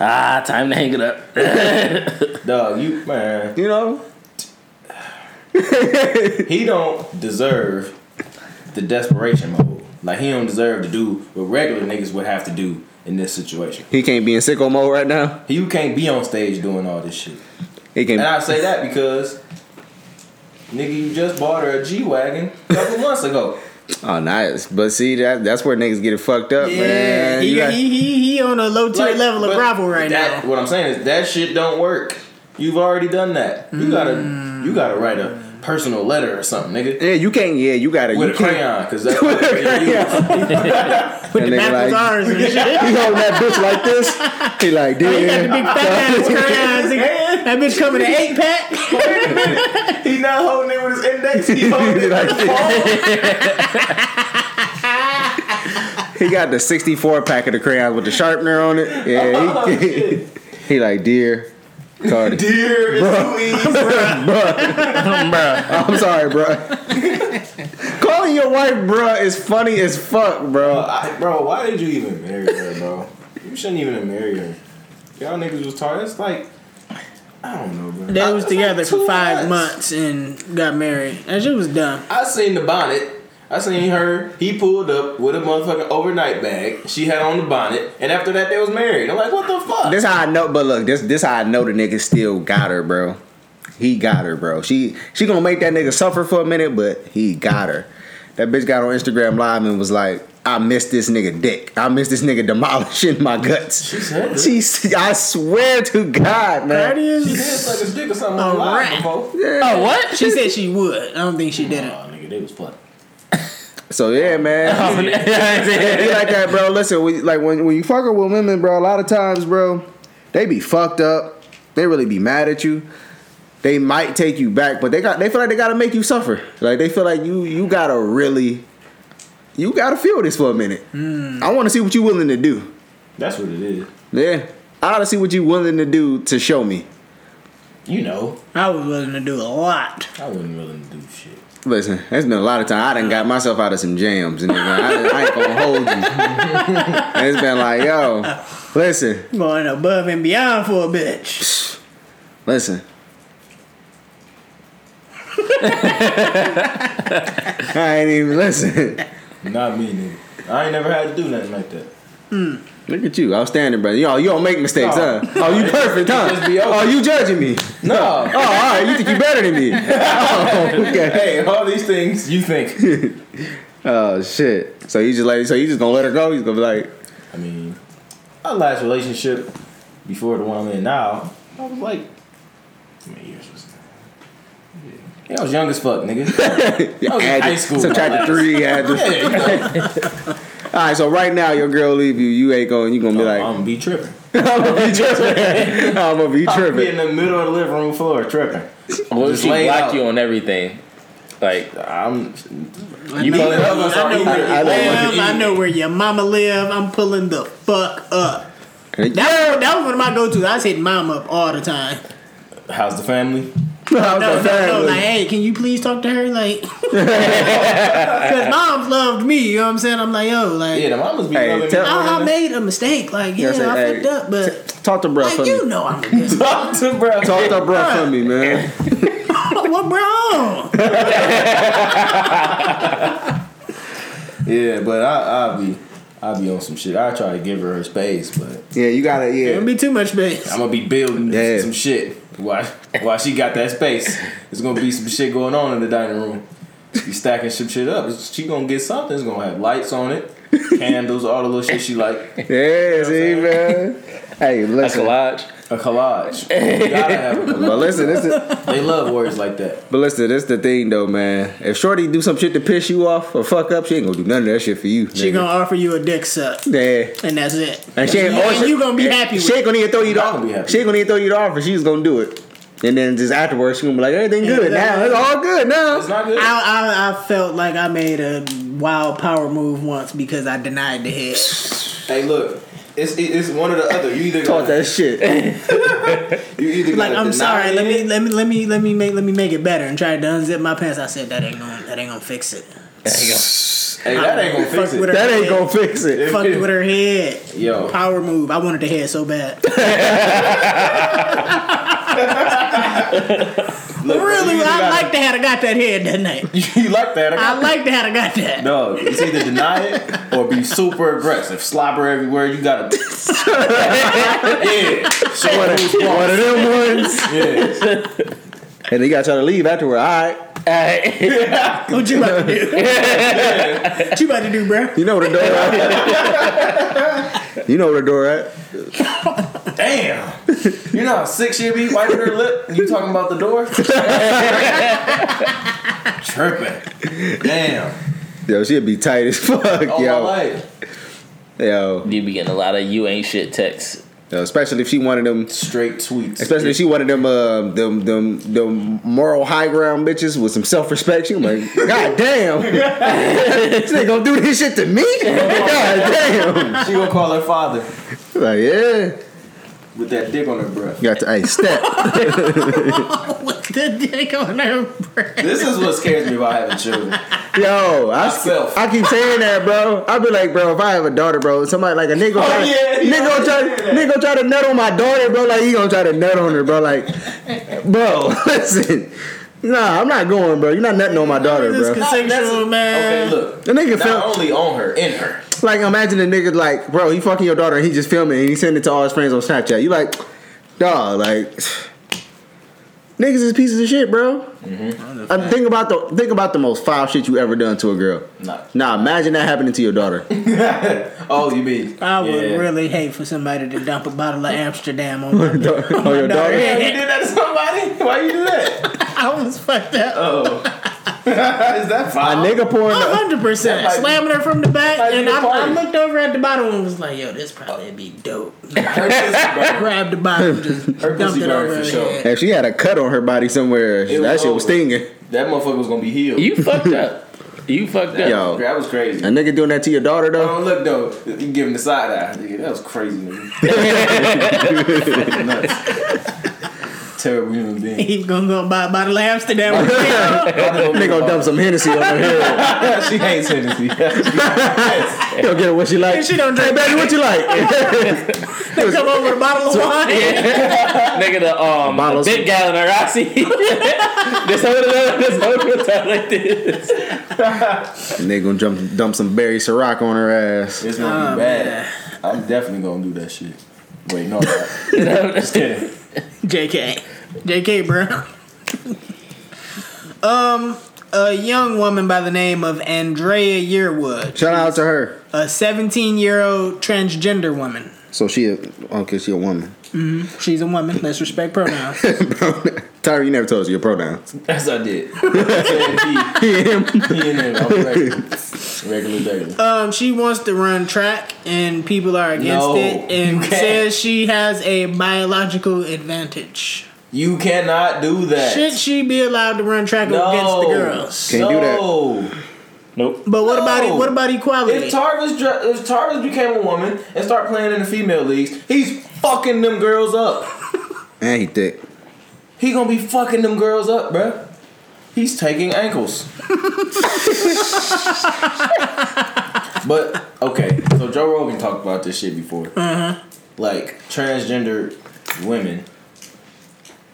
[SPEAKER 2] ah, time to hang it up.
[SPEAKER 4] Dog, you man,
[SPEAKER 5] You know?
[SPEAKER 4] he don't deserve the desperation mode. Like he don't deserve to do what regular niggas would have to do in this situation.
[SPEAKER 5] He can't be in sicko mode right now.
[SPEAKER 4] You can't be on stage doing all this shit.
[SPEAKER 5] He
[SPEAKER 4] And
[SPEAKER 5] can't
[SPEAKER 4] I say that because nigga, you just bought her a G wagon a couple months ago.
[SPEAKER 5] Oh nice. But see that that's where niggas get it fucked up,
[SPEAKER 3] Yeah,
[SPEAKER 5] man.
[SPEAKER 3] he,
[SPEAKER 5] You got-
[SPEAKER 3] he, he, he on a low tier
[SPEAKER 4] Like,
[SPEAKER 3] level of
[SPEAKER 4] but
[SPEAKER 3] Bravo right
[SPEAKER 4] that-
[SPEAKER 3] now.
[SPEAKER 4] What I'm saying is that shit don't work. You've already done that. You gotta you gotta write a personal letter or something, nigga.
[SPEAKER 5] yeah, you can't yeah, you gotta
[SPEAKER 4] With
[SPEAKER 5] you
[SPEAKER 4] a
[SPEAKER 5] can't
[SPEAKER 4] crayon, cause
[SPEAKER 5] (laughs)
[SPEAKER 4] that's
[SPEAKER 5] With
[SPEAKER 4] what
[SPEAKER 5] a
[SPEAKER 4] you use. (laughs)
[SPEAKER 5] crayon.
[SPEAKER 3] Put the
[SPEAKER 5] nigga
[SPEAKER 3] backwards
[SPEAKER 5] like-
[SPEAKER 3] R's and shit.
[SPEAKER 5] He holding that bitch like this. He
[SPEAKER 3] (laughs)
[SPEAKER 5] like,
[SPEAKER 3] You got the
[SPEAKER 5] damn.
[SPEAKER 3] big fat (laughs) ass crayons. nigga. That bitch coming in eight pack.
[SPEAKER 4] He not holding it with his index.
[SPEAKER 5] (laughs)
[SPEAKER 4] He holding
[SPEAKER 5] He
[SPEAKER 4] it
[SPEAKER 5] like this. he got the 64 pack of the crayons with the sharpener on
[SPEAKER 3] (laughs)
[SPEAKER 5] it. Yeah,
[SPEAKER 3] Oh,
[SPEAKER 5] he, he like, dear Cardi.
[SPEAKER 4] dear. It's too easy.
[SPEAKER 5] (laughs) I'm sorry,
[SPEAKER 3] (laughs)
[SPEAKER 5] bruh. Calling your wife bruh is funny as fuck, bro.
[SPEAKER 4] I- bro, why did you even marry her, bro? You shouldn't even have married her. Y'all niggas was tired. It's like I don't know, bro.
[SPEAKER 3] They
[SPEAKER 4] It's
[SPEAKER 3] was
[SPEAKER 4] like
[SPEAKER 3] together for
[SPEAKER 4] two
[SPEAKER 3] five months and got married. That shit was dumb.
[SPEAKER 4] I seen the bonnet. I seen her. He pulled up with a motherfucking overnight bag. She had on the bonnet, and after that, they was married. I'm like, what the fuck?
[SPEAKER 5] This how I know, but look, this this how I know the nigga still got her, bro. He got her, bro. She she gonna make that nigga suffer for a minute, but he got her. That bitch got on Instagram live and was like, "I miss this nigga dick. I miss this nigga demolishing my guts." She
[SPEAKER 4] said that?
[SPEAKER 5] s- I swear to God, man.
[SPEAKER 3] That
[SPEAKER 4] He did
[SPEAKER 3] is.
[SPEAKER 4] suck his dick or something
[SPEAKER 3] A
[SPEAKER 4] on live
[SPEAKER 3] rat.
[SPEAKER 4] before.
[SPEAKER 3] (laughs) Oh what? She said she would. I don't think she did it.
[SPEAKER 4] Nah, nigga, they was playing.
[SPEAKER 5] So yeah, man.
[SPEAKER 3] Oh, (laughs)
[SPEAKER 5] be like that, bro. Listen, we, like when when you fucking with women, bro. A lot of times, bro, they be fucked up. They really be mad at you. They might take you back, but they got they feel like they gotta make you suffer. Like they feel like you you gotta really, you gotta feel this for a minute. I want to see what you willing to do.
[SPEAKER 4] That's what it is.
[SPEAKER 5] Yeah, I want to see what you willing to do to show me.
[SPEAKER 4] You know,
[SPEAKER 3] I was willing to do a lot.
[SPEAKER 4] I wasn't willing to do shit.
[SPEAKER 5] Listen, there's been a lot of time I done got myself out of some jams, and I, done- I ain't gonna hold you. And it's been like, yo, listen,
[SPEAKER 3] Going above and beyond for a bitch.
[SPEAKER 4] (laughs)
[SPEAKER 5] Listen. I ain't even listen.
[SPEAKER 4] Not me, nigga. I ain't never had to do nothing like that.
[SPEAKER 5] Look at you, outstanding, brother. Yo, you don't make mistakes,
[SPEAKER 4] No.
[SPEAKER 5] huh? Oh, you perfect,
[SPEAKER 4] (laughs)
[SPEAKER 5] huh?
[SPEAKER 4] just be over.
[SPEAKER 5] Oh, you judging me?
[SPEAKER 4] No.
[SPEAKER 5] Oh, all right. You think you better
[SPEAKER 4] (laughs)
[SPEAKER 5] than me? Oh, okay.
[SPEAKER 4] hey, all these things you think.
[SPEAKER 5] Oh shit. So you just like, so you just gonna let her go? You gonna be like,
[SPEAKER 4] I mean, our last relationship before the one I'm in now, I was like, how many years was that? Yeah. Yeah, I was young as fuck, (laughs) nigga. I was in
[SPEAKER 5] add
[SPEAKER 4] high
[SPEAKER 5] it-
[SPEAKER 4] school.
[SPEAKER 5] Subtract the three. Add the.
[SPEAKER 4] Yeah, you know.
[SPEAKER 5] (laughs)
[SPEAKER 4] Oh,
[SPEAKER 5] All right. So right now, your girl leave you. You ain't going. You gonna be like,
[SPEAKER 4] I'm gonna be (laughs) tripping.
[SPEAKER 5] I'm gonna be (laughs) tripping. (laughs) I'm gonna be
[SPEAKER 4] I'm be in
[SPEAKER 5] tripping.
[SPEAKER 4] the middle of the living room floor tripping.
[SPEAKER 2] What if
[SPEAKER 4] Just
[SPEAKER 2] she
[SPEAKER 4] lay it
[SPEAKER 2] block
[SPEAKER 4] out.
[SPEAKER 2] you on everything? Like
[SPEAKER 4] I'm
[SPEAKER 2] you
[SPEAKER 4] know-
[SPEAKER 2] pulling
[SPEAKER 4] I
[SPEAKER 2] up.
[SPEAKER 4] know-
[SPEAKER 3] I know where
[SPEAKER 4] want
[SPEAKER 3] you live.
[SPEAKER 5] I- I don't
[SPEAKER 4] to
[SPEAKER 3] I
[SPEAKER 4] eat.
[SPEAKER 3] know where your mama live. I'm pulling the fuck up.
[SPEAKER 5] And-
[SPEAKER 3] That, was- that was one of my go-tos. I was hitting mom up all the time.
[SPEAKER 4] how's the family?
[SPEAKER 5] I'm
[SPEAKER 3] No, no, no.
[SPEAKER 5] so tired.
[SPEAKER 3] Like, hey, can you please talk to her? Like, (laughs) because mom loved me. You know what I'm saying? I'm like, yo, like,
[SPEAKER 4] Yeah, the mamas be
[SPEAKER 5] Hey,
[SPEAKER 4] loving
[SPEAKER 5] tell-
[SPEAKER 4] me.
[SPEAKER 3] I, I made a mistake. Like, yeah,
[SPEAKER 5] I said,
[SPEAKER 3] I
[SPEAKER 5] hey,
[SPEAKER 3] fucked up, but
[SPEAKER 5] Talk to bruh
[SPEAKER 3] like,
[SPEAKER 5] for
[SPEAKER 3] you
[SPEAKER 5] me.
[SPEAKER 3] know I'm
[SPEAKER 4] (laughs)
[SPEAKER 3] good.
[SPEAKER 4] Talk to bro.
[SPEAKER 5] Talk to bruh for me, man.
[SPEAKER 3] what
[SPEAKER 5] (laughs)
[SPEAKER 3] wrong?
[SPEAKER 4] Yeah, but I, I'll be, I'll be on some shit. I try to give her her space, but
[SPEAKER 5] Yeah, you gotta.
[SPEAKER 3] It'll
[SPEAKER 5] Yeah,
[SPEAKER 3] be too much space.
[SPEAKER 4] I'm gonna be building
[SPEAKER 5] Yeah.
[SPEAKER 4] some shit. Why? Why she got that space? There's gonna be some shit going on in the dining room. She stacking some shit up. She gonna get something. It's gonna have lights on it, candles, all the little shit she like.
[SPEAKER 5] yeah, see, man.
[SPEAKER 4] (laughs)
[SPEAKER 5] Hey,
[SPEAKER 2] That's a
[SPEAKER 5] listen.
[SPEAKER 2] lot.
[SPEAKER 4] A collage. You gotta have a collage.
[SPEAKER 5] But listen, this is,
[SPEAKER 4] They love words like that.
[SPEAKER 5] but listen, this the thing though, man. If Shorty do some shit to piss you off or fuck up, she ain't gonna do none of that shit for you.
[SPEAKER 3] She
[SPEAKER 5] nigga.
[SPEAKER 3] gonna offer you a dick suck,
[SPEAKER 5] Yeah.
[SPEAKER 3] and that's it.
[SPEAKER 5] And she ain't,
[SPEAKER 3] You-
[SPEAKER 5] oh,
[SPEAKER 3] and
[SPEAKER 5] she-
[SPEAKER 3] you gonna be happy with
[SPEAKER 5] She ain't gonna even throw you the
[SPEAKER 4] I'm gonna be
[SPEAKER 5] offer.
[SPEAKER 4] happy.
[SPEAKER 5] She ain't gonna even throw you the offer. She's gonna do it. And then just afterwards, she gonna be like, everything good
[SPEAKER 3] Yeah.
[SPEAKER 5] now. It's all good now. (laughs)
[SPEAKER 4] It's not good.
[SPEAKER 3] I, I I felt like I made a wild power move once because I denied the head.
[SPEAKER 4] Hey, look. It's, it's one or the other. You either
[SPEAKER 5] Talk
[SPEAKER 4] gotta,
[SPEAKER 3] (laughs)
[SPEAKER 5] that shit.
[SPEAKER 4] you either
[SPEAKER 3] Like
[SPEAKER 4] gotta deny
[SPEAKER 3] I'm sorry, let me
[SPEAKER 4] it.
[SPEAKER 3] let me let me let me make let me make it better and tried to unzip my pants. I said that ain't gonna that ain't gonna fix it.
[SPEAKER 4] Hey, that ain't gonna fix
[SPEAKER 3] Fuck with
[SPEAKER 4] it.
[SPEAKER 3] her
[SPEAKER 5] That ain't
[SPEAKER 3] head.
[SPEAKER 5] gonna fix it.
[SPEAKER 3] Fucked with her head.
[SPEAKER 4] Yo.
[SPEAKER 3] Power move. I wanted the head so bad.
[SPEAKER 4] Look, (laughs)
[SPEAKER 3] really,
[SPEAKER 4] you either
[SPEAKER 3] I
[SPEAKER 4] gotta-
[SPEAKER 3] liked the hat I got that head that night.
[SPEAKER 4] (laughs) You like that? got
[SPEAKER 3] I liked the hat I got that.
[SPEAKER 4] No, it's either deny it or be super aggressive. Slobber everywhere. You
[SPEAKER 5] (laughs)
[SPEAKER 4] gotta. yeah. Show
[SPEAKER 5] One
[SPEAKER 4] it
[SPEAKER 5] of, one of them ones.
[SPEAKER 4] Yeah.
[SPEAKER 5] And then you gotta try to leave afterward. All right.
[SPEAKER 3] What you about
[SPEAKER 4] (laughs)
[SPEAKER 3] to do? what you about to do, bro?
[SPEAKER 5] You know where the door at. (laughs) you know where the door at.
[SPEAKER 4] Damn. You know how sick she'd be wiping her lip? You talking about the
[SPEAKER 5] (laughs)
[SPEAKER 4] door? Tripping. Damn.
[SPEAKER 5] Yo, she'd be tight as (laughs) fuck,
[SPEAKER 4] All Oh, my
[SPEAKER 5] yo.
[SPEAKER 4] life.
[SPEAKER 5] Yo.
[SPEAKER 2] You be getting a lot of you ain't shit texts.
[SPEAKER 5] Yo, especially if she one of them
[SPEAKER 4] Straight tweets.
[SPEAKER 5] especially if she one of them uh, them them them moral high ground bitches with some self respect. She like, God damn. (laughs) this nigga gonna do this shit to me? (laughs) God damn.
[SPEAKER 4] she gonna call her father
[SPEAKER 5] Like, yeah.
[SPEAKER 4] with that dick on her breath.
[SPEAKER 5] Got to hey step.
[SPEAKER 3] (laughs) What the dick on her breath?
[SPEAKER 4] This is what scares me about having children.
[SPEAKER 5] Yo, I,
[SPEAKER 4] Myself.
[SPEAKER 5] I keep saying that, bro. I be like, bro, if I have a daughter, bro, somebody like a nigga, gonna try,
[SPEAKER 4] Oh, yeah, yeah,
[SPEAKER 5] nigga, gonna try, nigga gonna try to nut on my daughter, bro. Like he gonna try to nut on her, bro. Like, bro, (laughs) listen, nah, I'm not going, bro. You're not nutting on my daughter,
[SPEAKER 3] This is
[SPEAKER 5] bro.
[SPEAKER 3] consensual,
[SPEAKER 4] Okay,
[SPEAKER 3] man.
[SPEAKER 4] look.
[SPEAKER 5] The nigga
[SPEAKER 4] Not
[SPEAKER 5] felt-
[SPEAKER 4] only on her, in her.
[SPEAKER 5] Like, imagine a nigga like, bro, he fucking your daughter and he just filming and he sending it to all his friends on Snapchat. You like, dog, like,
[SPEAKER 1] (sniffs) Niggas is pieces of shit, bro. Um, think about the think about the most foul shit you ever done to a girl.
[SPEAKER 4] Nah.
[SPEAKER 1] Nah, imagine that happening to your daughter.
[SPEAKER 4] Oh, you mean?
[SPEAKER 3] I would
[SPEAKER 4] Yeah.
[SPEAKER 3] really hate for somebody to dump a bottle of Amsterdam on my
[SPEAKER 1] oh, your daughter.
[SPEAKER 4] You did that to somebody? Why you do that?
[SPEAKER 3] I almost fucked up.
[SPEAKER 4] Oh, (laughs) is that
[SPEAKER 1] A
[SPEAKER 4] fine?
[SPEAKER 1] nigga pouring.
[SPEAKER 3] A (laughs)
[SPEAKER 1] A,
[SPEAKER 3] hundred percent.
[SPEAKER 4] might be-
[SPEAKER 3] Slamming her from the back,
[SPEAKER 4] might be
[SPEAKER 3] and
[SPEAKER 4] the
[SPEAKER 3] I, I
[SPEAKER 4] party.
[SPEAKER 3] looked over at the bottom and was like, "Yo, this probably be dope."
[SPEAKER 4] Her pussy burn.
[SPEAKER 3] Grabbed the bottle, and just
[SPEAKER 4] Her
[SPEAKER 3] dumped
[SPEAKER 4] pussy
[SPEAKER 3] it
[SPEAKER 4] burn
[SPEAKER 3] over her
[SPEAKER 4] for sure.
[SPEAKER 3] head.
[SPEAKER 1] if she had a cut on her body somewhere,
[SPEAKER 4] It
[SPEAKER 1] that
[SPEAKER 4] was
[SPEAKER 1] shit was
[SPEAKER 4] over.
[SPEAKER 1] stinging.
[SPEAKER 4] That motherfucker was gonna be healed.
[SPEAKER 2] You fucked up.
[SPEAKER 4] (laughs)
[SPEAKER 2] You fucked up.
[SPEAKER 1] Yo.
[SPEAKER 4] That was crazy.
[SPEAKER 1] A nigga doing that to your daughter though.
[SPEAKER 4] Don't look though. You give him the side eye. Nigga, that was crazy. Nigga.
[SPEAKER 1] (laughs)
[SPEAKER 4] Nuts. Terrible human (laughs) being.
[SPEAKER 3] He's gonna go buy a bottle of Amsterdam.
[SPEAKER 1] Nigga gonna dump some Hennessy on her head.
[SPEAKER 4] (laughs) she hates (laughs) Hennessy.
[SPEAKER 1] He'll get her what she like.
[SPEAKER 3] she don't
[SPEAKER 1] Hey
[SPEAKER 3] drink.
[SPEAKER 1] baby, what you like? (laughs)
[SPEAKER 3] They come over with a bottle of wine.
[SPEAKER 2] Nigga, the um,
[SPEAKER 1] Bottles.
[SPEAKER 2] big gallon of Rossi. (laughs) this whole this whole hotel like this.
[SPEAKER 1] Nigga gonna jump, dump some Barry Ciroc on her ass.
[SPEAKER 4] It's gonna be bad. I'm definitely gonna do that shit. Wait, (laughs) no. I'm not. Just kidding.
[SPEAKER 3] JK. JK, bro. (laughs) um, a young woman by the name of Andrea Yearwood,
[SPEAKER 1] Shout out to her.
[SPEAKER 3] a 17 year old transgender woman.
[SPEAKER 1] So she, a, okay, she a woman. (laughs)
[SPEAKER 3] She's a woman. Let's respect
[SPEAKER 4] (laughs)
[SPEAKER 3] pronouns.
[SPEAKER 1] Tyra, you never told us your pronouns. (laughs)
[SPEAKER 4] Yes, I (laughs) did. Said he, he and him. I'm regular. Regular, regular.
[SPEAKER 3] um, she wants to run track, and people are against
[SPEAKER 4] No,
[SPEAKER 3] it, and
[SPEAKER 4] you can't.
[SPEAKER 3] says she has a biological advantage.
[SPEAKER 4] You cannot do that.
[SPEAKER 3] Should she be allowed to run track
[SPEAKER 4] no.
[SPEAKER 3] against the girls?
[SPEAKER 1] Can't do that.
[SPEAKER 4] no. do that.
[SPEAKER 2] Nope.
[SPEAKER 3] But what about
[SPEAKER 4] No.
[SPEAKER 3] what about equality?
[SPEAKER 4] If Tarvis, dr- if Tarvis became a woman and start playing in the female leagues, he's fucking them girls up.
[SPEAKER 1] And he thick.
[SPEAKER 4] He gonna be fucking them girls up, bruh. He's taking
[SPEAKER 3] (laughs)
[SPEAKER 4] ankles. but okay, so Joe Rogan talked about this shit before.
[SPEAKER 3] Uh-huh.
[SPEAKER 4] Like transgender women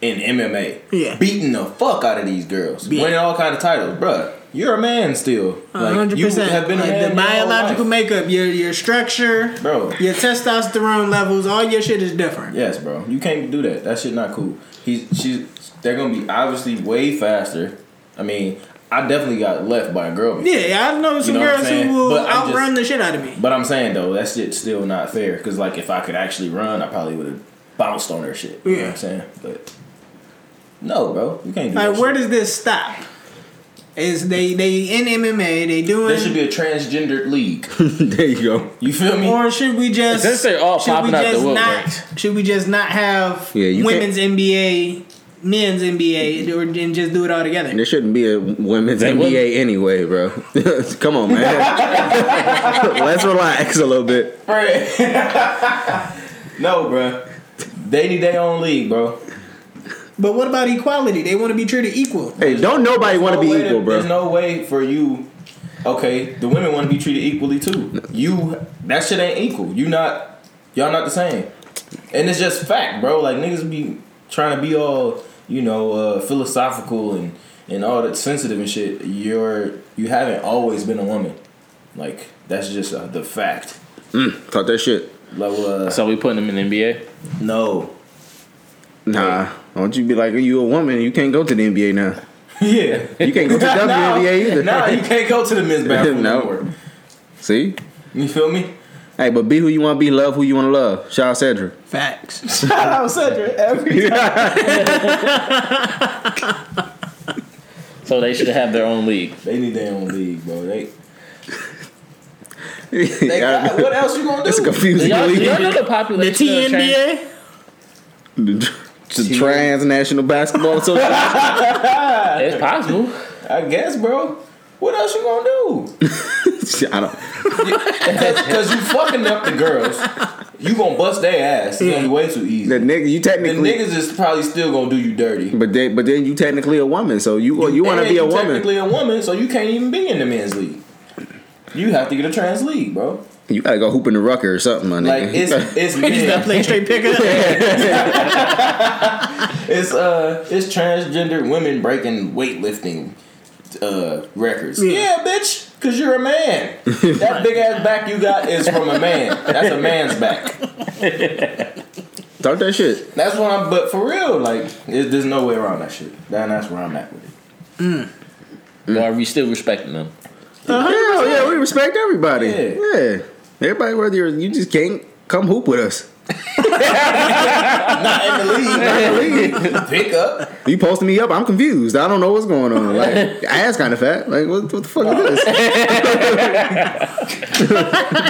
[SPEAKER 4] in MMA,
[SPEAKER 3] Yeah.
[SPEAKER 4] beating the fuck out of these girls,
[SPEAKER 3] Yeah.
[SPEAKER 4] winning all kind of titles, bruh. You're a man still.
[SPEAKER 3] A hundred
[SPEAKER 4] you
[SPEAKER 3] percent.
[SPEAKER 4] have been a
[SPEAKER 3] Like,
[SPEAKER 4] man
[SPEAKER 3] the
[SPEAKER 4] your whole
[SPEAKER 3] biological
[SPEAKER 4] life.
[SPEAKER 3] makeup, your your structure,
[SPEAKER 4] Bro.
[SPEAKER 3] your testosterone levels, all your shit is different.
[SPEAKER 4] Yes, bro. You can't do that. That shit not cool. He's she's they're gonna be obviously way faster. I mean, I definitely got left by a girl. before.
[SPEAKER 3] Yeah, I know some
[SPEAKER 4] know what I'm
[SPEAKER 3] girls
[SPEAKER 4] saying?
[SPEAKER 3] who will
[SPEAKER 4] But I'm just-
[SPEAKER 3] outrun the shit out of me.
[SPEAKER 4] But I'm saying though, that shit's still not fair. Cause like if I could actually run, I probably would have bounced on her shit. You know what
[SPEAKER 3] Yeah.
[SPEAKER 4] I'm saying? But no, bro, you can't do
[SPEAKER 3] Like,
[SPEAKER 4] that.
[SPEAKER 3] where
[SPEAKER 4] shit.
[SPEAKER 3] does this stop? Is they they in MMA? They
[SPEAKER 4] There should
[SPEAKER 3] doing
[SPEAKER 4] be a transgendered league.
[SPEAKER 1] there you go.
[SPEAKER 4] You feel
[SPEAKER 3] (laughs)
[SPEAKER 4] me? (laughs)
[SPEAKER 3] or should we just
[SPEAKER 2] Since they're all
[SPEAKER 3] should we
[SPEAKER 2] popping out the
[SPEAKER 3] just
[SPEAKER 2] woodworks.
[SPEAKER 3] not should we just not have
[SPEAKER 1] Yeah, you
[SPEAKER 3] women's NBA, men's NBA, or and just do it all together?
[SPEAKER 1] There shouldn't be a women's
[SPEAKER 2] They
[SPEAKER 1] NBA anyway, bro. (laughs)
[SPEAKER 4] (laughs)
[SPEAKER 1] Come on, man. Let's relax a little bit.
[SPEAKER 4] no, bro. They need their own league, bro.
[SPEAKER 3] But what about equality? They want to be treated equal.
[SPEAKER 1] Hey, don't nobody want to
[SPEAKER 4] no
[SPEAKER 1] be
[SPEAKER 4] way
[SPEAKER 1] equal,
[SPEAKER 4] to-
[SPEAKER 1] bro. (laughs)
[SPEAKER 4] There's no way for you. Okay, the women want to be treated equally too. You that shit ain't equal. You not y'all not the same, and it's just fact, bro. Like niggas be trying to be all you know uh, philosophical and and all that sensitive and shit. You're you haven't always been a woman. Like that's just uh, the fact.
[SPEAKER 1] Talk that shit.
[SPEAKER 4] Like uh,
[SPEAKER 2] So we putting them in the NBA.
[SPEAKER 4] no,
[SPEAKER 1] Nah. Don't you be like, you a woman? You can't go to the NBA now.
[SPEAKER 4] (laughs) yeah,
[SPEAKER 1] You can't
[SPEAKER 5] (laughs)
[SPEAKER 1] go to WNBA either.
[SPEAKER 4] Nah, you can't go to the men's bathroom
[SPEAKER 1] No.
[SPEAKER 4] no more.
[SPEAKER 1] See?
[SPEAKER 4] You feel me?
[SPEAKER 1] Hey, but be who you want to be, love who you want to love. Shout out Cedric.
[SPEAKER 3] Facts.
[SPEAKER 4] Shout out Cedric every
[SPEAKER 2] So they should have their own league.
[SPEAKER 4] They need their own league, bro. They, they got,
[SPEAKER 1] (laughs) it's
[SPEAKER 4] what else you gonna do?
[SPEAKER 1] a confusing
[SPEAKER 2] Y'all,
[SPEAKER 1] league.
[SPEAKER 2] y'all know the
[SPEAKER 3] The
[SPEAKER 2] population. of trans-
[SPEAKER 3] TNBA.
[SPEAKER 1] The
[SPEAKER 4] (laughs)
[SPEAKER 1] Transnational Basketball (laughs) Association.
[SPEAKER 2] It's possible.
[SPEAKER 4] I guess, bro. What else you gonna
[SPEAKER 1] (laughs)
[SPEAKER 4] do?
[SPEAKER 1] I don't.
[SPEAKER 4] Because you fucking up the girls. You gonna bust their ass. It's gonna be way too
[SPEAKER 1] The
[SPEAKER 4] easy.
[SPEAKER 1] nigga, you
[SPEAKER 4] The
[SPEAKER 1] technically,
[SPEAKER 4] niggas is probably still gonna do you dirty.
[SPEAKER 1] but then, but then you technically a woman, so you you want to
[SPEAKER 4] And
[SPEAKER 1] be a
[SPEAKER 4] you
[SPEAKER 1] woman.
[SPEAKER 4] Technically a woman, so you can't even be in the men's league. You have to get a trans league, bro.
[SPEAKER 1] You gotta go hoop in the rucker or something, my
[SPEAKER 4] Like
[SPEAKER 1] (laughs) nigga.
[SPEAKER 4] it's it's
[SPEAKER 3] He's not
[SPEAKER 4] men.
[SPEAKER 3] playing straight pickup.
[SPEAKER 2] (laughs)
[SPEAKER 4] it's uh it's transgender women breaking weightlifting uh records.
[SPEAKER 3] Yeah.
[SPEAKER 4] Yeah, bitch, cause you're a
[SPEAKER 1] (laughs)
[SPEAKER 4] man. That big ass back you got is from a man. That's a man's back.
[SPEAKER 5] Start that shit.
[SPEAKER 4] That's what I'm. But for real, like, it, there's no way around that shit. That, that's where I'm at with it.
[SPEAKER 2] Or are we still respecting them?
[SPEAKER 5] Hell yeah, we respect everybody.
[SPEAKER 4] Yeah.
[SPEAKER 5] Yeah. Everybody, whether you're, you just can't come hoop with us.
[SPEAKER 4] Not in the
[SPEAKER 2] (laughs)
[SPEAKER 4] league. Pick up.
[SPEAKER 5] You posting me up, I'm confused. I don't know what's going on. Like,
[SPEAKER 4] (laughs)
[SPEAKER 5] your ass kind of fat. Like, what, what the fuck is this?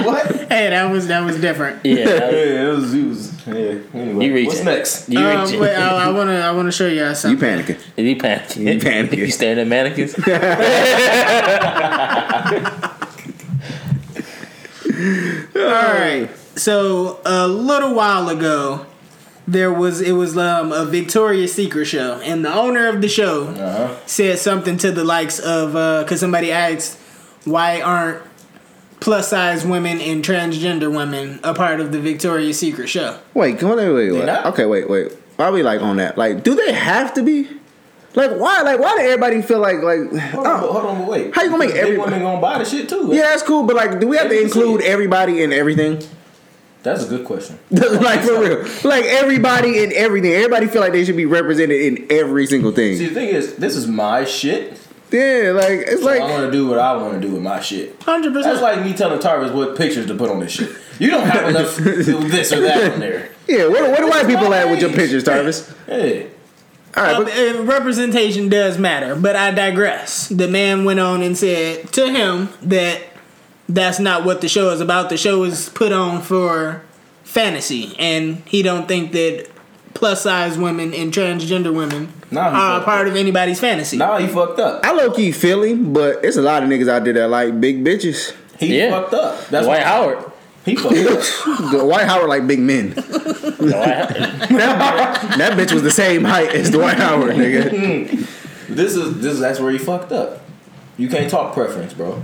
[SPEAKER 4] What?
[SPEAKER 3] Hey, that was that was different.
[SPEAKER 4] (laughs) Yeah,
[SPEAKER 2] Yeah.
[SPEAKER 4] it was. It was yeah. Anyway,
[SPEAKER 2] You reach
[SPEAKER 4] what's
[SPEAKER 2] it.
[SPEAKER 4] next?
[SPEAKER 2] You
[SPEAKER 3] Um,
[SPEAKER 2] reach-
[SPEAKER 3] wait, I, I wanna I wanna show you guys
[SPEAKER 5] You
[SPEAKER 3] something.
[SPEAKER 5] panicking.
[SPEAKER 2] You panicking.
[SPEAKER 5] You panicking.
[SPEAKER 2] (laughs) you staring at
[SPEAKER 4] (laughs)
[SPEAKER 2] mannequins.
[SPEAKER 3] All right. So a little while ago, there was it was um, a Victoria's Secret show, and the owner of the show
[SPEAKER 4] Uh-huh.
[SPEAKER 3] said something to the likes of because somebody asked why aren't plus size women and transgender women a part of the Victoria's Secret show?
[SPEAKER 5] Wait, come on, wait, wait, wait.
[SPEAKER 4] not?
[SPEAKER 5] Okay, wait, wait. Why we like on that? Like, do they have to be? Like, why? Like, why do everybody feel like like?
[SPEAKER 4] Hold on, but,
[SPEAKER 5] oh,
[SPEAKER 4] hold on, but wait.
[SPEAKER 5] How you gonna make
[SPEAKER 4] Because big
[SPEAKER 5] everybody-
[SPEAKER 4] women gonna buy the shit too?
[SPEAKER 5] yeah, that's cool, but like, do we have to
[SPEAKER 4] Everybody
[SPEAKER 5] include
[SPEAKER 4] see it.
[SPEAKER 5] everybody in everything? (laughs)
[SPEAKER 4] that's a good question.
[SPEAKER 5] like for real, like everybody in everything. Everybody feel like they should be represented in every single thing.
[SPEAKER 4] See, the thing is, this is my shit.
[SPEAKER 5] Yeah, like it's
[SPEAKER 4] Like,
[SPEAKER 5] like
[SPEAKER 4] I want to do what I want to do with my shit.
[SPEAKER 3] Hundred
[SPEAKER 4] That's
[SPEAKER 3] percent.
[SPEAKER 4] like me telling Tarvis what pictures to put on this shit. You don't have enough this or that on there.
[SPEAKER 5] yeah. Where, where do white
[SPEAKER 4] It's
[SPEAKER 5] people
[SPEAKER 4] my
[SPEAKER 5] at with your
[SPEAKER 4] age.
[SPEAKER 5] pictures, Tarvis?
[SPEAKER 4] Yeah.
[SPEAKER 5] All right,
[SPEAKER 3] Um,
[SPEAKER 5] but
[SPEAKER 3] uh, representation does matter, but I digress. The man went on and said to him that that's not what the show is about. The show is put on for fantasy, and he don't think that plus size women and transgender women
[SPEAKER 4] Nah, he
[SPEAKER 3] are a
[SPEAKER 4] fucked
[SPEAKER 3] part of anybody's fantasy.
[SPEAKER 4] Now he fucked up.
[SPEAKER 5] I low key feel him, but it's a lot of niggas out there that like big bitches.
[SPEAKER 4] He
[SPEAKER 2] Yeah.
[SPEAKER 4] fucked up. That's
[SPEAKER 2] Dwight
[SPEAKER 4] why
[SPEAKER 2] Howard.
[SPEAKER 4] he fucked up.
[SPEAKER 5] The White Howard like
[SPEAKER 3] (laughs)
[SPEAKER 5] big men. (laughs)
[SPEAKER 2] Dwight Howard.
[SPEAKER 5] That bitch was the same height as Dwight Howard, nigga.
[SPEAKER 4] This is this is that's where he fucked up. You can't talk preference, bro.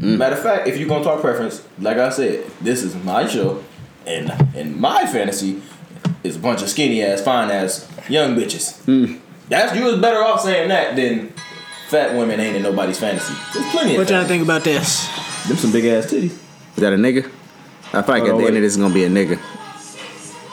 [SPEAKER 4] Matter of fact, if you're gonna talk preference, like I said, this is my show, and and my fantasy is a bunch of skinny ass, fine ass young bitches. That's you was better off saying that than fat women ain't in nobody's fantasy. There's plenty.
[SPEAKER 3] What
[SPEAKER 4] of
[SPEAKER 3] y'all
[SPEAKER 4] fantasy.
[SPEAKER 3] think about this?
[SPEAKER 4] Them some big ass titties.
[SPEAKER 5] Is that a nigga? I feel like at the
[SPEAKER 4] Oh,
[SPEAKER 5] end
[SPEAKER 4] wait.
[SPEAKER 5] of this is gonna be a nigga.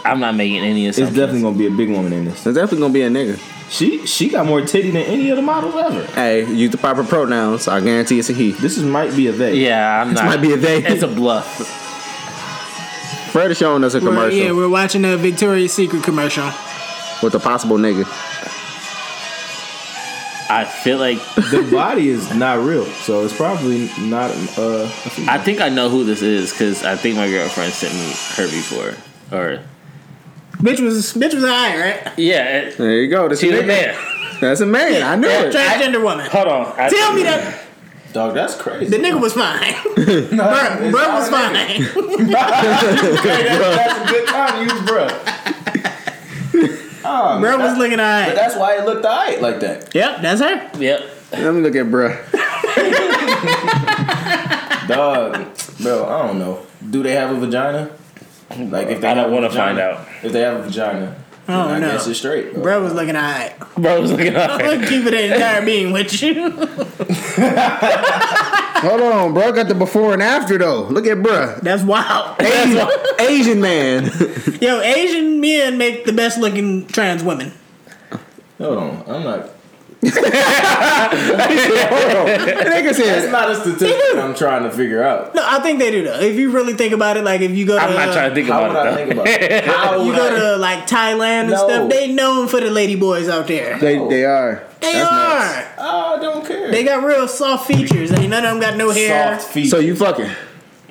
[SPEAKER 2] I'm not making any
[SPEAKER 4] It's
[SPEAKER 2] assumptions.
[SPEAKER 4] definitely gonna be a big woman in this.
[SPEAKER 5] It's definitely gonna be a nigga.
[SPEAKER 4] She she got more titty than any of the models ever.
[SPEAKER 5] Hey, use the proper pronouns. I guarantee it's a he.
[SPEAKER 4] This is might be a they.
[SPEAKER 2] Yeah, I'm not.
[SPEAKER 5] might be a they.
[SPEAKER 2] It's a bluff.
[SPEAKER 5] Fred is showing us a
[SPEAKER 3] We're-
[SPEAKER 5] commercial
[SPEAKER 3] yeah, we're watching a Victoria's Secret commercial.
[SPEAKER 5] with a possible nigga.
[SPEAKER 2] I feel like
[SPEAKER 4] The body is not real, so it's probably not. Uh,
[SPEAKER 2] I think I know who this is because I think my girlfriend sent me her before. Or
[SPEAKER 3] Bitch was bitch was high, right?
[SPEAKER 2] yeah, it,
[SPEAKER 5] There you go. That's
[SPEAKER 2] she's
[SPEAKER 5] a
[SPEAKER 2] a
[SPEAKER 5] nigga.
[SPEAKER 2] man.
[SPEAKER 5] That's a man. I knew it.
[SPEAKER 3] Transgender woman.
[SPEAKER 2] Hold on. I-
[SPEAKER 3] Tell me that
[SPEAKER 4] dog, that's crazy.
[SPEAKER 3] the nigga was fine.
[SPEAKER 4] No, it's
[SPEAKER 3] Bruh, bruh
[SPEAKER 4] not
[SPEAKER 3] was
[SPEAKER 4] a nigga.
[SPEAKER 3] fine.
[SPEAKER 4] that's a good time to use bruh. Oh,
[SPEAKER 3] Bruh was looking
[SPEAKER 4] but
[SPEAKER 3] alright.
[SPEAKER 4] that's why it looked alright like that.
[SPEAKER 3] Yep, that's her.
[SPEAKER 2] Yep.
[SPEAKER 5] Let me look at bruh.
[SPEAKER 4] Dog, bro, I don't know. Do they have a vagina? Like if they
[SPEAKER 2] I don't
[SPEAKER 4] have a
[SPEAKER 2] wanna
[SPEAKER 4] vagina-
[SPEAKER 2] find out.
[SPEAKER 4] If they have a vagina, then
[SPEAKER 3] Oh,
[SPEAKER 4] I
[SPEAKER 3] no.
[SPEAKER 4] guess it's straight. Bro.
[SPEAKER 3] Bruh was looking alright.
[SPEAKER 2] Bro was looking up.
[SPEAKER 3] I'm gonna keep it an entire being with you. (laughs)
[SPEAKER 5] Hold on, bro. Got the before and after though. Look at bruh.
[SPEAKER 3] That's wild. (laughs)
[SPEAKER 5] Asian, Asian man. (laughs)
[SPEAKER 3] Yo, Asian men make the best looking trans women.
[SPEAKER 4] Hold on, I'm not.
[SPEAKER 5] Nigga
[SPEAKER 4] That's
[SPEAKER 5] said,
[SPEAKER 4] not a statistic I'm trying to figure out.
[SPEAKER 2] (laughs)
[SPEAKER 3] No, I think they do though. If you really think about it, like if you go to,
[SPEAKER 2] I'm not trying to think
[SPEAKER 4] How would I
[SPEAKER 2] about it
[SPEAKER 4] think about
[SPEAKER 2] (laughs)
[SPEAKER 4] it? How
[SPEAKER 3] you
[SPEAKER 4] would
[SPEAKER 3] go
[SPEAKER 4] I?
[SPEAKER 3] to like Thailand and
[SPEAKER 4] No.
[SPEAKER 3] stuff, they known for the lady boys out there.
[SPEAKER 5] they, they are.
[SPEAKER 3] They
[SPEAKER 5] That's
[SPEAKER 3] are.
[SPEAKER 5] nuts.
[SPEAKER 4] Oh, I don't care.
[SPEAKER 3] They got real soft features. Ain't none of them got no hair.
[SPEAKER 4] Soft feet.
[SPEAKER 5] So you fucking.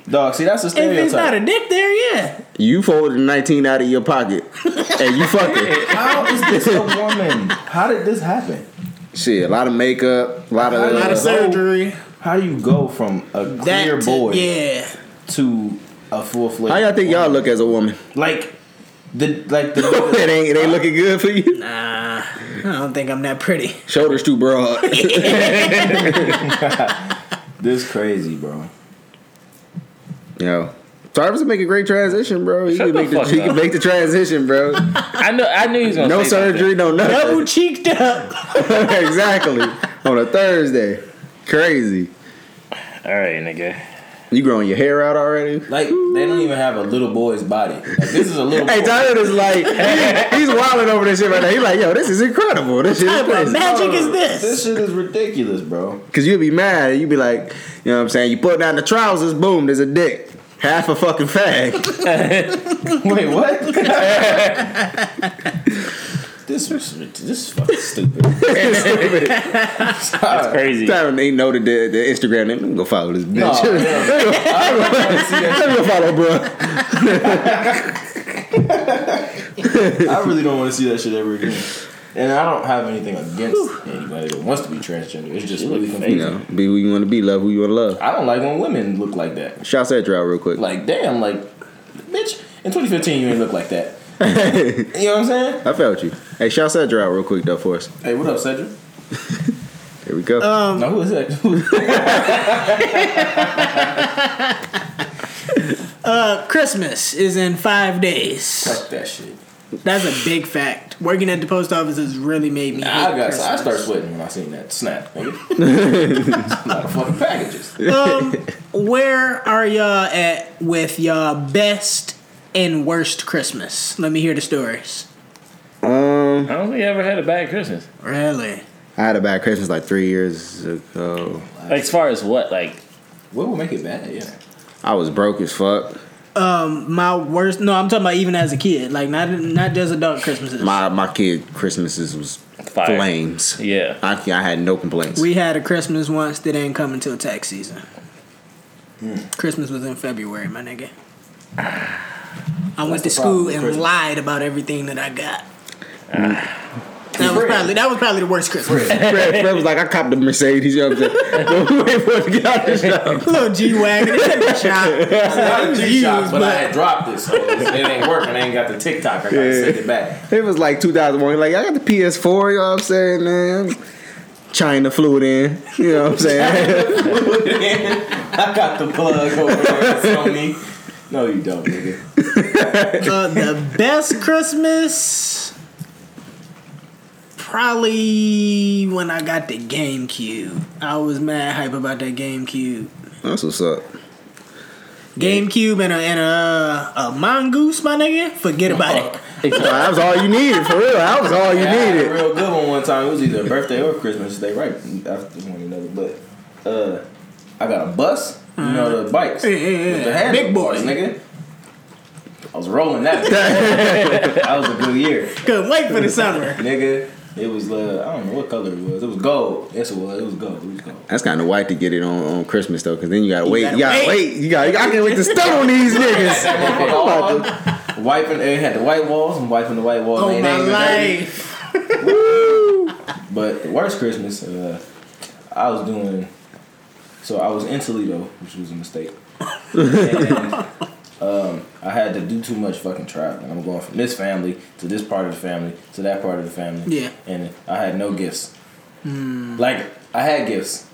[SPEAKER 4] dog, see that's a
[SPEAKER 3] If there's not
[SPEAKER 4] stereotype.
[SPEAKER 3] a dick there, yeah.
[SPEAKER 5] You folded 19 out of
[SPEAKER 2] (laughs)
[SPEAKER 5] your pocket. and you fucking.
[SPEAKER 4] How is this (laughs) a woman? How did this happen?
[SPEAKER 5] Shit, a lot of makeup, a lot of.
[SPEAKER 4] A
[SPEAKER 3] A lot of
[SPEAKER 4] Yeah.
[SPEAKER 3] surgery.
[SPEAKER 4] How do you go from a
[SPEAKER 3] That
[SPEAKER 4] Oh, clear
[SPEAKER 3] to-
[SPEAKER 4] boy
[SPEAKER 3] Yeah.
[SPEAKER 4] to a full fledged?
[SPEAKER 5] How y'all think y'all look as a (laughs) woman?
[SPEAKER 4] Like the like
[SPEAKER 5] (laughs)
[SPEAKER 4] the
[SPEAKER 5] it ain't it ain't looking good for you.
[SPEAKER 3] Nah. I don't think I'm
[SPEAKER 4] (laughs)
[SPEAKER 3] that pretty.
[SPEAKER 5] Shoulders too broad. (laughs)
[SPEAKER 4] this crazy, bro.
[SPEAKER 5] Yo. Jarvis would make a great transition, bro. He,
[SPEAKER 2] Shut
[SPEAKER 5] can
[SPEAKER 2] the
[SPEAKER 5] make, the,
[SPEAKER 2] fuck
[SPEAKER 5] he
[SPEAKER 2] up.
[SPEAKER 5] can make the transition, bro.
[SPEAKER 2] I know. I knew he was gonna.
[SPEAKER 5] No
[SPEAKER 2] say something.
[SPEAKER 5] surgery, no
[SPEAKER 3] Double
[SPEAKER 5] nothing.
[SPEAKER 3] cheeked up.
[SPEAKER 5] (laughs) exactly. On a Thursday. Crazy.
[SPEAKER 2] All right, nigga.
[SPEAKER 5] You growing your hair out already?
[SPEAKER 4] Like they don't even have a little boy's body. Like, this is a little.
[SPEAKER 5] Hey,
[SPEAKER 4] boy.
[SPEAKER 5] Tyler is like, he- he's wilding over this shit right now. He's like, yo, this is incredible. This shit is
[SPEAKER 3] Tyler,
[SPEAKER 5] crazy.
[SPEAKER 3] man. magic is this?
[SPEAKER 4] This shit is ridiculous,
[SPEAKER 5] (laughs)
[SPEAKER 4] bro.
[SPEAKER 5] Because you'd be mad and you'd be like, you know what I'm saying? You put down the trousers, boom, there's a dick. Half a fucking fag.
[SPEAKER 4] Wait,
[SPEAKER 5] (laughs)
[SPEAKER 4] what? this was this is fucking
[SPEAKER 5] (laughs)
[SPEAKER 4] stupid.
[SPEAKER 2] That's crazy.
[SPEAKER 5] Tyler ain't know the, the, the Instagram name. Let me go follow this
[SPEAKER 4] No,
[SPEAKER 5] bitch.
[SPEAKER 4] Oh, yeah.
[SPEAKER 5] Let me go follow, bro.
[SPEAKER 4] (laughs) I really don't want to see that shit ever again. And I don't have anything against anybody that wants to be transgender. It's just really
[SPEAKER 5] (laughs) You
[SPEAKER 4] confusing.
[SPEAKER 5] know, be who you want to be, love who you want to love.
[SPEAKER 4] I don't like when women look like that.
[SPEAKER 5] Shouts at you out real quick.
[SPEAKER 4] Like, damn, like, bitch, in 2015 you ain't look like that. You know what I'm saying?
[SPEAKER 5] I felt you. Hey, shouts at you out real quick, though, for us.
[SPEAKER 4] Hey, what up, Cedric?
[SPEAKER 5] Here we go.
[SPEAKER 3] Um,
[SPEAKER 4] No, who is that? (laughs) Who-
[SPEAKER 3] Uh, Christmas is in five days.
[SPEAKER 4] Fuck that shit.
[SPEAKER 3] That's a big fact. Working at the post office has really made me.
[SPEAKER 4] I
[SPEAKER 3] hate
[SPEAKER 4] got.
[SPEAKER 3] Christmas.
[SPEAKER 4] I started sweating when I seen that snap. Nigga. it's not fucking packages. (laughs)
[SPEAKER 3] um, where are y'all at with y'all best and worst Christmas? Let me hear the stories.
[SPEAKER 5] Um,
[SPEAKER 2] I don't think I ever had a bad Christmas.
[SPEAKER 3] Really?
[SPEAKER 5] I had a bad Christmas like three years ago.
[SPEAKER 2] Like, as far as what, like,
[SPEAKER 4] What would make it bad? Yeah.
[SPEAKER 5] I was broke as fuck.
[SPEAKER 3] Um, my worst. No, I'm talking about even as a kid. Like not not just adult Christmases.
[SPEAKER 5] My my kid Christmases was
[SPEAKER 2] Fire.
[SPEAKER 5] flames.
[SPEAKER 2] yeah.
[SPEAKER 5] I I had no complaints. (laughs)
[SPEAKER 3] we had a Christmas once that ain't come until tax season. Christmas was in February, my nigga. I went
[SPEAKER 4] the problem
[SPEAKER 3] to school
[SPEAKER 4] with
[SPEAKER 3] and
[SPEAKER 4] Christmas.
[SPEAKER 3] lied about everything that I got. That was probably that was probably the worst Christmas.
[SPEAKER 5] Fred, Fred was like, I copped the Mercedes. You know what (laughs) I'm saying? Wait for it to get out of the shop.
[SPEAKER 3] Little G wagon, it didn't shop.
[SPEAKER 4] I
[SPEAKER 3] was
[SPEAKER 4] got
[SPEAKER 3] used,
[SPEAKER 4] two shots, but, I
[SPEAKER 3] but-
[SPEAKER 4] had dropped it, so it ain't working. I ain't got the TikTok. I gotta
[SPEAKER 5] Yeah.
[SPEAKER 4] send it back.
[SPEAKER 5] It was like 2001. Like I got the PS4. You know what I'm saying, man. China flew it in. You know what I'm saying?
[SPEAKER 4] I got the plug over there, Sony. No, you don't, nigga.
[SPEAKER 3] Uh, the best Christmas, probably when I got the GameCube. I was mad hype about that GameCube.
[SPEAKER 5] That's what's up.
[SPEAKER 3] GameCube and a and a, a mongoose, my nigga. Forget about it.
[SPEAKER 5] That was all you needed for real. That was all you
[SPEAKER 4] I had a
[SPEAKER 5] needed.
[SPEAKER 4] real good one one time. It was either birthday or Christmas. They right after one another, but uh, I got a bus. You know the bikes,
[SPEAKER 3] Yeah, yeah, Mm-hmm.
[SPEAKER 4] (laughs)
[SPEAKER 3] yeah.
[SPEAKER 4] With the handle
[SPEAKER 3] Big boy.
[SPEAKER 4] boys, nigga. I was rolling that. that
[SPEAKER 3] (laughs)
[SPEAKER 4] was a good year.
[SPEAKER 3] Couldn't wait for the summer.
[SPEAKER 4] Nigga, it was uh, I don't know what color it was. It was gold. Yes, it was. It was gold. It was gold.
[SPEAKER 5] That's kind of white to get it on, on Christmas though, because then you gotta wait.
[SPEAKER 3] gotta
[SPEAKER 5] You gotta
[SPEAKER 3] wait.
[SPEAKER 5] wait. You got. I can't wait to stun on these
[SPEAKER 4] (laughs)
[SPEAKER 5] niggas.
[SPEAKER 4] All the- wiping, it had the white walls. I'm wiping the white walls.
[SPEAKER 3] Oh
[SPEAKER 4] Ain't
[SPEAKER 3] my
[SPEAKER 4] even dirty.
[SPEAKER 3] life.
[SPEAKER 4] But the worst Christmas, uh, I was doing. So I was in Toledo, which was a mistake. and um, I had to do too much fucking traveling. I'm going from this family to this part of the family to that part of the family.
[SPEAKER 3] Yeah. Hmm.
[SPEAKER 4] And I had no gifts. Like I had gifts,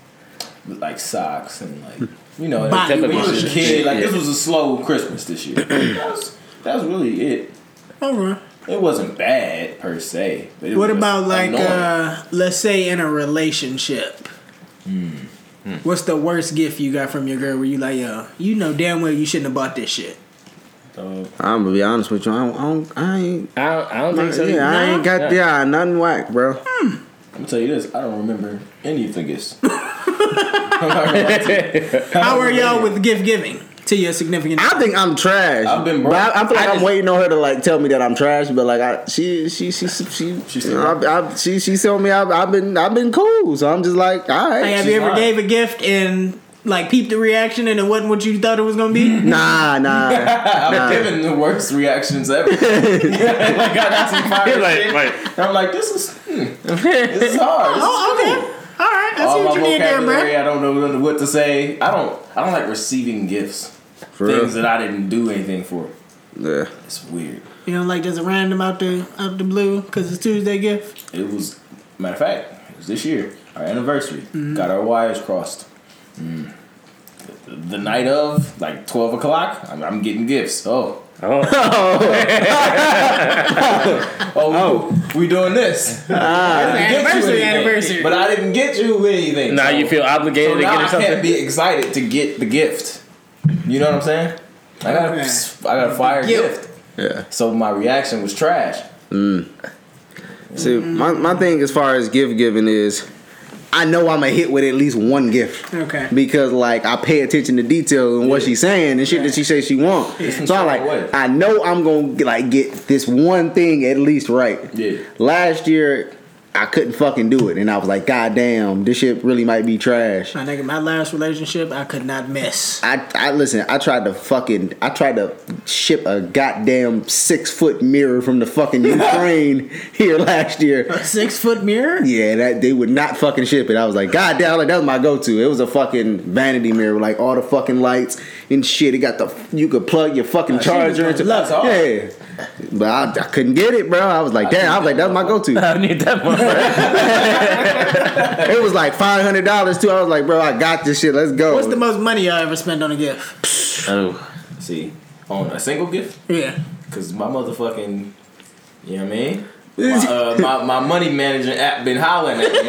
[SPEAKER 4] like socks and like you know.
[SPEAKER 3] Body
[SPEAKER 4] when you was a
[SPEAKER 2] wash.
[SPEAKER 4] kid, like this was a slow Christmas this year. that was that was really it.
[SPEAKER 3] Alright.
[SPEAKER 4] It wasn't bad per se. But it
[SPEAKER 3] What
[SPEAKER 4] was
[SPEAKER 3] about like
[SPEAKER 4] annoying. Hmm.
[SPEAKER 3] uh let's say in a relationship? What's the worst gift you got from your girl where you like, yo, you know damn well you shouldn't have bought this shit.
[SPEAKER 4] Uh,
[SPEAKER 5] I'm gonna be honest with you. I don't. I, don't, I ain't.
[SPEAKER 2] I don't, I don't think so.
[SPEAKER 5] yeah, I ain't got yeah. nothing whack, bro.
[SPEAKER 4] I'm gonna tell you this. I don't remember any (laughs)
[SPEAKER 3] (laughs)
[SPEAKER 4] figures. I'm not gonna lie to you.
[SPEAKER 3] How are y'all with gift giving to your significant
[SPEAKER 5] I think I'm trash.
[SPEAKER 4] I've been
[SPEAKER 5] but I, I feel
[SPEAKER 4] broke. I
[SPEAKER 5] like I am
[SPEAKER 4] just-
[SPEAKER 5] waiting on her to like tell me that I'm trash. But like, I she she she she she
[SPEAKER 4] She
[SPEAKER 5] she,
[SPEAKER 4] still
[SPEAKER 5] I, I, she, she told me I've, I've been I've been cool. So I'm just like, all right.
[SPEAKER 3] Like, have
[SPEAKER 4] she's
[SPEAKER 3] you ever
[SPEAKER 4] lying.
[SPEAKER 3] gave a gift and like peeped the reaction and it wasn't what you thought it was gonna be?
[SPEAKER 5] Nah,
[SPEAKER 4] (laughs)
[SPEAKER 5] nah.
[SPEAKER 4] I'm giving the worst reactions
[SPEAKER 3] (laughs)
[SPEAKER 4] ever. like I got some fire
[SPEAKER 2] Like-
[SPEAKER 4] shit.
[SPEAKER 2] like-
[SPEAKER 4] And I'm like, this is hmm, this is hard. This is
[SPEAKER 3] oh, okay. Alright, I see
[SPEAKER 4] all
[SPEAKER 3] what
[SPEAKER 4] my
[SPEAKER 3] you did there, bro.
[SPEAKER 4] vocabulary. I don't know what to say. I don't. I don't like receiving gifts.
[SPEAKER 5] For real.
[SPEAKER 4] Things that I didn't do anything for.
[SPEAKER 5] Yeah.
[SPEAKER 4] It's weird.
[SPEAKER 3] You know, like just a random out the out the blue because it's Tuesday gift.
[SPEAKER 4] It was matter of fact. It was this year. Our anniversary.
[SPEAKER 3] Mm-hmm.
[SPEAKER 4] Got our wires crossed. Mm. The night of, like twelve o'clock, I'm, I'm getting gifts. Oh,
[SPEAKER 2] Oh, (laughs)
[SPEAKER 4] (laughs) Oh, we- we doing this.
[SPEAKER 2] Ah.
[SPEAKER 4] I didn't get you
[SPEAKER 3] Anniversary,
[SPEAKER 4] anything.
[SPEAKER 3] anniversary.
[SPEAKER 4] But I didn't get you anything.
[SPEAKER 2] now
[SPEAKER 4] so-
[SPEAKER 2] you feel
[SPEAKER 4] so
[SPEAKER 2] obligated to
[SPEAKER 4] now
[SPEAKER 2] get
[SPEAKER 4] I
[SPEAKER 2] her
[SPEAKER 4] can't
[SPEAKER 2] something.
[SPEAKER 4] be excited to get the gift. You know what I'm saying? I got a,
[SPEAKER 3] Okay.
[SPEAKER 4] I got a fire gift.
[SPEAKER 5] Yeah.
[SPEAKER 4] So my reaction was trash.
[SPEAKER 5] See, my, my thing as far as gift giving is, I know I'm a hit with at least one gift.
[SPEAKER 3] Okay.
[SPEAKER 5] Because like I pay attention to detail and what she's saying and shit that she says she want. So I'm
[SPEAKER 4] Away.
[SPEAKER 5] like, I know I'm gonna like get this one thing at least right.
[SPEAKER 4] Yeah.
[SPEAKER 5] Last year, I couldn't fucking do it, and I was like, God damn, this shit really might be trash.
[SPEAKER 3] My nigga, my last relationship, I could not miss. (laughs)
[SPEAKER 5] I, I listen. I tried to fucking. I tried to ship a goddamn six foot mirror from
[SPEAKER 4] (laughs)
[SPEAKER 5] the fucking Ukraine here last year.
[SPEAKER 3] A six foot mirror?
[SPEAKER 5] Yeah, that they would not fucking ship it. I was like, God damn, like that was my go to. It was a fucking vanity mirror with like all the fucking lights and shit. It got the you could plug your fucking
[SPEAKER 4] she was
[SPEAKER 5] charger
[SPEAKER 4] gonna
[SPEAKER 5] into.
[SPEAKER 4] love
[SPEAKER 5] yeah, but I, I couldn't get it, bro. I was like, damn. I was like, that's my go
[SPEAKER 2] (laughs)
[SPEAKER 5] to.
[SPEAKER 2] I need that one.
[SPEAKER 5] It was like five hundred dollars too. I was like, bro, I got this shit. Let's go.
[SPEAKER 3] What's the most money I ever spent on a gift?
[SPEAKER 2] oh,
[SPEAKER 4] See, on a single gift,
[SPEAKER 3] (laughs) Yeah.
[SPEAKER 4] because my motherfucking, you know what I mean? My, uh, my, my money management app been hollering at me. Yo, (laughs)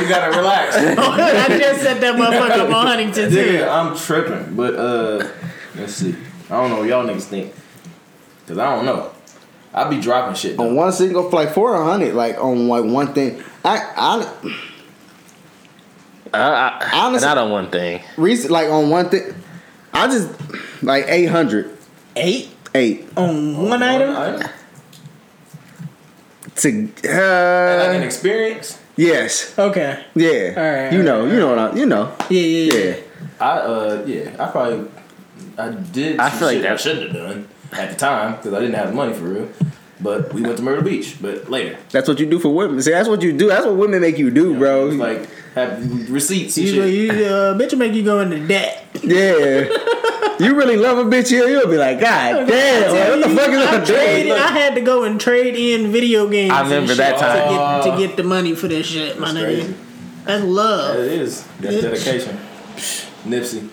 [SPEAKER 4] you gotta
[SPEAKER 2] (laughs)
[SPEAKER 4] relax.
[SPEAKER 3] Oh, I just set (laughs) that motherfucker up on Huntington too.
[SPEAKER 4] Nigga, I'm tripping. But, uh, let's see. I don't know what y'all niggas think. Because I don't know. I be dropping shit.
[SPEAKER 5] on
[SPEAKER 4] Though.
[SPEAKER 5] one single like four hundred like on like one thing. I I
[SPEAKER 2] I, I,
[SPEAKER 5] Honestly-
[SPEAKER 2] not on one thing.
[SPEAKER 5] recent like on one thing. I just like eight hundred
[SPEAKER 3] Eight
[SPEAKER 5] eight
[SPEAKER 3] on one item?
[SPEAKER 4] Item?
[SPEAKER 5] to
[SPEAKER 4] Like an
[SPEAKER 5] uh,
[SPEAKER 4] experience.
[SPEAKER 5] yes.
[SPEAKER 3] Okay.
[SPEAKER 5] Yeah.
[SPEAKER 3] Alright,
[SPEAKER 5] you know, you know what I, you know.
[SPEAKER 3] Yeah, yeah, yeah.
[SPEAKER 5] Yeah.
[SPEAKER 4] I uh yeah, I probably I did.
[SPEAKER 2] I
[SPEAKER 4] some
[SPEAKER 2] feel like
[SPEAKER 4] shit
[SPEAKER 2] that-
[SPEAKER 4] I shouldn't have done at the time because I didn't have the money for real. But we went to Myrtle Beach, but later.
[SPEAKER 5] That's what you do for women. See, that's what you do. That's what women make you do, bro.
[SPEAKER 4] It was like have receipts and
[SPEAKER 3] You,
[SPEAKER 4] shit.
[SPEAKER 3] you, uh, bitch will make you go into debt.
[SPEAKER 5] yeah. (laughs) you really love a bitch here, you'll
[SPEAKER 3] (laughs)
[SPEAKER 5] be like, God damn, like, what the fuck is
[SPEAKER 3] I
[SPEAKER 5] up,
[SPEAKER 3] traded.
[SPEAKER 5] doing?
[SPEAKER 3] I had to go and trade in video games.
[SPEAKER 2] I
[SPEAKER 3] and
[SPEAKER 2] remember
[SPEAKER 3] shit
[SPEAKER 2] that time.
[SPEAKER 3] to get, to get the money for this shit, my
[SPEAKER 4] That's
[SPEAKER 3] nigga.
[SPEAKER 4] crazy.
[SPEAKER 3] That's
[SPEAKER 4] That
[SPEAKER 5] Oh.
[SPEAKER 3] love.
[SPEAKER 4] is that's
[SPEAKER 3] Bitch.
[SPEAKER 4] dedication. Nipsey.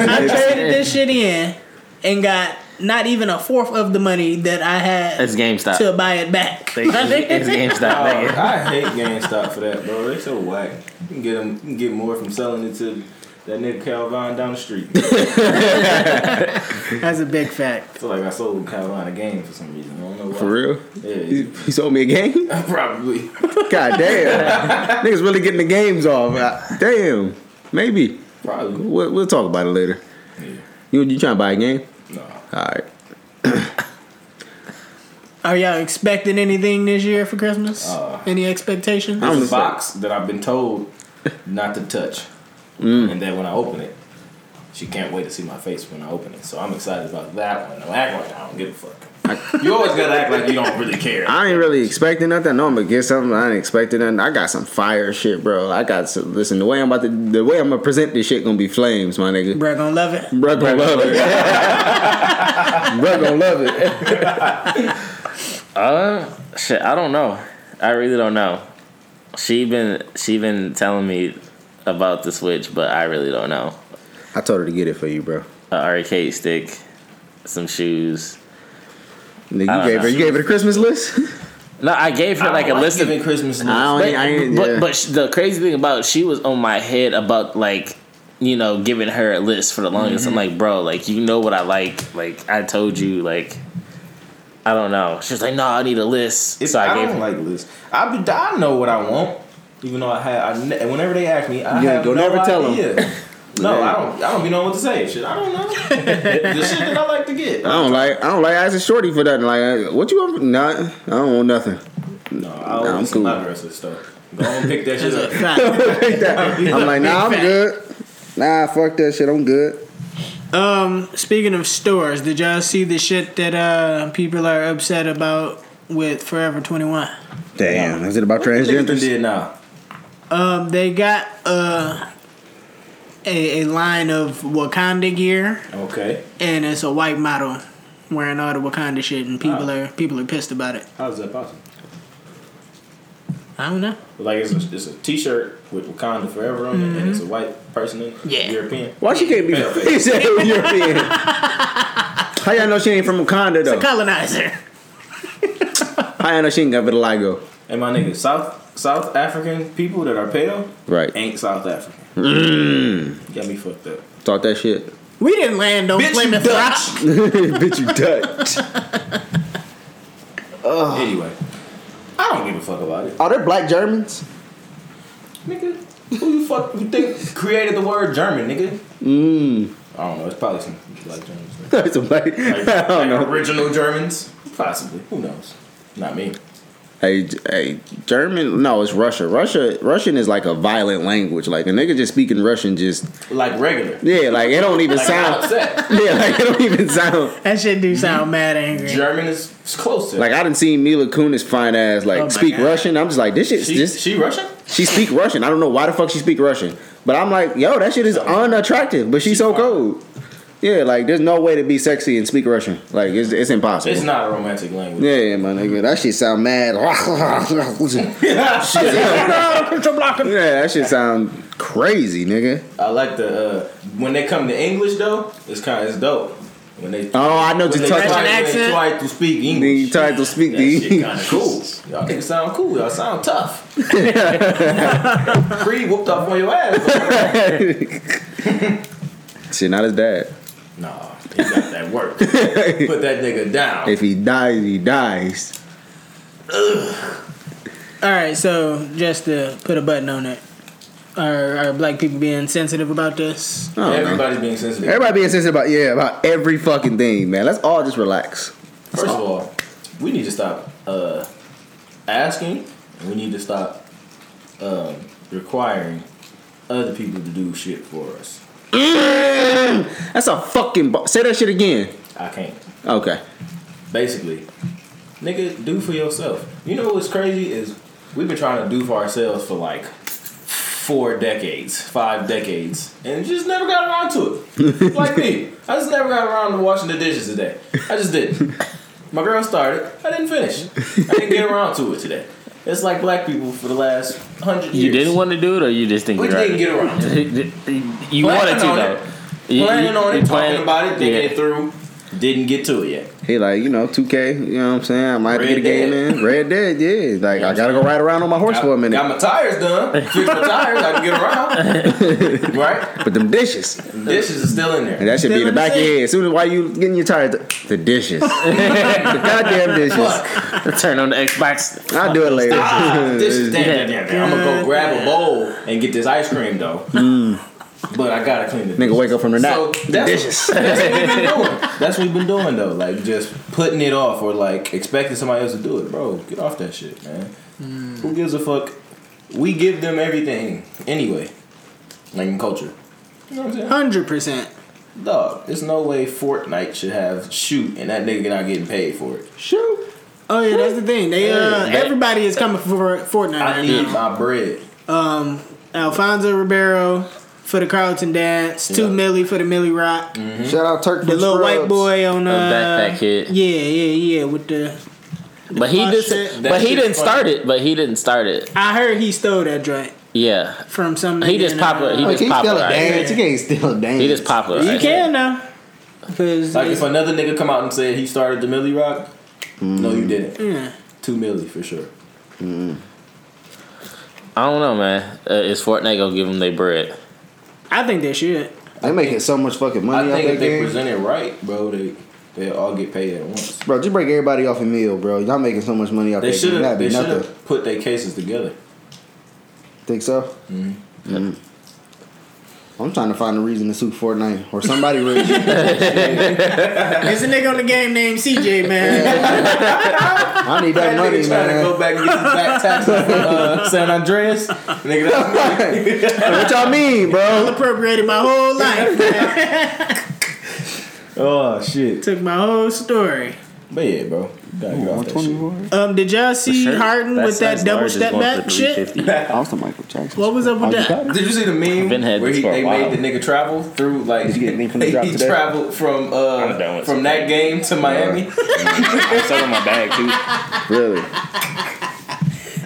[SPEAKER 3] I traded this shit in and got not even a fourth of the money that I had
[SPEAKER 2] It's GameStop.
[SPEAKER 3] to buy it back.
[SPEAKER 2] They- it's
[SPEAKER 4] Oh,
[SPEAKER 2] GameStop. nigga.
[SPEAKER 4] I hate GameStop for that, bro. They so whack. You can get them. You can get more from selling it to that nigga Calvin down the street. I
[SPEAKER 3] That's a big fact.
[SPEAKER 4] feel like I sold Calvin a game for some reason. I don't know why.
[SPEAKER 5] (laughs) For real?
[SPEAKER 4] Yeah,
[SPEAKER 5] (laughs) You you sold me a game?
[SPEAKER 4] probably.
[SPEAKER 5] God (laughs) damn. Niggas really getting the games off. I- Damn. Maybe.
[SPEAKER 4] Probably.
[SPEAKER 5] We'll, we'll talk about it later.
[SPEAKER 4] Yeah.
[SPEAKER 5] You, you trying to buy a game?
[SPEAKER 4] No.
[SPEAKER 5] All right.
[SPEAKER 3] Are y'all expecting anything this year for Christmas?
[SPEAKER 4] Uh,
[SPEAKER 3] Any expectations?
[SPEAKER 5] I'm
[SPEAKER 4] There's
[SPEAKER 5] just
[SPEAKER 4] a box that I've been told not to touch,
[SPEAKER 5] Mm.
[SPEAKER 4] and then when I open it, she can't wait to see my face when I open it. So I'm excited about that one. Don't act like I don't give a fuck. you always gotta act like you don't really care.
[SPEAKER 5] I ain't really expecting nothing. I know I'm gonna get something. I ain't expecting nothing. I got some fire shit, bro. I got some, listen. The way I'm about to, the way I'm gonna present this shit gonna be flames, my nigga.
[SPEAKER 3] Bruh, gonna love it.
[SPEAKER 5] Bro gonna love (laughs) it. bro gonna love it.
[SPEAKER 2] Uh, shit, I don't know. I really don't know. She been she been telling me about the Switch, but I really don't know.
[SPEAKER 5] I told her to get it for you, bro.
[SPEAKER 2] A arcade stick, some shoes.
[SPEAKER 5] Nigga,
[SPEAKER 2] I
[SPEAKER 5] you
[SPEAKER 2] don't
[SPEAKER 5] gave
[SPEAKER 2] know.
[SPEAKER 5] her, you gave her the Christmas list.
[SPEAKER 2] No, I gave her like a list of.
[SPEAKER 4] giving Christmas
[SPEAKER 5] I
[SPEAKER 4] lists.
[SPEAKER 5] (laughs) don't.
[SPEAKER 2] But,
[SPEAKER 5] I ain't,
[SPEAKER 2] but,
[SPEAKER 5] yeah.
[SPEAKER 2] but sh- the crazy thing about it, she was on my head about like you know giving her a list for the longest. I'm like, bro, like you know what I like. Like I told you, like I don't know. She's like, no, I need a list.
[SPEAKER 4] It's,
[SPEAKER 2] so I,
[SPEAKER 4] I,
[SPEAKER 2] gave
[SPEAKER 4] don't
[SPEAKER 2] her.
[SPEAKER 4] like lists. I be, I know what I want, even though I have. I ne- whenever they ask me, I
[SPEAKER 5] You ain't
[SPEAKER 4] have
[SPEAKER 5] gonna
[SPEAKER 4] no
[SPEAKER 5] never tell 'em. (laughs)
[SPEAKER 4] idea. No, I don't. I don't be knowing what to say. Shit, I don't know. the shit that I like to get.
[SPEAKER 5] I don't like. I don't like asking Shorty for nothing. Like, I- what you want? Nah, I don't want nothing.
[SPEAKER 4] No, I always
[SPEAKER 5] I'm
[SPEAKER 4] nah,
[SPEAKER 5] cool.
[SPEAKER 4] my dresses stuff. Go on, pick that shit
[SPEAKER 3] That's a
[SPEAKER 4] up. (laughs)
[SPEAKER 3] fact.
[SPEAKER 5] I'm like, nah, I'm good. Nah, fuck that shit. I'm good.
[SPEAKER 3] Um, speaking of stores, did y'all see the shit that uh people are upset about with Forever Twenty One?
[SPEAKER 5] Damn, is it about
[SPEAKER 4] Niggas
[SPEAKER 5] transgenders?
[SPEAKER 4] did now.
[SPEAKER 3] Um, they got uh a, a line of Wakanda gear,
[SPEAKER 4] Okay.
[SPEAKER 3] and it's a white model wearing all the Wakanda shit, and
[SPEAKER 4] Oh.
[SPEAKER 3] people are people are pissed about it.
[SPEAKER 4] How is that possible?
[SPEAKER 3] I don't know.
[SPEAKER 4] Like it's a, it's a T-shirt with Wakanda forever on it, and it's a white person in it,
[SPEAKER 3] Yeah.
[SPEAKER 4] European.
[SPEAKER 5] Why she can't be He said European? (laughs) How y'all know she ain't from Wakanda
[SPEAKER 3] The
[SPEAKER 5] though?
[SPEAKER 3] colonizer. (laughs)
[SPEAKER 5] How y'all know she ain't got vitiligo?
[SPEAKER 4] And my nigga, South South African people that are pale
[SPEAKER 5] Right.
[SPEAKER 4] ain't South African.
[SPEAKER 5] Mm.
[SPEAKER 4] Got me fucked up.
[SPEAKER 5] Thought that shit.
[SPEAKER 3] We didn't land on
[SPEAKER 4] Bitch,
[SPEAKER 3] flaming
[SPEAKER 4] you Dutch.
[SPEAKER 3] Fry.
[SPEAKER 5] Bitch, you Dutch.
[SPEAKER 4] Ah. Anyway, I don't give a fuck about it,
[SPEAKER 5] Are there black Germans? (laughs)
[SPEAKER 4] nigga. Who you fuck you think created the word German, nigga?
[SPEAKER 5] Mmm.
[SPEAKER 4] I don't know. It's probably some black Germans. nigga.
[SPEAKER 5] That's a black.
[SPEAKER 4] Like,
[SPEAKER 5] (laughs) I
[SPEAKER 4] like
[SPEAKER 5] don't know.
[SPEAKER 4] Original Germans, possibly. Who knows? Not me.
[SPEAKER 5] Hey, G- hey, German? No, it's Russia. Russia, Russian is like a violent language. Like a nigga just speaking Russian, just
[SPEAKER 4] Like regular.
[SPEAKER 5] yeah, like it don't even
[SPEAKER 4] Like uh, I'm
[SPEAKER 5] sound.
[SPEAKER 4] upset.
[SPEAKER 5] (laughs) Yeah, like it don't even sound.
[SPEAKER 3] That shit
[SPEAKER 4] Mm-hmm.
[SPEAKER 3] do sound mad angry.
[SPEAKER 4] German is is close to.
[SPEAKER 5] Like I didn't see Mila Kunis fine ass like
[SPEAKER 3] Oh my
[SPEAKER 5] speak
[SPEAKER 3] God.
[SPEAKER 5] Russian. I'm just like this shit.
[SPEAKER 4] she,
[SPEAKER 5] This
[SPEAKER 4] she Russian?
[SPEAKER 5] she speak Russian. I don't know why the fuck she speak Russian, but I'm like yo, that shit is unattractive. But she's so
[SPEAKER 4] fine.
[SPEAKER 5] cold. Yeah, like there's no way to be sexy and speak Russian. Like it's it's impossible.
[SPEAKER 4] It's not a romantic language.
[SPEAKER 5] (laughs) Yeah, yeah, my nigga, that shit sound mad. (laughs) Shit sound- yeah, that shit sound crazy, nigga.
[SPEAKER 4] (laughs) I like the uh, when they come to English though. It's kind of it's dope when they.
[SPEAKER 5] Oh, I know what
[SPEAKER 4] when they
[SPEAKER 5] you're talking
[SPEAKER 4] try,
[SPEAKER 5] about.
[SPEAKER 4] when they
[SPEAKER 3] accent.
[SPEAKER 4] try to speak
[SPEAKER 5] Then you
[SPEAKER 4] English.
[SPEAKER 5] tried to speak
[SPEAKER 4] That shit
[SPEAKER 5] the
[SPEAKER 4] kind of cool. Y'all niggas sound cool. Y'all sound tough. Creed whooped up on your ass.
[SPEAKER 5] shit. Not his dad.
[SPEAKER 4] nah, he got that work. Put that nigga down.
[SPEAKER 5] If he dies, he dies.
[SPEAKER 3] All right, so just to put a button on it, are, are black people being sensitive about this?
[SPEAKER 5] I don't know.
[SPEAKER 4] Everybody's being sensitive.
[SPEAKER 5] Everybody being sensitive about yeah about every fucking thing, man. Let's all just relax.
[SPEAKER 4] First of all, we need to stop uh, asking. And we need to stop um, requiring other people to do shit for us.
[SPEAKER 5] That's a fucking bo- say that shit again.
[SPEAKER 4] I can't.
[SPEAKER 5] Okay.
[SPEAKER 4] basically, nigga, do for yourself. You know what's crazy is we've been trying to do for ourselves for like four decades, five decades, and just never got around to it. like me, I just never got around to washing the dishes today. I just didn't. My girl started. I didn't finish. I didn't get around to it today. It's like black people for the last hundred years.
[SPEAKER 2] You didn't want to do it, or you just didn't
[SPEAKER 4] We
[SPEAKER 2] get
[SPEAKER 4] didn't
[SPEAKER 2] around.
[SPEAKER 4] get around. to it.
[SPEAKER 2] it. (laughs) you
[SPEAKER 4] Planning
[SPEAKER 2] wanted to
[SPEAKER 4] on
[SPEAKER 2] though. You- you-
[SPEAKER 4] Planning on
[SPEAKER 2] you
[SPEAKER 4] it,
[SPEAKER 2] plan-
[SPEAKER 4] talking about it, thinking
[SPEAKER 2] yeah.
[SPEAKER 4] it through. Didn't get to it yet.
[SPEAKER 5] He like you know 2K. You know what I'm saying? I might get a
[SPEAKER 4] Red
[SPEAKER 5] game
[SPEAKER 4] Dead.
[SPEAKER 5] in Red Dead. Yeah. Like I gotta go ride around on my horse
[SPEAKER 4] I
[SPEAKER 5] for a minute.
[SPEAKER 4] Got my tires done. Fixed my tires. I can get around.
[SPEAKER 5] (laughs)
[SPEAKER 4] right?
[SPEAKER 5] But them dishes.
[SPEAKER 4] Dishes is still in there.
[SPEAKER 5] And that should be in the
[SPEAKER 3] Still in
[SPEAKER 5] back
[SPEAKER 3] the
[SPEAKER 5] of your
[SPEAKER 3] sink.
[SPEAKER 5] head. As soon as why you getting your tires, the (laughs) dishes, the goddamn dishes.
[SPEAKER 2] Turn on the Xbox.
[SPEAKER 5] I'll do it later.
[SPEAKER 4] Ah,
[SPEAKER 5] (laughs)
[SPEAKER 4] dishes. Damn,
[SPEAKER 2] Yeah.
[SPEAKER 4] damn, damn, damn. I'm gonna go grab a bowl and get this ice cream though. But I gotta clean the
[SPEAKER 5] Mm. Nigga,
[SPEAKER 4] dishes.
[SPEAKER 5] wake up from the nap.
[SPEAKER 4] So
[SPEAKER 5] the
[SPEAKER 4] that's-
[SPEAKER 5] dishes.
[SPEAKER 4] That's what we've
[SPEAKER 5] (laughs)
[SPEAKER 4] been doing. That's what we've been doing though. Like just putting it off or like expecting somebody else to do it, bro. Get off that shit, man. Who gives a fuck? We give them everything anyway. Like in culture. You know what I'm saying?
[SPEAKER 3] Hundred percent.
[SPEAKER 4] Dog, there's no way Fortnite should have shoot and that nigga not getting paid for it.
[SPEAKER 5] Shoot.
[SPEAKER 3] Oh yeah, that's the thing. They uh,
[SPEAKER 2] Yeah.
[SPEAKER 3] everybody is coming for Fortnite
[SPEAKER 4] I
[SPEAKER 3] right
[SPEAKER 4] need
[SPEAKER 3] now.
[SPEAKER 4] my bread.
[SPEAKER 3] Um, Alfonso Ribeiro for the Carlton dance, two
[SPEAKER 4] Yeah.
[SPEAKER 3] Millie for the Millie Rock,
[SPEAKER 2] Mm-hmm.
[SPEAKER 5] Shout out Turk.
[SPEAKER 3] the
[SPEAKER 5] from
[SPEAKER 3] little
[SPEAKER 5] Scrubs.
[SPEAKER 3] white boy on uh,
[SPEAKER 2] Backpack Kid.
[SPEAKER 3] Yeah, yeah, yeah. With the,
[SPEAKER 2] But he
[SPEAKER 3] Fuck
[SPEAKER 2] just.
[SPEAKER 3] shit.
[SPEAKER 2] But
[SPEAKER 4] That
[SPEAKER 2] he
[SPEAKER 4] shit
[SPEAKER 2] didn't
[SPEAKER 4] funny.
[SPEAKER 2] start it. But he didn't start it.
[SPEAKER 3] I heard he stole that joint
[SPEAKER 2] Yeah.
[SPEAKER 3] from some.
[SPEAKER 2] He
[SPEAKER 3] nigga
[SPEAKER 2] just
[SPEAKER 3] in,
[SPEAKER 2] popular. He
[SPEAKER 3] uh,
[SPEAKER 5] Like,
[SPEAKER 2] just
[SPEAKER 5] he Oh, still a
[SPEAKER 2] popular.
[SPEAKER 5] dance. You can't still a dance.
[SPEAKER 2] He just popular.
[SPEAKER 3] Mm. you can now, because
[SPEAKER 4] Like if another nigga come out and said he started the Millie Rock, no you didn't.
[SPEAKER 3] yeah.
[SPEAKER 4] Two Millie for sure.
[SPEAKER 2] I don't know, man. Uh, is Fortnite gonna give them their bread?
[SPEAKER 3] I think they should.
[SPEAKER 5] They making so much fucking
[SPEAKER 4] I
[SPEAKER 5] money
[SPEAKER 4] think
[SPEAKER 5] off that
[SPEAKER 4] if they
[SPEAKER 5] game.
[SPEAKER 4] present it right, bro, they they all get paid at once.
[SPEAKER 5] bro, just break everybody off a meal, bro. Y'all making so much money off
[SPEAKER 4] They
[SPEAKER 5] that game.
[SPEAKER 4] should have
[SPEAKER 5] That'd
[SPEAKER 4] they
[SPEAKER 5] be
[SPEAKER 4] should
[SPEAKER 5] nothing.
[SPEAKER 4] have put their cases together.
[SPEAKER 5] Think so? Mm-hmm. I'm trying to find a reason to sue Fortnite or
[SPEAKER 6] (laughs)
[SPEAKER 5] somebody rich.
[SPEAKER 3] There's a nigga on the game named
[SPEAKER 2] (laughs)
[SPEAKER 3] CJ, man.
[SPEAKER 5] I need that
[SPEAKER 4] That
[SPEAKER 5] money,
[SPEAKER 4] nigga trying to
[SPEAKER 5] (laughs) man.
[SPEAKER 4] go back and get his (laughs) back taxes from uh, San Andreas. (laughs) Nigga, that's
[SPEAKER 5] what y'all mean, bro?
[SPEAKER 3] Appropriated my whole
[SPEAKER 2] (laughs)
[SPEAKER 3] life. man.
[SPEAKER 4] oh shit.
[SPEAKER 3] Took my whole story.
[SPEAKER 4] But yeah, bro, you gotta get off that shit.
[SPEAKER 3] Um, did y'all see Harden with that double step back shit? (laughs)
[SPEAKER 5] Also, Michael Jackson.
[SPEAKER 3] What was up with that?
[SPEAKER 4] Did you see the meme
[SPEAKER 2] been had
[SPEAKER 4] where
[SPEAKER 2] this
[SPEAKER 4] he,
[SPEAKER 2] for a
[SPEAKER 4] they
[SPEAKER 2] while.
[SPEAKER 4] made the nigga travel through like
[SPEAKER 5] Did you get anything from
[SPEAKER 4] (laughs)
[SPEAKER 5] the
[SPEAKER 4] he
[SPEAKER 5] drop today?
[SPEAKER 4] traveled from
[SPEAKER 2] I'm done
[SPEAKER 4] uh
[SPEAKER 2] with
[SPEAKER 4] from that game to
[SPEAKER 2] (laughs)
[SPEAKER 4] Miami?
[SPEAKER 2] I'm still in my bag too.
[SPEAKER 5] Really?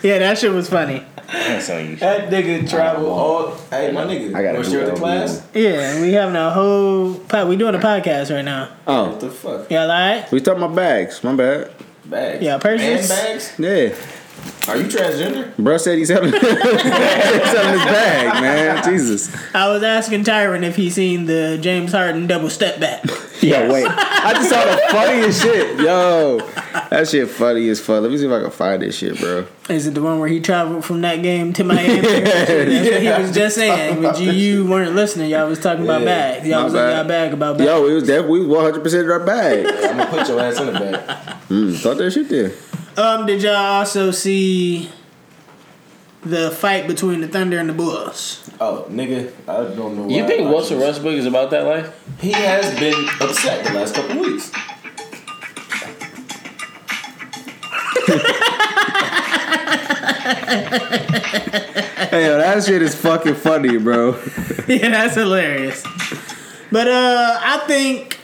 [SPEAKER 3] Yeah, that shit was funny.
[SPEAKER 2] I ain't selling you shit.
[SPEAKER 4] That nigga traveled all. Hey, my nigga,
[SPEAKER 5] I gotta
[SPEAKER 4] when
[SPEAKER 5] do
[SPEAKER 4] you were in
[SPEAKER 5] that
[SPEAKER 4] the class,
[SPEAKER 5] one.
[SPEAKER 3] Yeah, we having a whole pod. We doing a podcast right now.
[SPEAKER 4] what
[SPEAKER 5] Oh,
[SPEAKER 4] the fuck?
[SPEAKER 3] Y'all alright?
[SPEAKER 5] we talking about bags. My bad.
[SPEAKER 4] Bags.
[SPEAKER 3] Yeah, purses.
[SPEAKER 4] Man bags.
[SPEAKER 5] Yeah.
[SPEAKER 4] Are you transgender?
[SPEAKER 1] Bruh said he's having, (laughs) he's having his bag, man. Jesus.
[SPEAKER 3] I was asking Tyron if he seen the James Harden double step back.
[SPEAKER 1] Yo, wait. I just saw the funniest shit. Yo, that shit funny as fuck. Let me see if I can find this shit, bro. (laughs)
[SPEAKER 3] Is it the one where he traveled from that game to Miami? That's what he
[SPEAKER 1] (laughs)
[SPEAKER 3] was just saying. But you, you weren't listening. Y'all was talking about
[SPEAKER 4] Yeah,
[SPEAKER 3] bags. Y'all
[SPEAKER 1] my
[SPEAKER 3] was in
[SPEAKER 1] bad.
[SPEAKER 3] y'all bag about bags.
[SPEAKER 1] Yo, it was that we 100 percent in our bag.
[SPEAKER 4] I'm gonna put your ass in the back.
[SPEAKER 1] Mm, thought that shit there.
[SPEAKER 3] Um, did y'all also see the fight between the Thunder and the Bulls?
[SPEAKER 4] Oh, nigga, I don't know. Why
[SPEAKER 2] You think
[SPEAKER 4] I-
[SPEAKER 2] Russell Westbrook is about that life?
[SPEAKER 4] He has been upset the last couple weeks.
[SPEAKER 1] Hey, yo, that shit is fucking funny, bro.
[SPEAKER 3] (laughs) yeah, that's hilarious. But uh, I think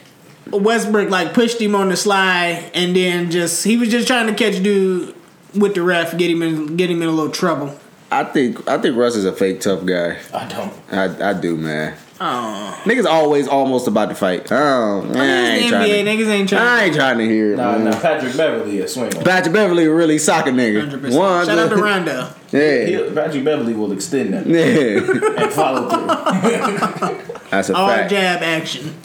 [SPEAKER 3] Westbrook like pushed him on the slide, and then just he was just trying to catch dude with the ref, get him in, get him in a little trouble.
[SPEAKER 1] I think I think Russ is a fake tough guy.
[SPEAKER 4] I don't.
[SPEAKER 1] I, I do, man.
[SPEAKER 3] Oh,
[SPEAKER 1] Niggas always almost about to fight. Oh, man, I ain't
[SPEAKER 3] NBA
[SPEAKER 1] trying to.
[SPEAKER 3] niggas ain't
[SPEAKER 1] I
[SPEAKER 3] trying.
[SPEAKER 1] ain't trying to hear it,
[SPEAKER 4] Nah,
[SPEAKER 1] man.
[SPEAKER 5] Mm.
[SPEAKER 4] nah. Patrick Beverly a swing.
[SPEAKER 1] Patrick Beverly really soccer nigga.
[SPEAKER 3] 100%.
[SPEAKER 1] One,
[SPEAKER 3] Shout out to
[SPEAKER 1] two-
[SPEAKER 4] (laughs)
[SPEAKER 3] Rondo.
[SPEAKER 1] Yeah.
[SPEAKER 4] He- Patrick Beverly will extend that
[SPEAKER 1] Yeah. (laughs)
[SPEAKER 4] and follow through.
[SPEAKER 1] That's a
[SPEAKER 3] All
[SPEAKER 1] fact.
[SPEAKER 3] jab action.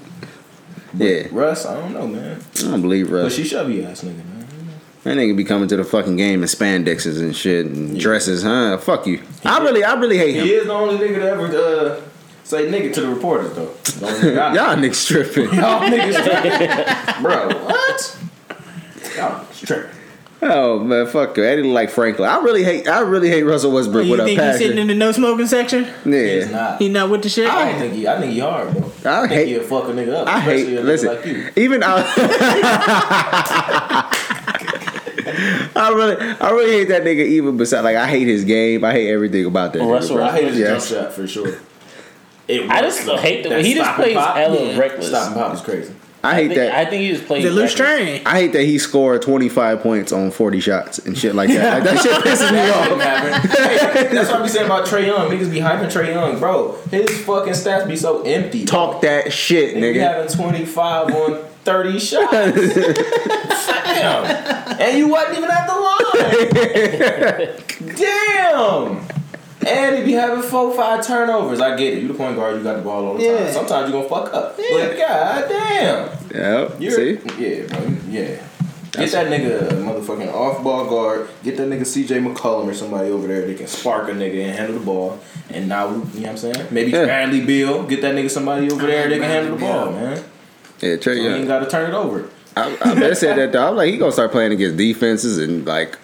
[SPEAKER 1] Yeah.
[SPEAKER 4] Russ, I don't know, man.
[SPEAKER 1] I don't believe
[SPEAKER 4] But
[SPEAKER 1] Russ.
[SPEAKER 4] she chubby ass nigga, man.
[SPEAKER 1] That nigga be coming to the fucking game in spandexes and shit and dresses, huh? Fuck you. I really, I really hate him.
[SPEAKER 4] He is the only nigga to ever uh, say nigga to the reporters though. The only nigga I know.
[SPEAKER 1] Y'all niggas
[SPEAKER 4] (laughs)
[SPEAKER 1] tripping.
[SPEAKER 4] Y'all niggas,
[SPEAKER 1] (laughs)
[SPEAKER 4] bro. What? Y'all tripping.
[SPEAKER 1] Oh man, fuck you. I didn't like Franklin. I really hate. I really hate Russell Westbrook
[SPEAKER 3] Oh, You
[SPEAKER 1] with a
[SPEAKER 3] think he's sitting
[SPEAKER 1] passion.
[SPEAKER 3] in the no smoking section?
[SPEAKER 4] He's
[SPEAKER 1] Yeah,
[SPEAKER 4] not.
[SPEAKER 3] He not with the shit.
[SPEAKER 4] I don't think he. I think he hard, bro.
[SPEAKER 1] I
[SPEAKER 4] think
[SPEAKER 1] hate-
[SPEAKER 4] he'll fuck a nigga up.
[SPEAKER 1] I hate.
[SPEAKER 4] especially a nigga
[SPEAKER 1] Listen,
[SPEAKER 4] Like you.
[SPEAKER 1] even I. I really, I really hate that nigga. Even besides, like, I hate his game. I hate everything about that. nigga,
[SPEAKER 2] Russell
[SPEAKER 1] bro.
[SPEAKER 4] I hate his
[SPEAKER 1] Yeah.
[SPEAKER 4] jump shot for sure. It
[SPEAKER 2] I just
[SPEAKER 4] works,
[SPEAKER 2] hate the
[SPEAKER 4] though.
[SPEAKER 2] way he
[SPEAKER 4] That
[SPEAKER 2] just
[SPEAKER 4] stop and
[SPEAKER 2] plays
[SPEAKER 4] pop,
[SPEAKER 2] hella reckless.
[SPEAKER 4] Stop and pop is crazy.
[SPEAKER 1] I
[SPEAKER 2] I
[SPEAKER 1] hate
[SPEAKER 2] think,
[SPEAKER 1] that.
[SPEAKER 2] I think he just plays
[SPEAKER 3] The loose
[SPEAKER 2] reckless.
[SPEAKER 3] train.
[SPEAKER 1] I hate that he scored 25 points on 40 shots and shit like that. Like, that shit pisses
[SPEAKER 2] (laughs)
[SPEAKER 1] me off.
[SPEAKER 4] Hey, that's what I be saying about Trey Young. Niggas be hyping Trey Young, bro. His fucking stats be so empty.
[SPEAKER 1] Talk that shit,
[SPEAKER 4] Nigga
[SPEAKER 1] nigga.
[SPEAKER 4] having 25 on 30 shots.
[SPEAKER 1] (laughs)
[SPEAKER 4] Damn. And you wasn't even at the line. Damn. And he be having four, five turnovers. I get it. You the point guard. You got the ball all the
[SPEAKER 3] Yeah.
[SPEAKER 4] time. Sometimes you gonna fuck up. But god damn.
[SPEAKER 1] Yep.
[SPEAKER 4] You're,
[SPEAKER 1] See?
[SPEAKER 4] Yeah, bro. Yeah. Get that nigga a motherfucking off ball guard. Get that nigga CJ McCollum or somebody over there that can spark a nigga and handle the ball. And now, you know what I'm saying? Maybe
[SPEAKER 1] Yeah.
[SPEAKER 4] Bradley Bill. Get that nigga somebody over there that can handle the ball, man.
[SPEAKER 1] Yeah, Trey
[SPEAKER 4] You ain't
[SPEAKER 1] Young.
[SPEAKER 4] gotta turn it over.
[SPEAKER 1] I, I better said that though. I'm like, he gonna start playing against defenses and like,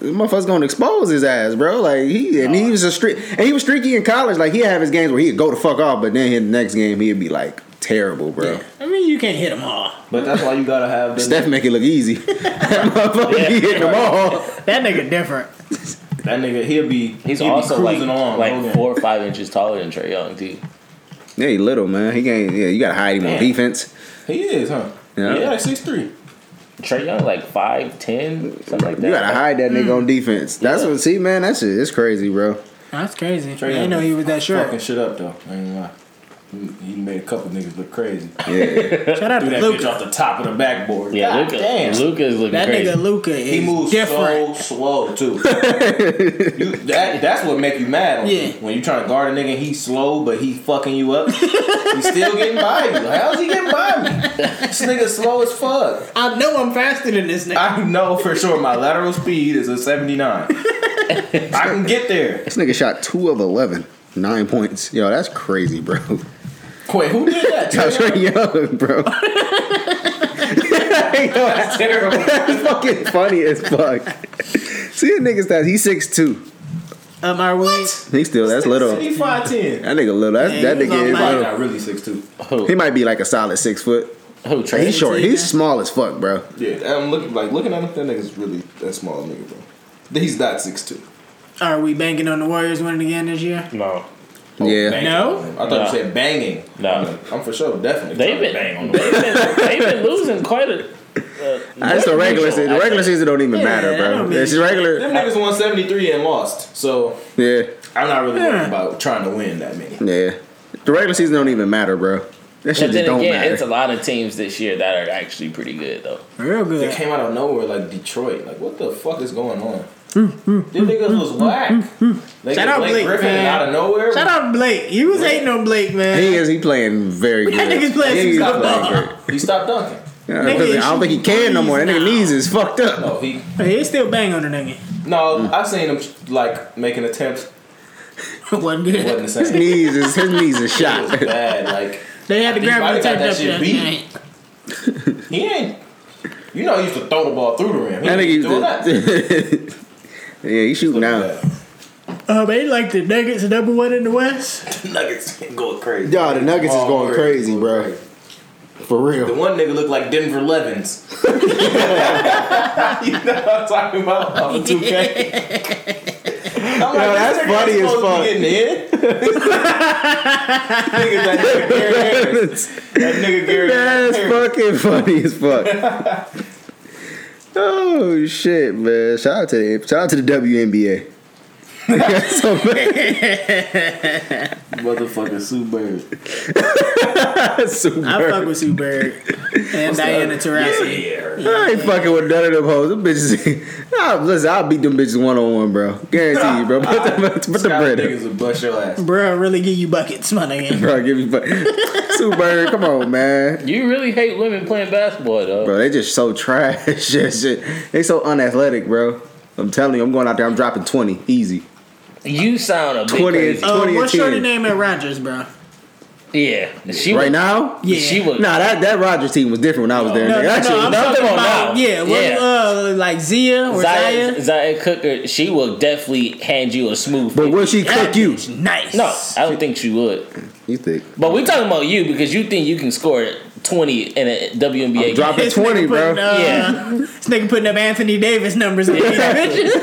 [SPEAKER 1] this motherfucker's gonna expose his ass, bro. Like he and he was a streak and he was streaky in college. Like he'd have his games where he'd go the fuck off, but then his next game he'd be like terrible, bro.
[SPEAKER 3] I mean, you can't hit them all.
[SPEAKER 4] But that's why you gotta have them,
[SPEAKER 1] Steph make it look easy. (laughs) that motherfucker be hitting them all.
[SPEAKER 3] That nigga different.
[SPEAKER 4] that nigga. He'll be
[SPEAKER 2] He's
[SPEAKER 4] he'll be
[SPEAKER 2] also like,
[SPEAKER 4] cruising on the whole
[SPEAKER 2] like
[SPEAKER 4] game.
[SPEAKER 2] four or five inches taller than Trey Young too.
[SPEAKER 1] Yeah, he little man. He can't. Yeah, you gotta hide him on
[SPEAKER 2] Damn.
[SPEAKER 1] defense.
[SPEAKER 4] He is, huh?
[SPEAKER 1] Yeah.
[SPEAKER 4] Yeah, like six three.
[SPEAKER 2] Trey Young like five ten, something like that.
[SPEAKER 1] You gotta hide that nigga on defense. That's what. See, man, that shit is crazy, bro.
[SPEAKER 3] That's crazy.
[SPEAKER 4] Trey
[SPEAKER 3] I didn't know
[SPEAKER 4] Young
[SPEAKER 3] he was that
[SPEAKER 4] Fucking
[SPEAKER 3] short.
[SPEAKER 4] shit up though. I ain't gonna lie. He- He made a couple niggas look
[SPEAKER 2] (laughs)
[SPEAKER 4] crazy.
[SPEAKER 1] Yeah,
[SPEAKER 3] Shout out
[SPEAKER 4] Threw
[SPEAKER 3] to
[SPEAKER 4] that bitch
[SPEAKER 3] Luca.
[SPEAKER 4] off the top of the backboard.
[SPEAKER 2] Yeah,
[SPEAKER 4] God
[SPEAKER 2] Luca.
[SPEAKER 4] damn.
[SPEAKER 2] Luca's looking
[SPEAKER 3] That
[SPEAKER 2] crazy.
[SPEAKER 3] nigga Luca
[SPEAKER 4] He
[SPEAKER 3] is
[SPEAKER 4] moves
[SPEAKER 3] different.
[SPEAKER 4] so slow
[SPEAKER 2] (laughs)
[SPEAKER 4] too. you, that that's what make you mad. On
[SPEAKER 3] Yeah.
[SPEAKER 4] you. when you trying to guard a nigga, and he's slow, but he fucking you
[SPEAKER 2] (laughs)
[SPEAKER 4] up. he's still getting by you. Like, How's he getting by me? This nigga slow as fuck.
[SPEAKER 3] I know I'm faster than this nigga.
[SPEAKER 4] (laughs) I know for sure my lateral speed is a seventy nine. I can get there.
[SPEAKER 1] this nigga shot two of 11, nine points. Yo, that's crazy, bro.
[SPEAKER 4] Wait, who did that?
[SPEAKER 1] That's Trey Young, bro. (laughs) Yo,
[SPEAKER 4] Terrible.
[SPEAKER 1] that's fucking funny as fuck. See a nigga stats. He's 6'2.
[SPEAKER 3] Um, are we?
[SPEAKER 1] He still that's little.
[SPEAKER 4] He five ten.
[SPEAKER 1] That nigga little. That's,
[SPEAKER 3] Yeah,
[SPEAKER 1] that
[SPEAKER 3] he was
[SPEAKER 1] nigga
[SPEAKER 3] on
[SPEAKER 1] is
[SPEAKER 3] my-
[SPEAKER 1] little.
[SPEAKER 4] Not really six two.
[SPEAKER 1] He might be like a solid six foot.
[SPEAKER 2] Who Trey?
[SPEAKER 1] He's short. He's small as fuck, bro.
[SPEAKER 4] Yeah, I'm looking like looking at him. That nigga's really that small nigga, bro. He's not six two.
[SPEAKER 3] Are we banking on the Warriors winning again this year?
[SPEAKER 2] No,
[SPEAKER 1] Yeah.
[SPEAKER 3] No?
[SPEAKER 4] I thought
[SPEAKER 2] No.
[SPEAKER 4] you said banging.
[SPEAKER 2] No.
[SPEAKER 4] I'm, like, I'm for sure, definitely. trying
[SPEAKER 2] they've
[SPEAKER 4] to
[SPEAKER 2] been
[SPEAKER 4] bang on
[SPEAKER 2] they've been they've been losing quite a. Uh,
[SPEAKER 1] That's the regular season. The regular season don't even
[SPEAKER 3] Yeah,
[SPEAKER 1] matter,
[SPEAKER 3] I
[SPEAKER 1] bro.
[SPEAKER 3] don't
[SPEAKER 1] It's
[SPEAKER 3] mean-
[SPEAKER 1] regular.
[SPEAKER 4] Them niggas won 73 and lost, so
[SPEAKER 1] Yeah.
[SPEAKER 4] I'm not really
[SPEAKER 3] Yeah.
[SPEAKER 4] worried about trying to win that many.
[SPEAKER 1] Yeah. The regular season don't even matter, bro. That shit
[SPEAKER 2] But
[SPEAKER 1] just
[SPEAKER 2] then
[SPEAKER 1] don't
[SPEAKER 2] again,
[SPEAKER 1] matter.
[SPEAKER 2] it's a lot of teams this year that are actually pretty good though.
[SPEAKER 3] Real
[SPEAKER 4] They
[SPEAKER 3] good.
[SPEAKER 4] came out of nowhere like Detroit. Like, what the fuck is going on?
[SPEAKER 3] Hmm,
[SPEAKER 4] Them niggas was whack. They
[SPEAKER 3] Shout
[SPEAKER 4] get
[SPEAKER 3] out Blake,
[SPEAKER 4] Griffin
[SPEAKER 3] man.
[SPEAKER 4] out of nowhere.
[SPEAKER 3] Shout out Blake. You was hating on Blake, man.
[SPEAKER 1] He is. He playing very good.
[SPEAKER 3] That nigga's playing
[SPEAKER 1] Yeah,
[SPEAKER 3] some
[SPEAKER 1] he's
[SPEAKER 3] good
[SPEAKER 1] playing
[SPEAKER 3] ball.
[SPEAKER 1] great.
[SPEAKER 4] He stopped dunking.
[SPEAKER 1] Yeah,
[SPEAKER 3] Nigga,
[SPEAKER 1] because I don't think he can no more. That nigga
[SPEAKER 3] now.
[SPEAKER 1] knees is fucked up.
[SPEAKER 4] No, he
[SPEAKER 3] Hey, He still bang on the nigga. (laughs)
[SPEAKER 4] no. I seen him like making attempts.
[SPEAKER 3] Wasn't
[SPEAKER 4] It
[SPEAKER 3] good.
[SPEAKER 4] wasn't the
[SPEAKER 1] (laughs) His
[SPEAKER 4] same. It
[SPEAKER 1] knees is his knees is
[SPEAKER 4] was
[SPEAKER 1] shot.
[SPEAKER 4] bad. Like
[SPEAKER 3] They had to
[SPEAKER 4] He
[SPEAKER 3] grab
[SPEAKER 4] probably
[SPEAKER 3] the
[SPEAKER 4] got
[SPEAKER 3] tape
[SPEAKER 4] that
[SPEAKER 3] up
[SPEAKER 4] shit
[SPEAKER 3] that
[SPEAKER 4] beat.
[SPEAKER 3] night.
[SPEAKER 4] he ain't. You know, he used to throw the ball through the rim. He
[SPEAKER 1] That
[SPEAKER 4] ain't
[SPEAKER 1] nigga
[SPEAKER 4] doing that.
[SPEAKER 1] used to. (laughs) Yeah, he
[SPEAKER 4] (laughs)
[SPEAKER 1] shooting now.
[SPEAKER 3] Uh, they like the Nuggets number one in the West.
[SPEAKER 4] Nuggets going crazy.
[SPEAKER 1] Y'all, the Nuggets is
[SPEAKER 4] Oh,
[SPEAKER 1] going
[SPEAKER 4] word.
[SPEAKER 1] crazy, bro. For
[SPEAKER 4] The
[SPEAKER 1] real.
[SPEAKER 4] one nigga looked like Denver (laughs) Levens. you know what I'm talking about? Off of
[SPEAKER 1] (laughs)
[SPEAKER 4] 2K. I'm like,
[SPEAKER 1] Yo, that's
[SPEAKER 4] this nigga
[SPEAKER 1] funny
[SPEAKER 4] ain't supposed to
[SPEAKER 1] as fuck.
[SPEAKER 4] be
[SPEAKER 1] (laughs)
[SPEAKER 4] Getting in. Niggas like that nigga Gary Harris.
[SPEAKER 1] (laughs)
[SPEAKER 4] That nigga Gary (laughs)
[SPEAKER 1] That's
[SPEAKER 4] Harris.
[SPEAKER 1] fucking funny as fuck. Oh shit, man! Shout out to the shout out to
[SPEAKER 4] (laughs)
[SPEAKER 1] the WNBA. That's so bad.
[SPEAKER 4] Motherfucking Sue Bird.
[SPEAKER 1] That's so
[SPEAKER 3] I
[SPEAKER 1] bad.
[SPEAKER 3] fuck with Sue Bird and Diana Taurasi.
[SPEAKER 4] Yeah.
[SPEAKER 1] I ain't fucking with none of them hoes. Them bitches. (laughs) Nah, listen, I'll beat them bitches one on one, bro. Guarantee you, bro. Put the, put the
[SPEAKER 4] Scott
[SPEAKER 1] bread up.
[SPEAKER 4] niggas would bust your ass.
[SPEAKER 3] Bro, really give you buckets, my
[SPEAKER 1] (laughs)
[SPEAKER 3] nigga.
[SPEAKER 1] Bro, give me (laughs) Sue Bird, come on, man.
[SPEAKER 2] You really hate women playing basketball, though.
[SPEAKER 1] Bro, they just so trash. (laughs) shit, shit. They so unathletic, bro. I'm telling you, I'm going out there, I'm dropping 20. Easy.
[SPEAKER 2] You sound a bit
[SPEAKER 1] 20
[SPEAKER 2] crazy.
[SPEAKER 1] is-
[SPEAKER 3] Uh,
[SPEAKER 1] 20 and
[SPEAKER 3] what's your
[SPEAKER 1] 10.
[SPEAKER 3] name at Rogers, bro?
[SPEAKER 2] Yeah, she
[SPEAKER 1] Right
[SPEAKER 2] was,
[SPEAKER 1] now?
[SPEAKER 3] Yeah.
[SPEAKER 2] She was.
[SPEAKER 1] Nah, that, that Rogers team was different when I was there.
[SPEAKER 3] No,
[SPEAKER 1] nigga.
[SPEAKER 3] no,
[SPEAKER 1] That shit
[SPEAKER 3] no,
[SPEAKER 1] was
[SPEAKER 3] I'm
[SPEAKER 1] dope.
[SPEAKER 3] talking
[SPEAKER 2] come on
[SPEAKER 3] about
[SPEAKER 2] now.
[SPEAKER 3] yeah, what,
[SPEAKER 2] Yeah.
[SPEAKER 3] uh, like Zia or Zaya.
[SPEAKER 2] Zaya, Zaya Cooker, she will definitely hand you a smooth.
[SPEAKER 1] But will she
[SPEAKER 3] That
[SPEAKER 1] cook you?
[SPEAKER 3] bitch Nice.
[SPEAKER 2] No, I don't think she would.
[SPEAKER 1] You think?
[SPEAKER 2] But we're talking about you because you think you can score 20 in a WNBA game.
[SPEAKER 1] Drop it
[SPEAKER 3] This nigga
[SPEAKER 1] 20, bro. (laughs)
[SPEAKER 3] putting, uh,
[SPEAKER 2] Yeah.
[SPEAKER 3] This nigga putting up Anthony Davis numbers in these bitches.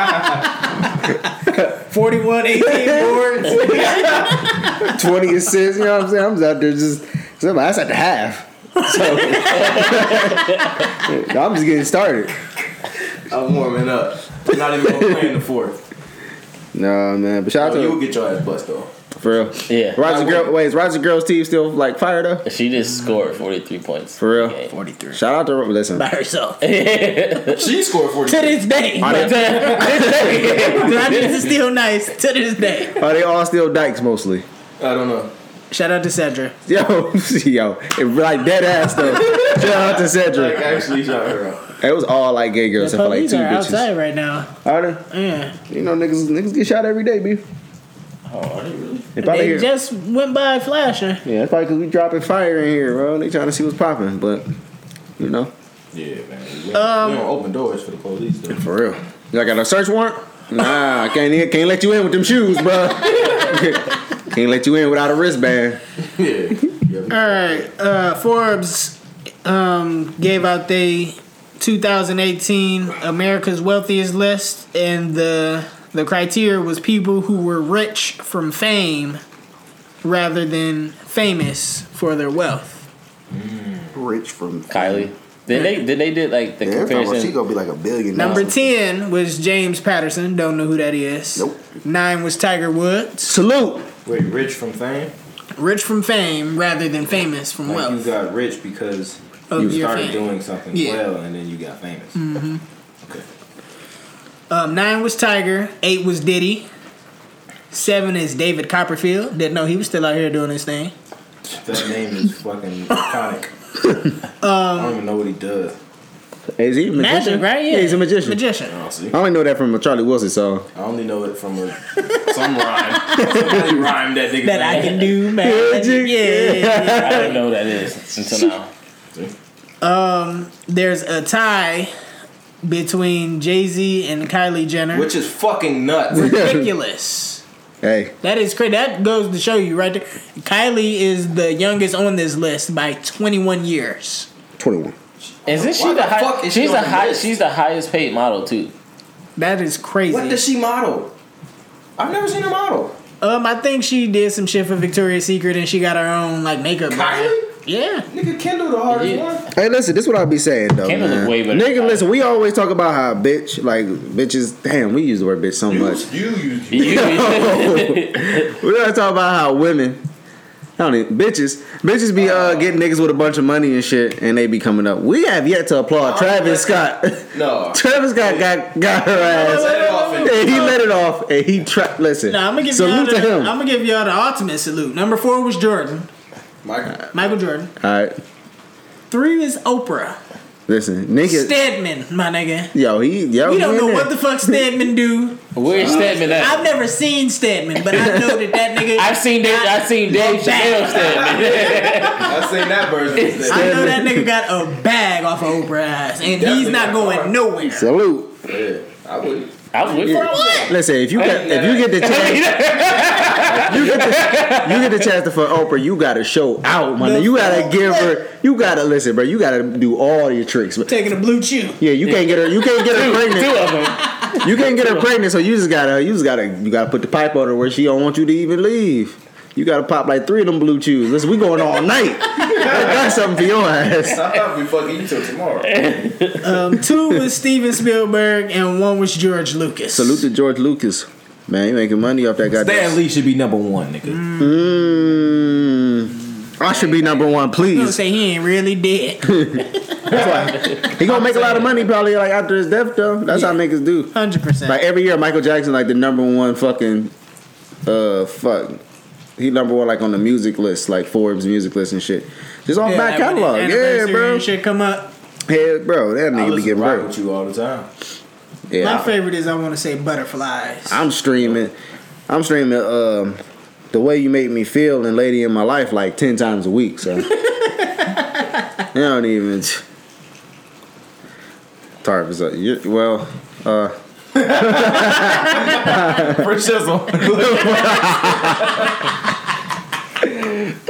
[SPEAKER 3] (laughs) 41, (laughs) 18 boards.
[SPEAKER 1] 20 assists, you know what I'm saying? I'm out there just, somebody, that's at the half. So, (laughs) I'm just getting started.
[SPEAKER 4] I'm warming up. I'm not even going to play in the
[SPEAKER 3] (laughs)
[SPEAKER 4] fourth.
[SPEAKER 1] No, man. But shout out
[SPEAKER 4] Oh, you would
[SPEAKER 1] to
[SPEAKER 4] get your ass bust though.
[SPEAKER 1] For real.
[SPEAKER 2] Yeah.
[SPEAKER 1] Roger Girl, wait, is Roger Girl's team still like fire though?
[SPEAKER 2] She just scored 43 points. (laughs)
[SPEAKER 1] For real?
[SPEAKER 2] Okay.
[SPEAKER 3] 43.
[SPEAKER 1] Shout out to listen.
[SPEAKER 3] By herself. To
[SPEAKER 4] She scored 40.
[SPEAKER 3] this day.
[SPEAKER 1] Are they,
[SPEAKER 3] (laughs) Rogers is still nice to this day.
[SPEAKER 1] are they all still dykes mostly? (laughs)
[SPEAKER 4] I don't know.
[SPEAKER 3] Shout out to Cedra.
[SPEAKER 1] Yo, (laughs) yo, it, like dead
[SPEAKER 3] (laughs)
[SPEAKER 1] ass though. Shout out to
[SPEAKER 4] Like
[SPEAKER 1] Cedric.
[SPEAKER 4] actually shot her out.
[SPEAKER 1] It was all like gay girls
[SPEAKER 3] The
[SPEAKER 1] except for like
[SPEAKER 3] police
[SPEAKER 1] two
[SPEAKER 3] are
[SPEAKER 1] bitches.
[SPEAKER 3] outside right now.
[SPEAKER 1] Are they?
[SPEAKER 3] Yeah.
[SPEAKER 1] You know, niggas, niggas get shot every day, b. They probably
[SPEAKER 3] They
[SPEAKER 1] here.
[SPEAKER 3] just went by flashing.
[SPEAKER 1] yeah, that's probably because we dropping fire in here, bro. They trying to see what's popping, but you know,
[SPEAKER 4] Yeah, man. We,
[SPEAKER 3] Um,
[SPEAKER 4] we don't open doors for the police though.
[SPEAKER 1] for real. Y'all got a search warrant? Nah, I can't can't let you in with them shoes, bro. (laughs) can't let you in without a wristband.
[SPEAKER 4] (laughs) Yeah. yeah we-
[SPEAKER 3] All right. Uh, Forbes um, gave out the 2018 America's Wealthiest list, and the the criteria was people who were rich from fame rather than famous for their wealth.
[SPEAKER 6] Rich from
[SPEAKER 2] Kylie. Then they then they did like the
[SPEAKER 6] Yeah, every time she
[SPEAKER 2] comparison.
[SPEAKER 6] gonna be like a billionaire.
[SPEAKER 3] Number ten was James Patterson. Don't know who that is.
[SPEAKER 6] Nope.
[SPEAKER 3] Nine was Tiger Woods.
[SPEAKER 1] Salute.
[SPEAKER 4] Wait, rich from fame?
[SPEAKER 3] Rich from fame rather than famous from
[SPEAKER 4] Like you
[SPEAKER 3] wealth.
[SPEAKER 4] got rich because
[SPEAKER 3] Of
[SPEAKER 4] you
[SPEAKER 3] your
[SPEAKER 4] started
[SPEAKER 3] fame.
[SPEAKER 4] doing something
[SPEAKER 3] uh, Yeah. Mm-hmm.
[SPEAKER 4] well and then you got famous. Okay.
[SPEAKER 3] Um, nine was Tiger. Eight was Diddy. Seven is David Copperfield. Didn't know he was still out here doing his thing.
[SPEAKER 4] That name is fucking
[SPEAKER 3] (laughs)
[SPEAKER 4] iconic.
[SPEAKER 3] Um,
[SPEAKER 4] I don't even know what he does.
[SPEAKER 1] Is he a magician?
[SPEAKER 3] Magic, right?
[SPEAKER 1] Yeah, he's a magician.
[SPEAKER 4] Oh, I
[SPEAKER 3] Magician.
[SPEAKER 4] don't see.
[SPEAKER 1] I only know that from a Charlie Wilson song.
[SPEAKER 4] I only know it from a, (laughs) some rhyme. Somebody rhymed that nigga.
[SPEAKER 3] That I can do magic.
[SPEAKER 1] Magic,
[SPEAKER 3] Yeah. yeah, yeah.
[SPEAKER 2] I don't know who that is until now.
[SPEAKER 3] There's a tie between Jay Z and Kylie Jenner.
[SPEAKER 4] Which is fucking nuts.
[SPEAKER 3] (laughs) ridiculous.
[SPEAKER 1] Hey,
[SPEAKER 3] That is crazy. That goes to show you right there. Kylie is the youngest on this list by 21 years.
[SPEAKER 1] 21.
[SPEAKER 2] Isn't she
[SPEAKER 4] Why
[SPEAKER 2] the,
[SPEAKER 4] the
[SPEAKER 2] high,
[SPEAKER 4] fuck is she
[SPEAKER 2] she's
[SPEAKER 4] on
[SPEAKER 2] the
[SPEAKER 4] the
[SPEAKER 2] high,
[SPEAKER 4] list?
[SPEAKER 2] she's the highest paid model too.
[SPEAKER 3] That is crazy.
[SPEAKER 4] What does she model? I've never seen her model.
[SPEAKER 3] um, I think she did some shit for Victoria's Secret and she got her own like makeup. brand.
[SPEAKER 4] Kylie?
[SPEAKER 3] Yeah.
[SPEAKER 4] Nigga, Kendall the hardest
[SPEAKER 2] Yeah.
[SPEAKER 4] one.
[SPEAKER 1] Hey, listen, this is what I be saying though.
[SPEAKER 2] Kendall look
[SPEAKER 1] Man.
[SPEAKER 2] way better than
[SPEAKER 1] Nigga,
[SPEAKER 2] Kylie.
[SPEAKER 1] listen, we always talk about how bitch, like bitches, damn, we use the word bitch so much.
[SPEAKER 4] You, you, you.
[SPEAKER 2] You- (laughs)
[SPEAKER 1] we always talk about how women don't even, bitches, bitches be uh, getting niggas with a bunch of money and shit, and they be coming up. We have yet to
[SPEAKER 3] Oh,
[SPEAKER 1] applaud Travis Scott. (laughs)
[SPEAKER 4] (laughs) No.
[SPEAKER 1] Travis Scott got got her
[SPEAKER 4] Let
[SPEAKER 1] ass,
[SPEAKER 4] it off and-
[SPEAKER 1] and he let it off, and he tried. Listen,
[SPEAKER 3] Nah, I'm gonna give y'all
[SPEAKER 1] salute
[SPEAKER 3] the,
[SPEAKER 1] to him.
[SPEAKER 3] I'm gonna give y'all the ultimate salute. Number four was Jordan, Uh,
[SPEAKER 4] Michael.
[SPEAKER 3] Michael Jordan.
[SPEAKER 1] All right,
[SPEAKER 3] Three is Oprah.
[SPEAKER 1] listen, nigga.
[SPEAKER 3] Stedman, my nigga.
[SPEAKER 1] yo, he yo.
[SPEAKER 3] We
[SPEAKER 1] he
[SPEAKER 3] don't
[SPEAKER 1] in
[SPEAKER 3] know
[SPEAKER 1] there.
[SPEAKER 3] what the fuck Stedman do.
[SPEAKER 2] Where's Stedman at?
[SPEAKER 3] I've never seen Stedman, but I know that that nigga.
[SPEAKER 2] (laughs) I've seen Dave. I've seen Dave Chappelle Stedman.
[SPEAKER 4] I seen that version. instead.
[SPEAKER 3] I know that nigga got a bag off of Oprah ass, and he's
[SPEAKER 4] Definitely
[SPEAKER 3] not
[SPEAKER 4] got
[SPEAKER 3] going
[SPEAKER 4] car.
[SPEAKER 3] nowhere.
[SPEAKER 1] Salute.
[SPEAKER 4] Yeah, I would.
[SPEAKER 2] I would.
[SPEAKER 1] Listen, if you got, if you get the chance, you get the, you get the chance to fuck Oprah, you gotta show out, my nigga. You gotta give her, you gotta listen, bro. You gotta do all your tricks. But
[SPEAKER 3] Taking a blue chew.
[SPEAKER 1] yeah, you can't get her, you can't get her
[SPEAKER 2] (laughs) Two
[SPEAKER 1] pregnant.
[SPEAKER 2] of them.
[SPEAKER 1] You can't get her pregnant, so you just gotta, you just gotta, you gotta put the pipe on her where she don't want you to even leave. You gotta pop like three of them blue chews. Listen, we going all night. I got something for your ass.
[SPEAKER 4] I thought we fucking you till tomorrow.
[SPEAKER 3] Um, two (laughs) was Steven Spielberg, and one was George Lucas.
[SPEAKER 1] Salute to George Lucas, man. You making money off that
[SPEAKER 4] Stan
[SPEAKER 1] goddamn.
[SPEAKER 4] Lee should be number one, nigga.
[SPEAKER 1] Mm, I should be number one,
[SPEAKER 3] You
[SPEAKER 1] please.
[SPEAKER 3] don't say he ain't really dead.
[SPEAKER 1] That's why he gonna make a lot of money probably like after his death though. That's how niggas do.
[SPEAKER 3] Hundred
[SPEAKER 1] Like
[SPEAKER 3] percent.
[SPEAKER 1] every year, Michael Jackson like the number one fucking uh fuck. He number one like on the music list, like Forbes music list and shit. Just off back catalog, yeah, bro.
[SPEAKER 3] Shit come up.
[SPEAKER 1] Yeah, bro, that
[SPEAKER 4] I
[SPEAKER 1] nigga be
[SPEAKER 4] listen
[SPEAKER 1] getting
[SPEAKER 4] to rock
[SPEAKER 1] broke.
[SPEAKER 4] with you all the time. (laughs)
[SPEAKER 1] Yeah,
[SPEAKER 3] My favorite is I want to say butterflies.
[SPEAKER 1] I'm streaming. I'm streaming. Um, the way you make me feel and lady in my life like ten times a
[SPEAKER 3] (laughs)
[SPEAKER 1] week. So I don't even. Tarp is like, you- well, uh,
[SPEAKER 4] French Shizzle.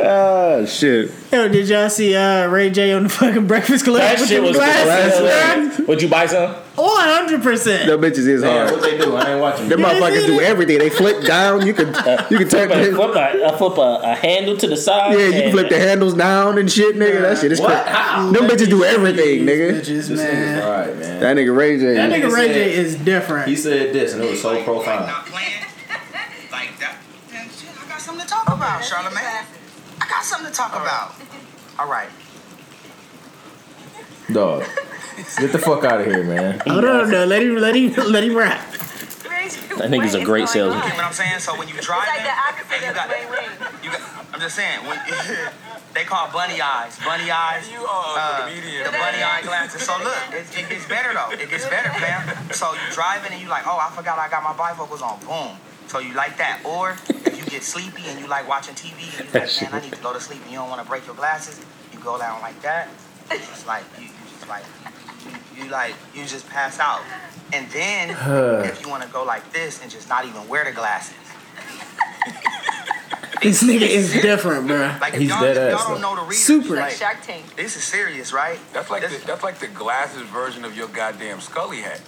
[SPEAKER 1] ah, shit.
[SPEAKER 3] Yo, did y'all see uh, Ray J on the (laughs) fucking Breakfast Club
[SPEAKER 2] That
[SPEAKER 3] with
[SPEAKER 2] shit
[SPEAKER 3] them
[SPEAKER 2] was
[SPEAKER 3] glasses?
[SPEAKER 2] glasses. Would you buy some?
[SPEAKER 3] One hundred percent.
[SPEAKER 1] The bitches is
[SPEAKER 4] Damn,
[SPEAKER 1] hard.
[SPEAKER 4] what they do? I ain't watching.
[SPEAKER 1] Them
[SPEAKER 3] You didn't
[SPEAKER 1] motherfuckers
[SPEAKER 3] see
[SPEAKER 1] do
[SPEAKER 3] that?
[SPEAKER 1] everything. They flip down. You can you can turn.
[SPEAKER 2] Flip,
[SPEAKER 1] The,
[SPEAKER 2] a, I flip a, a handle to the side.
[SPEAKER 1] yeah, you can
[SPEAKER 2] and-
[SPEAKER 1] flip the handles down and shit, nigga. That shit is crazy.
[SPEAKER 4] (laughs) What?
[SPEAKER 1] Them bitches do everything, nigga.
[SPEAKER 3] Bitches,
[SPEAKER 4] This nigga's
[SPEAKER 3] man.
[SPEAKER 4] alright, man.
[SPEAKER 1] That nigga Ray J.
[SPEAKER 3] That
[SPEAKER 4] That
[SPEAKER 3] nigga
[SPEAKER 4] nigga
[SPEAKER 3] Ray
[SPEAKER 4] said-
[SPEAKER 3] J is different.
[SPEAKER 4] He said this, and it was so
[SPEAKER 7] Like, Like,
[SPEAKER 4] profound.
[SPEAKER 7] not playing. Like that. Then shit, I got something to talk about, Charlamagne. I got something to talk about. All right.
[SPEAKER 4] Dog, get the fuck out of here, (laughs) man.
[SPEAKER 3] Hold on, no, let him, let him, (laughs) let him rap.
[SPEAKER 2] That nigga's a great salesman.
[SPEAKER 7] You know what I'm saying? So when you drive
[SPEAKER 8] like the opposite
[SPEAKER 7] you
[SPEAKER 8] of
[SPEAKER 7] got,
[SPEAKER 8] Wayne Wayne.
[SPEAKER 7] you got, I'm just saying, when, (laughs) they call it bunny eyes, bunny eyes. You are uh, The bunny eye glasses. So look, it, it gets better though. It gets better, fam. So you driving and you like, oh, I forgot I got my bifocals on. Boom. So you like that, or if you get sleepy and you like watching TV and you like, man, I need to go to sleep and you don't want to break your glasses, you go down like that. It's just like you, you just like you like you just pass out. And then if you want to go like this and just not even wear the glasses.
[SPEAKER 3] This nigga is different, bro.
[SPEAKER 7] Like if
[SPEAKER 4] He's
[SPEAKER 7] y'all,
[SPEAKER 4] dead
[SPEAKER 7] if
[SPEAKER 4] ass,
[SPEAKER 7] y'all don't
[SPEAKER 4] though.
[SPEAKER 7] know the readers,
[SPEAKER 3] Super.
[SPEAKER 7] Like,
[SPEAKER 8] Shark Tank.
[SPEAKER 7] this is serious, right?
[SPEAKER 9] That's like the, that's like the glasses version of your goddamn Scully hat.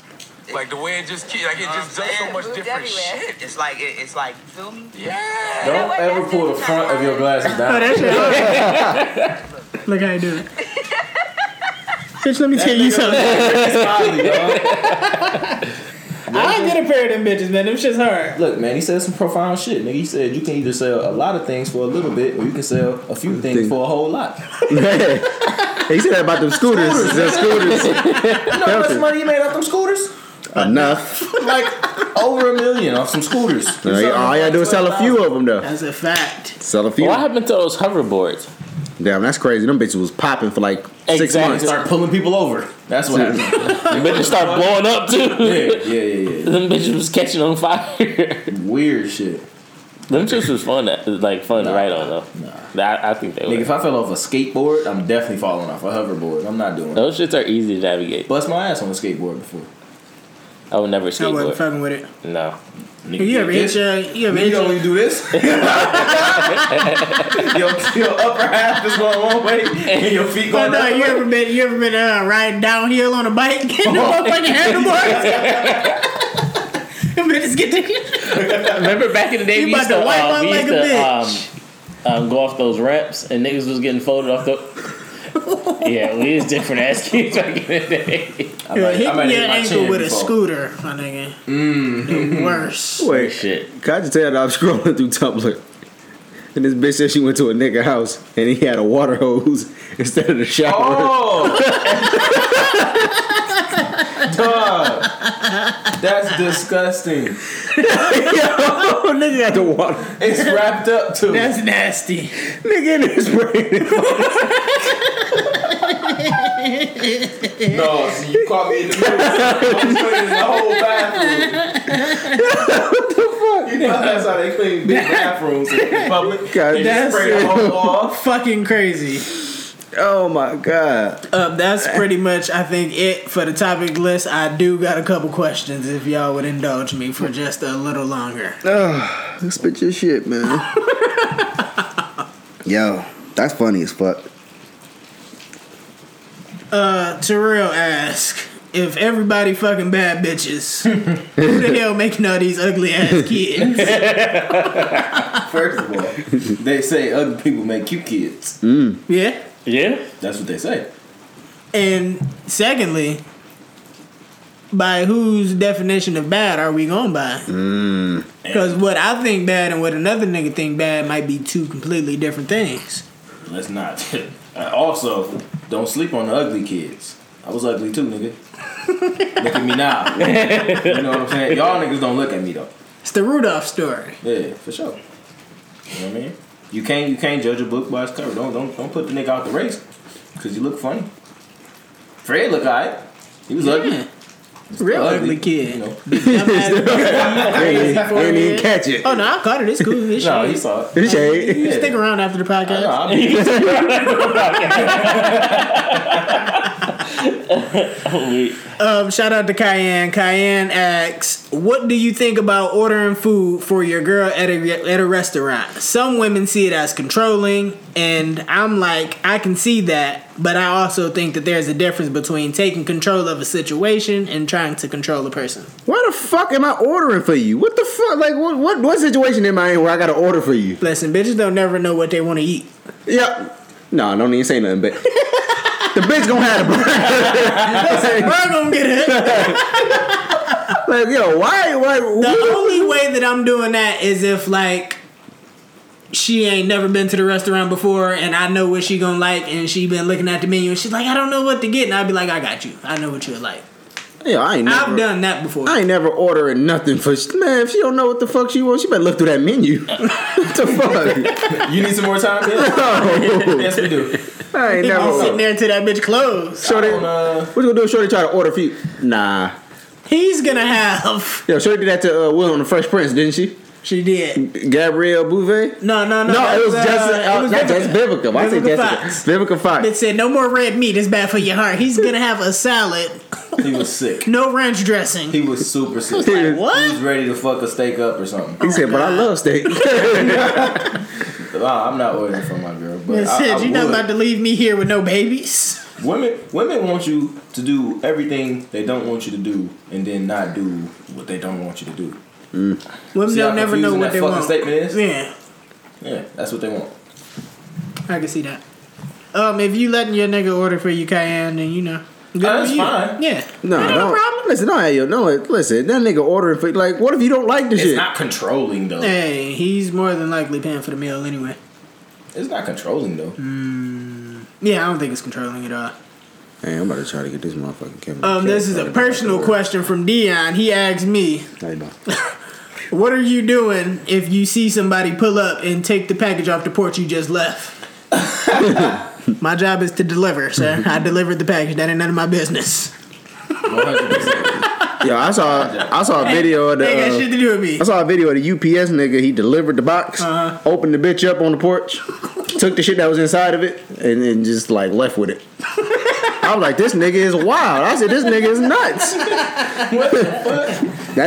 [SPEAKER 9] Like the way it just ke- like it just does so much
[SPEAKER 8] Moved
[SPEAKER 9] different
[SPEAKER 8] everywhere.
[SPEAKER 9] shit.
[SPEAKER 7] It's like it, it's like feel me.
[SPEAKER 9] Yeah.
[SPEAKER 4] Don't ever pull the front of your glasses
[SPEAKER 3] Oh,
[SPEAKER 4] down.
[SPEAKER 3] that shit hard. Look how you do it. Bitch, let me tell you something.
[SPEAKER 4] Smiley, dog.
[SPEAKER 3] I get a pair of them bitches, man. Them shit's hard.
[SPEAKER 4] Look, man, he said some profound shit, nigga. He said you can either sell a lot of things for a little bit, or you can sell a few things for a whole lot.
[SPEAKER 1] (laughs) he said that about them scooters. Them scooters.
[SPEAKER 4] You know how much money he made off them scooters?
[SPEAKER 1] Enough.
[SPEAKER 4] Like over a million off some scooters.
[SPEAKER 1] All you gotta do is sell a few of them though.
[SPEAKER 3] That's a fact.
[SPEAKER 1] Sell a few.
[SPEAKER 2] What happened to those hoverboards?
[SPEAKER 1] Damn, that's crazy. Them bitches was popping for like six
[SPEAKER 2] Exactly.
[SPEAKER 4] And
[SPEAKER 1] months.
[SPEAKER 4] start pulling people over. That's what happened.
[SPEAKER 2] The bitches start blowing
[SPEAKER 4] (laughs)
[SPEAKER 2] up
[SPEAKER 4] yeah,
[SPEAKER 2] too.
[SPEAKER 4] yeah, yeah, yeah.
[SPEAKER 2] Them bitches was catching on fire. Them
[SPEAKER 4] Weird shit.
[SPEAKER 2] shits was fun, to- like fun to
[SPEAKER 4] Nah,
[SPEAKER 2] ride on though. I, I think they
[SPEAKER 4] Nigga, if
[SPEAKER 2] were.
[SPEAKER 4] I fell off a skateboard, I'm definitely falling off a hoverboard. I'm not doing it.
[SPEAKER 2] Those shits are easy to navigate.
[SPEAKER 4] Bust my ass on a skateboard before.
[SPEAKER 2] I would never
[SPEAKER 3] I wasn't
[SPEAKER 2] skateboard.
[SPEAKER 3] fucking with it.
[SPEAKER 2] No.
[SPEAKER 4] Nigga,
[SPEAKER 3] You ever hit
[SPEAKER 4] this-
[SPEAKER 3] your, you ever
[SPEAKER 4] Nigga,
[SPEAKER 3] hit
[SPEAKER 4] you know when
[SPEAKER 3] your,
[SPEAKER 4] you do this? (laughs) your, your upper half is going one way and your feet
[SPEAKER 3] Oh,
[SPEAKER 4] going
[SPEAKER 3] no,
[SPEAKER 4] that
[SPEAKER 3] you
[SPEAKER 4] way.
[SPEAKER 3] ever been, you ever been uh, riding downhill on a bike? (laughs) Getting the
[SPEAKER 4] Oh.
[SPEAKER 3] motherfucking
[SPEAKER 4] (laughs)
[SPEAKER 3] handlebars? (laughs) Them bitches get the
[SPEAKER 2] Remember back in the day,
[SPEAKER 3] You
[SPEAKER 2] we
[SPEAKER 3] about
[SPEAKER 2] used
[SPEAKER 3] to
[SPEAKER 2] to,
[SPEAKER 3] wipe
[SPEAKER 2] uh,
[SPEAKER 3] out
[SPEAKER 2] we used
[SPEAKER 3] like a
[SPEAKER 2] to um,
[SPEAKER 3] bitch.
[SPEAKER 2] um, go off those ramps, and niggas was getting folded off the.
[SPEAKER 3] (laughs)
[SPEAKER 2] yeah, we was different ass (laughs) kids back in the day.
[SPEAKER 4] I might- I
[SPEAKER 3] hit
[SPEAKER 4] might
[SPEAKER 3] me
[SPEAKER 4] hit
[SPEAKER 3] an
[SPEAKER 4] my
[SPEAKER 3] ankle
[SPEAKER 4] chin
[SPEAKER 3] with a
[SPEAKER 4] before. Mm.
[SPEAKER 3] scooter, my nigga. The worse.
[SPEAKER 2] Wait,
[SPEAKER 1] Wait,
[SPEAKER 2] shit.
[SPEAKER 1] (laughs) can I just tell that I'm scrolling through Tumblr? And this bitch said she went to a nigga house and he had a water hose (laughs) instead of the shower.
[SPEAKER 4] (laughs) Oh! Dog. That's disgusting.
[SPEAKER 1] (laughs) Yo, Oh, nigga got the water.
[SPEAKER 4] It's wrapped up too.
[SPEAKER 3] That's nasty.
[SPEAKER 1] Nigga in his brain.
[SPEAKER 4] no, so you caught me in the middle. I'm cleaning the whole bathroom. what (laughs) the fuck? You know that's how they clean big bathrooms in (laughs) public.
[SPEAKER 1] God,
[SPEAKER 4] They just
[SPEAKER 1] that's
[SPEAKER 4] spray the whole off.
[SPEAKER 3] Fucking crazy.
[SPEAKER 1] (laughs) Oh my god.
[SPEAKER 3] Uh, that's pretty much, I think, it for the topic list. I do got a couple questions if y'all would indulge me for just a little longer.
[SPEAKER 1] Oh, spit your shit, man. Yo, that's funny as fuck.
[SPEAKER 3] Uh, Terrell ask if everybody fucking bad bitches,
[SPEAKER 4] (laughs)
[SPEAKER 3] who the hell making all these ugly ass kids?
[SPEAKER 4] First of all, they say other people make cute kids.
[SPEAKER 3] yeah.
[SPEAKER 2] Yeah.
[SPEAKER 4] That's what they say.
[SPEAKER 3] And secondly, by whose definition of bad are we going by? Because what I think bad and what another nigga think bad might be two completely different things.
[SPEAKER 4] Let's not. (laughs) Uh, also, don't sleep on the ugly kids. I was ugly too,
[SPEAKER 3] (laughs)
[SPEAKER 4] nigga. look at me now. you know what I'm saying? Y'all niggas don't look at me though.
[SPEAKER 3] It's the Rudolph story.
[SPEAKER 4] Yeah, for sure. You know what I mean? You can't you can't judge a book by its cover. Don't don't don't put the nigga out the race because you look funny. Fred look alright. He was ugly.
[SPEAKER 3] Real ugly kid.
[SPEAKER 4] You (laughs) know.
[SPEAKER 3] I'm mad at him. Crazy
[SPEAKER 1] I didn't even
[SPEAKER 3] forehead.
[SPEAKER 1] catch it.
[SPEAKER 3] Oh no, I caught it. It's cool. It's
[SPEAKER 4] No, he
[SPEAKER 3] shit.
[SPEAKER 4] saw it.
[SPEAKER 1] This shade.
[SPEAKER 3] You stick around after the
[SPEAKER 4] I know,
[SPEAKER 3] podcast.
[SPEAKER 4] I'll be-
[SPEAKER 2] We-
[SPEAKER 3] (laughs) Um, shout out to Cayenne. Cayenne asks, "What do you think about ordering food for your girl at a at a restaurant? Some women see it as controlling, and I'm like, I can see that, but I also think that there's a difference between taking control of a situation and trying to control a person.
[SPEAKER 1] Why the fuck am I ordering for you? What the fuck? Like, what what, what situation am I in where I gotta order for you?
[SPEAKER 3] Listen, bitches don't never know what they want to eat. (laughs)
[SPEAKER 1] Yep. No, don't even say nothing, but (laughs) the bitch gonna have the burger.
[SPEAKER 3] We're gonna get it."
[SPEAKER 1] (laughs) like, yo, why? Why?
[SPEAKER 3] The
[SPEAKER 1] who-
[SPEAKER 3] only way that I'm doing that is if like she ain't never been to the restaurant before and I know what she gonna like and she been looking at the menu and she's like, I don't know what to get and I'd be like, I got you. I know what you would like.
[SPEAKER 1] Yo, I ain't never.
[SPEAKER 3] I've done that before.
[SPEAKER 1] I ain't never ordering nothing for man. If she don't know what the fuck she wants, she better look through that menu. (laughs) what
[SPEAKER 3] (laughs)
[SPEAKER 1] the fuck?
[SPEAKER 4] you need some more time? Yeah.
[SPEAKER 1] No,
[SPEAKER 4] yes, we do.
[SPEAKER 1] I
[SPEAKER 3] I'm
[SPEAKER 1] ain't never.
[SPEAKER 3] sitting there until that bitch close.
[SPEAKER 1] Shorty,
[SPEAKER 4] I don't, uh,
[SPEAKER 1] what you gonna do? if Shorty try to order for you? Nah.
[SPEAKER 3] He's gonna have. (laughs)
[SPEAKER 1] Yo, Shorty did that to uh, Will on the Fresh Prince, didn't she?
[SPEAKER 3] She did.
[SPEAKER 1] Gabrielle Bouvet.
[SPEAKER 3] No, no, no.
[SPEAKER 1] No,
[SPEAKER 3] that
[SPEAKER 1] it was
[SPEAKER 3] uh,
[SPEAKER 1] Jessica. Uh,
[SPEAKER 3] it was
[SPEAKER 1] not
[SPEAKER 3] Vivica.
[SPEAKER 1] Jessica. Vivica. Why I say
[SPEAKER 3] Vivica
[SPEAKER 1] Jessica?
[SPEAKER 3] Fox.
[SPEAKER 1] Vivica Fox.
[SPEAKER 3] (laughs) That said, no more red meat. It's bad for your heart. He's gonna have a salad,
[SPEAKER 4] he was sick.
[SPEAKER 3] no ranch dressing.
[SPEAKER 4] He was super sick.
[SPEAKER 1] He was-
[SPEAKER 4] He was
[SPEAKER 3] What?
[SPEAKER 4] ready to fuck a steak up or something.
[SPEAKER 1] He said, "But I love steak." (laughs)
[SPEAKER 4] Uh, I'm not ordering for my girl, but
[SPEAKER 3] That
[SPEAKER 4] I,
[SPEAKER 3] said,
[SPEAKER 4] I
[SPEAKER 3] you're not
[SPEAKER 4] would.
[SPEAKER 3] about to leave me here with no babies.
[SPEAKER 4] women women want you to do everything they don't want you to do, and then not do what they don't want you to do.
[SPEAKER 3] Women
[SPEAKER 4] See how
[SPEAKER 3] don't never know
[SPEAKER 4] confusing
[SPEAKER 3] what
[SPEAKER 4] that
[SPEAKER 3] they
[SPEAKER 4] fucking
[SPEAKER 3] want.
[SPEAKER 4] statement is?
[SPEAKER 3] Yeah,
[SPEAKER 4] Yeah, that's what they want.
[SPEAKER 3] I can see that. Um, if you letting your nigga order for you, Cayenne, then you know. Good
[SPEAKER 4] Oh, That's
[SPEAKER 3] on you.
[SPEAKER 4] fine.
[SPEAKER 3] Yeah.
[SPEAKER 1] no,
[SPEAKER 3] Ain't
[SPEAKER 1] don't.
[SPEAKER 3] problem.
[SPEAKER 1] Listen, don't have your no. Listen, that nigga ordering for like, what if you don't like the
[SPEAKER 4] It's
[SPEAKER 1] shit?
[SPEAKER 4] not controlling though.
[SPEAKER 3] Hey, he's more than likely paying for the meal anyway.
[SPEAKER 4] It's not controlling though.
[SPEAKER 3] Yeah, I don't think it's controlling at all.
[SPEAKER 1] Hey, I'm about to try to get this motherfucking camera.
[SPEAKER 3] Um, this is a personal question from Dion. He asked me,
[SPEAKER 1] question.
[SPEAKER 3] "What are you doing if you see somebody pull up and take the package off the porch you just left?" my job is to deliver, sir. I delivered the package. That ain't none of my business.
[SPEAKER 4] 100%.
[SPEAKER 1] Yo, I saw Uh, I saw a video of
[SPEAKER 3] They got shit
[SPEAKER 1] the. Uh,
[SPEAKER 3] to do with me.
[SPEAKER 1] I saw a video of the UPS nigga. He delivered the box, opened the bitch up on the porch, took the shit that was inside of it, and then just like left with it. I'm like, this nigga is wild. I said, this nigga is nuts. that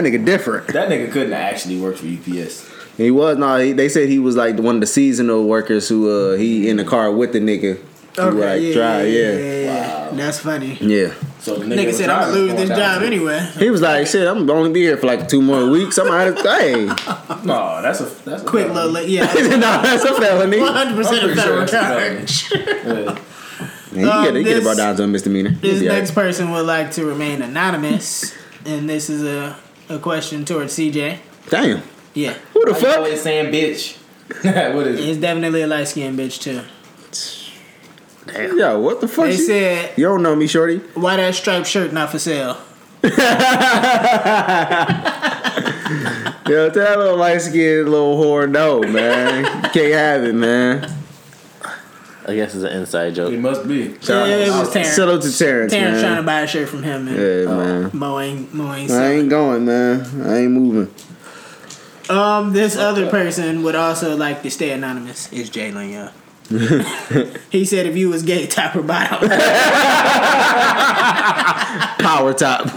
[SPEAKER 1] nigga different.
[SPEAKER 4] that nigga couldn't have actually worked for UPS.
[SPEAKER 1] He was no. he, they said he was like one of the seasonal workers who uh he in the car with the nigga. Who, like, drive, yeah,
[SPEAKER 3] yeah. That's funny.
[SPEAKER 1] yeah.
[SPEAKER 4] So the
[SPEAKER 3] Nigga
[SPEAKER 4] was
[SPEAKER 3] said I'm gonna
[SPEAKER 4] driving
[SPEAKER 3] lose
[SPEAKER 4] for
[SPEAKER 3] this
[SPEAKER 4] 1,000.
[SPEAKER 3] job
[SPEAKER 1] (laughs)
[SPEAKER 3] anyway.
[SPEAKER 1] He was like, "Shit, I'm gonna only be here for like two more weeks. I'm out of (laughs) hey."
[SPEAKER 4] No, that's a that's a
[SPEAKER 3] Quick little, yeah.
[SPEAKER 1] no, that's a felony.
[SPEAKER 3] (laughs) One hundred percent
[SPEAKER 4] I'm
[SPEAKER 3] of
[SPEAKER 4] pretty sure
[SPEAKER 3] federal
[SPEAKER 4] it's
[SPEAKER 3] (laughs) charge.
[SPEAKER 4] Yeah.
[SPEAKER 1] Man, you get, you get
[SPEAKER 3] this-
[SPEAKER 1] about down to a misdemeanor. You
[SPEAKER 3] This
[SPEAKER 1] be all
[SPEAKER 3] next
[SPEAKER 1] right.
[SPEAKER 3] person would like to remain anonymous, and this is a, a question towards CJ.
[SPEAKER 1] Damn,
[SPEAKER 3] Yeah,
[SPEAKER 1] who the
[SPEAKER 4] Why you
[SPEAKER 1] fuck?
[SPEAKER 4] always saying bitch? (laughs) what is it?
[SPEAKER 3] It's definitely a light skinned bitch too.
[SPEAKER 1] Yo, what the fuck?
[SPEAKER 3] They
[SPEAKER 1] Oh, she-
[SPEAKER 3] said,
[SPEAKER 1] you don't know me, shorty.
[SPEAKER 3] "Why that striped shirt not for sale?"
[SPEAKER 1] Yo, tell that little light skinned little whore no, man. You can't have it, man.
[SPEAKER 2] I guess it's an inside
[SPEAKER 4] It
[SPEAKER 2] joke.
[SPEAKER 4] must be.
[SPEAKER 3] Yeah, it was Terrence.
[SPEAKER 1] Shout out to Terrence,
[SPEAKER 3] Terrence trying to
[SPEAKER 1] man.
[SPEAKER 3] buy a shirt from him, and
[SPEAKER 1] Yeah,
[SPEAKER 4] Oh,
[SPEAKER 1] man.
[SPEAKER 3] Mo ain't Mo ain't.
[SPEAKER 1] I
[SPEAKER 3] selling.
[SPEAKER 1] ain't going, man. I ain't moving.
[SPEAKER 3] Um, this other person would also like to stay anonymous. Is Jalen Young? (laughs) he said, "If you was gay, (laughs) top or bottom."
[SPEAKER 1] Power top.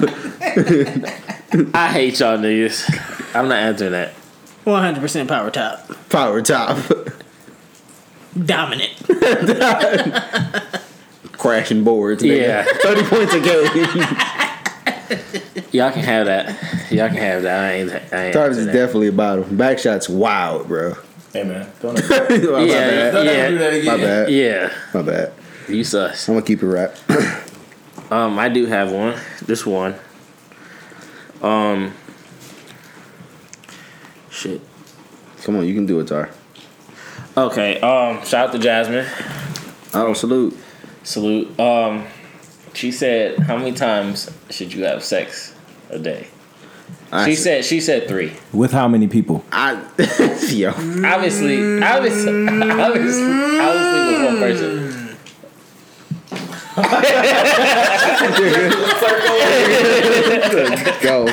[SPEAKER 2] I hate y'all niggas. I'm not answering that.
[SPEAKER 3] One hundred percent power top,
[SPEAKER 1] (laughs) Power top.
[SPEAKER 3] dominant.
[SPEAKER 1] Crashing boards, man.
[SPEAKER 2] Yeah.
[SPEAKER 1] 30 points a game.
[SPEAKER 2] Y'all can have that. Y'all can have that. I ain't. I ain't
[SPEAKER 1] Tarvis is
[SPEAKER 2] answering that.
[SPEAKER 1] definitely a bottom. Back shots wild, bro.
[SPEAKER 4] Hey man, don't ever
[SPEAKER 1] my
[SPEAKER 2] Yeah.
[SPEAKER 1] bad.
[SPEAKER 4] don't ever do that again.
[SPEAKER 1] My bad.
[SPEAKER 2] Yeah,
[SPEAKER 1] My bad.
[SPEAKER 2] you sus.
[SPEAKER 1] I'm gonna keep it wrapped.
[SPEAKER 2] Um, I do have one. This one. Um, shit.
[SPEAKER 1] Come on, you can do it, Tar.
[SPEAKER 2] Okay. Um, shout out to Jasmine.
[SPEAKER 1] I don't Oh, salute.
[SPEAKER 2] Salute. Um, she said, "How many times should you have sex a day?"
[SPEAKER 1] I
[SPEAKER 2] She said, "She said three.
[SPEAKER 4] With how many people?
[SPEAKER 1] I, (laughs) yo,
[SPEAKER 2] Obviously, obviously, (laughs) obviously, obviously with one person.
[SPEAKER 1] go.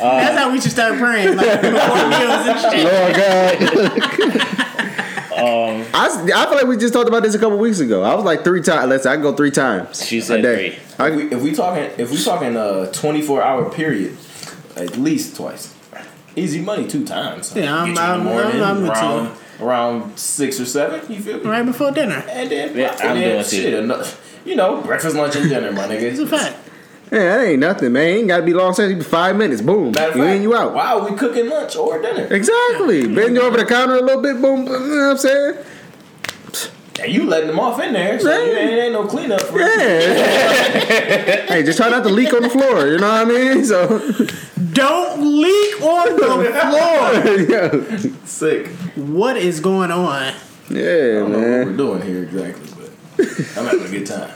[SPEAKER 3] That's how we should start praying. Like, before meals and shit.
[SPEAKER 1] Lord God. I, s- I feel like we just talked about this a couple weeks ago. I was like three times. Let's I can go three times.
[SPEAKER 2] She said
[SPEAKER 1] a day.
[SPEAKER 4] If we, if we talking, if we talking a twenty-four hour period, at least twice. Easy money two times.
[SPEAKER 3] Yeah, I'm-
[SPEAKER 4] Get you in the
[SPEAKER 3] I'm-
[SPEAKER 4] morning,
[SPEAKER 3] I'm- I'm with
[SPEAKER 4] around, around six or seven. You feel me?
[SPEAKER 3] right before dinner.
[SPEAKER 4] And then,
[SPEAKER 2] Yeah,
[SPEAKER 4] and
[SPEAKER 2] I'm
[SPEAKER 4] then
[SPEAKER 2] doing
[SPEAKER 4] shit, ano- you know, breakfast, lunch, and dinner, my nigga.
[SPEAKER 3] It's a fact.
[SPEAKER 1] Yeah, that ain't nothing, man. Ain't gotta be long session. Five minutes, boom.
[SPEAKER 4] Matter of
[SPEAKER 1] you
[SPEAKER 4] fact,
[SPEAKER 1] in, you out.
[SPEAKER 4] Wow, we cooking lunch or dinner,
[SPEAKER 2] (laughs)
[SPEAKER 1] Exactly. Bend you over the counter a little bit, boom. You know what I'm saying?
[SPEAKER 4] and you letting them off in there, so you
[SPEAKER 1] Man.
[SPEAKER 4] ain't, ain't no cleanup. For you.
[SPEAKER 2] (laughs)
[SPEAKER 1] Yeah. hey, just try not to leak on the floor. You know what I mean? So, (laughs)
[SPEAKER 3] Don't leak on the floor.
[SPEAKER 1] yeah,
[SPEAKER 4] Sick.
[SPEAKER 3] What is going on?
[SPEAKER 1] yeah,
[SPEAKER 4] I don't know what we're
[SPEAKER 1] man.
[SPEAKER 4] doing here exactly, but I'm having a good time.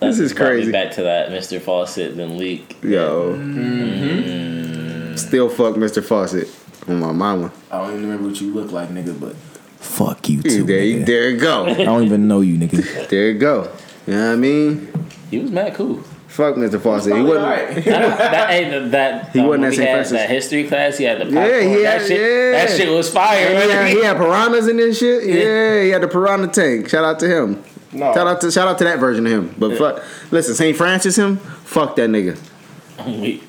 [SPEAKER 1] This is
[SPEAKER 2] brought me
[SPEAKER 1] crazy.
[SPEAKER 2] Back to that, Mr. Fawcett, then leak.
[SPEAKER 1] Yo,
[SPEAKER 2] Mm-hmm.
[SPEAKER 1] still fuck Mr. Fawcett on my mama.
[SPEAKER 4] I don't even remember what you look like, nigga, but fuck you too.
[SPEAKER 1] There, you,
[SPEAKER 4] nigga.
[SPEAKER 1] there you go.
[SPEAKER 4] I don't even know you, nigga.
[SPEAKER 1] There you go. You know what I mean?
[SPEAKER 2] He was mad cool.
[SPEAKER 1] (laughs) Fuck Mr. Fawcett. He
[SPEAKER 4] Oh,
[SPEAKER 1] wasn't.
[SPEAKER 4] Alright.
[SPEAKER 2] that, hey, the- that
[SPEAKER 1] He
[SPEAKER 2] um,
[SPEAKER 1] wasn't
[SPEAKER 2] when
[SPEAKER 1] at
[SPEAKER 2] we
[SPEAKER 1] St.
[SPEAKER 2] had
[SPEAKER 1] Francis.
[SPEAKER 2] that history class. He had the popcorn.
[SPEAKER 1] Yeah, he
[SPEAKER 2] that
[SPEAKER 1] had-
[SPEAKER 2] shit,
[SPEAKER 1] yeah.
[SPEAKER 2] That shit was fire.
[SPEAKER 1] He had,
[SPEAKER 2] wasn't
[SPEAKER 1] he
[SPEAKER 2] it?
[SPEAKER 1] had piranhas in this shit. Yeah, he had the piranha tank. Shout out to him.
[SPEAKER 4] No.
[SPEAKER 1] Shout out to shout out to that version of him. But fuck, listen, St. Francis him. Fuck that nigga.
[SPEAKER 2] We-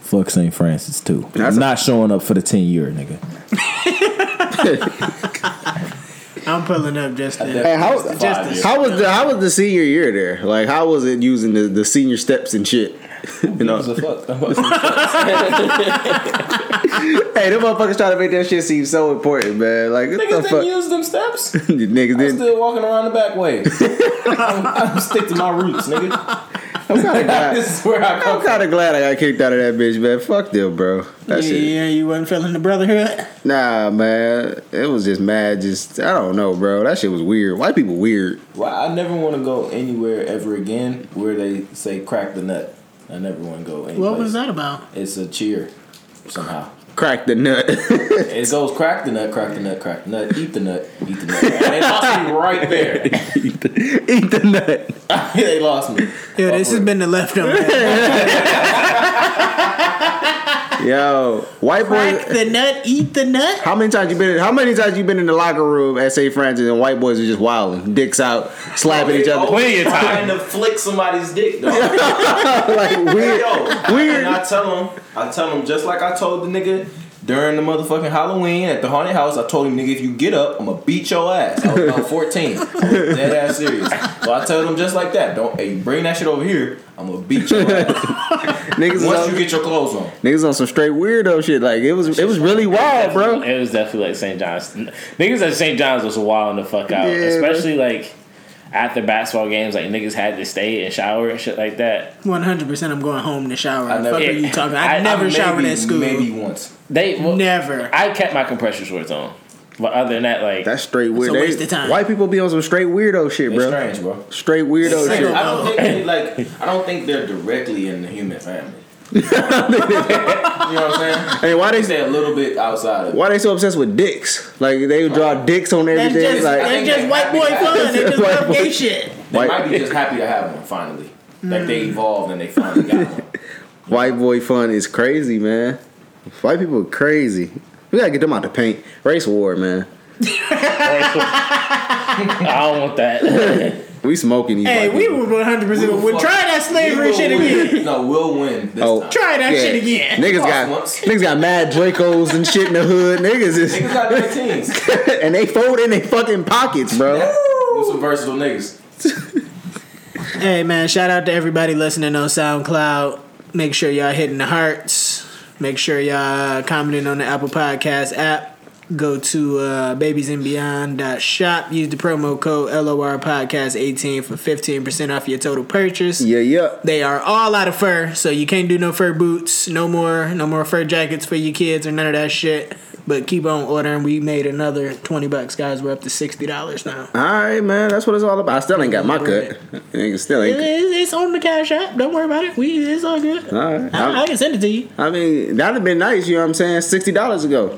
[SPEAKER 4] Fuck St. Francis too.
[SPEAKER 1] That's a-
[SPEAKER 4] not showing up for the ten year, nigga.
[SPEAKER 3] I'm pulling up just then.
[SPEAKER 1] Hey, how
[SPEAKER 4] Justice.
[SPEAKER 1] how was the how was the senior year there? Like, how was it using the, the senior steps and shit? You know,
[SPEAKER 4] What the fuck?
[SPEAKER 1] hey, them motherfuckers trying to make that shit seem so important, man. Like,
[SPEAKER 4] Niggas
[SPEAKER 1] what the
[SPEAKER 4] didn't
[SPEAKER 1] fuck?
[SPEAKER 4] use them steps.
[SPEAKER 1] (laughs) You niggas
[SPEAKER 4] I'm
[SPEAKER 1] didn't.
[SPEAKER 4] still walking around the back way. I'm, I'm stick to my roots, nigga. (laughs)
[SPEAKER 1] I'm kind of glad.
[SPEAKER 4] this is where I come
[SPEAKER 1] I'm
[SPEAKER 4] from.
[SPEAKER 1] kind of glad I got kicked out of that bitch, man. Fuck them, bro. That shit.
[SPEAKER 3] Yeah, you wasn't feeling the brotherhood.
[SPEAKER 1] Nah, man. It was just mad. Just I don't know, bro. That shit was weird. White people weird.
[SPEAKER 4] Well, I never want to go anywhere ever again where they say crack the nut. I never want to go anywhere.
[SPEAKER 3] What was that about?
[SPEAKER 4] It's a cheer, somehow.
[SPEAKER 1] Crack the nut. (laughs)
[SPEAKER 4] It goes crack the nut, crack the nut, crack the nut, eat the nut, eat the nut. And they lost me right there. (laughs)
[SPEAKER 1] Eat the nut.
[SPEAKER 4] they lost me.
[SPEAKER 3] Yeah, this has been the leftover.
[SPEAKER 1] Yo, white
[SPEAKER 3] Crack
[SPEAKER 1] boys.
[SPEAKER 3] the nut, eat the nut.
[SPEAKER 1] How many times you been? In, how many times you been in the locker room at St. Francis and white boys are just wilding, dicks out, slapping each other?
[SPEAKER 2] Plenty of
[SPEAKER 4] Trying
[SPEAKER 2] time.
[SPEAKER 4] to flick somebody's dick, dog.
[SPEAKER 1] (laughs) like weird.
[SPEAKER 4] Yo,
[SPEAKER 1] Weird.
[SPEAKER 4] and I tell him, I tell him just like I told the nigga during the motherfucking Halloween at the haunted house. I told him, nigga, if you get up, I'ma beat your ass. I was about 14, I was dead ass serious. So I told him just like that. Don't hey, bring that shit over here. I'm gonna beat your ass
[SPEAKER 1] Niggas is
[SPEAKER 4] once
[SPEAKER 1] on,
[SPEAKER 4] you get your clothes on.
[SPEAKER 1] niggas on some straight weirdo shit. Like it was, it was really wild, bro.
[SPEAKER 2] It was definitely like St. John's. Niggas at St. John's was wilding the fuck out,
[SPEAKER 1] Yeah, bro.
[SPEAKER 2] especially like. after basketball games, like niggas had to stay and shower and shit like that.
[SPEAKER 3] One hundred percent. I'm going home to shower.
[SPEAKER 4] I never-
[SPEAKER 3] Fuck are you talking? I,
[SPEAKER 2] I- I
[SPEAKER 3] never
[SPEAKER 4] maybe,
[SPEAKER 3] showered at school.
[SPEAKER 4] Maybe once.
[SPEAKER 2] They well,
[SPEAKER 3] Never.
[SPEAKER 2] I kept my compression shorts on, but other than that, like
[SPEAKER 1] That's straight
[SPEAKER 3] It's
[SPEAKER 1] weird.
[SPEAKER 3] a
[SPEAKER 1] They-
[SPEAKER 3] waste of time.
[SPEAKER 1] White people be on some straight weirdo shit,
[SPEAKER 4] It's
[SPEAKER 1] bro.
[SPEAKER 4] strange, bro.
[SPEAKER 1] Straight weirdo
[SPEAKER 3] It's
[SPEAKER 1] shit.
[SPEAKER 4] I don't think they, like I don't think they're directly in the human family. you know what I'm saying?
[SPEAKER 1] Hey, why they
[SPEAKER 4] They say a little bit outside of it.
[SPEAKER 1] why they so obsessed with dicks? Like they draw dicks on
[SPEAKER 3] That's
[SPEAKER 1] everything.
[SPEAKER 3] just
[SPEAKER 1] like
[SPEAKER 3] that's
[SPEAKER 4] think
[SPEAKER 3] just
[SPEAKER 4] they
[SPEAKER 3] white
[SPEAKER 4] happy
[SPEAKER 3] boy
[SPEAKER 4] to have
[SPEAKER 3] fun.
[SPEAKER 4] it.
[SPEAKER 3] They just
[SPEAKER 1] White
[SPEAKER 3] love
[SPEAKER 1] boy.
[SPEAKER 3] gay shit.
[SPEAKER 4] They
[SPEAKER 1] White-
[SPEAKER 4] might be just happy to have one finally. Like
[SPEAKER 3] Mm.
[SPEAKER 4] they evolved and they finally got one.
[SPEAKER 1] white boy fun is crazy, man. White people are crazy. We gotta get them out the paint. Race war, man.
[SPEAKER 2] I don't want that.
[SPEAKER 1] We smoking these.
[SPEAKER 3] Hey,
[SPEAKER 1] white
[SPEAKER 3] we
[SPEAKER 1] people.
[SPEAKER 3] would one hundred percent.
[SPEAKER 4] We'll
[SPEAKER 3] Would
[SPEAKER 4] fuck-
[SPEAKER 3] try that
[SPEAKER 4] we
[SPEAKER 3] slavery
[SPEAKER 4] will
[SPEAKER 3] shit
[SPEAKER 4] win.
[SPEAKER 3] again.
[SPEAKER 4] No, we'll win this
[SPEAKER 1] Oh.
[SPEAKER 4] time.
[SPEAKER 3] Try that shit again.
[SPEAKER 1] Niggas
[SPEAKER 4] Once,
[SPEAKER 1] got
[SPEAKER 4] once.
[SPEAKER 1] niggas got mad Dracos and shit in the hood. Niggas
[SPEAKER 4] Niggas
[SPEAKER 1] is
[SPEAKER 4] got
[SPEAKER 3] (laughs)
[SPEAKER 4] 19s.
[SPEAKER 1] and they fold in their fucking pockets, bro.
[SPEAKER 4] With some versatile niggas.
[SPEAKER 3] Hey man, shout out to everybody listening on SoundCloud. Make sure y'all hitting the hearts. Make sure y'all commenting on the Apple Podcast app. Go to uh, babiesandbeyond.shop. Use the promo code LOR Podcast 18 for 15% off your total purchase.
[SPEAKER 1] Yeah, yeah.
[SPEAKER 3] They are all out of fur, so you can't do no fur boots, no more, no more fur jackets for your kids or none of that shit. But keep on ordering. We made another twenty bucks, guys. We're up to sixty dollars now.
[SPEAKER 1] All right, man. That's what it's all about. I still ain't got my cut. Niggas still
[SPEAKER 3] It-
[SPEAKER 1] ain't.
[SPEAKER 3] It's, it's on the cash app. Don't worry about it. We it's all good.
[SPEAKER 1] All right.
[SPEAKER 3] I, I can send it to you.
[SPEAKER 1] I mean, that'd have been nice. You know what I'm saying? Sixty dollars ago,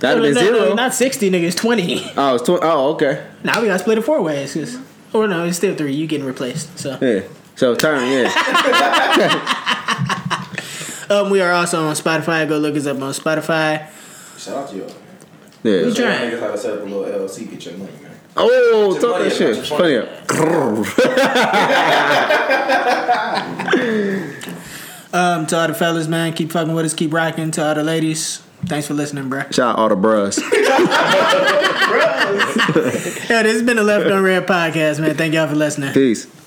[SPEAKER 1] that'd have been
[SPEAKER 3] no, no,
[SPEAKER 1] zero.
[SPEAKER 3] not sixty, nigga. It's twenty. (laughs)
[SPEAKER 1] Oh, it's tw- oh, okay.
[SPEAKER 3] now we gotta split it four ways. 'cause- or no, it's still three. You getting replaced? So
[SPEAKER 1] Yeah. So turn,
[SPEAKER 3] (laughs)
[SPEAKER 1] yeah.
[SPEAKER 3] um, we are also on Spotify. Go look us up on Spotify.
[SPEAKER 4] Shout out to y'all. man.
[SPEAKER 1] Yeah.
[SPEAKER 3] Try it.
[SPEAKER 4] Niggas how to set up a little LLC, get your money, man.
[SPEAKER 1] Oh,
[SPEAKER 4] It's
[SPEAKER 1] talk that
[SPEAKER 4] funny,
[SPEAKER 1] shit.
[SPEAKER 4] it's
[SPEAKER 1] Funny.
[SPEAKER 4] funny.
[SPEAKER 3] Um, to all the fellas, man, keep fucking with us. Keep rocking. To all the ladies, thanks for listening, bruh. (laughs)
[SPEAKER 1] Shout out all the bros.
[SPEAKER 3] Yeah, this has been the Left on Red podcast, man. Thank y'all for listening.
[SPEAKER 1] Peace.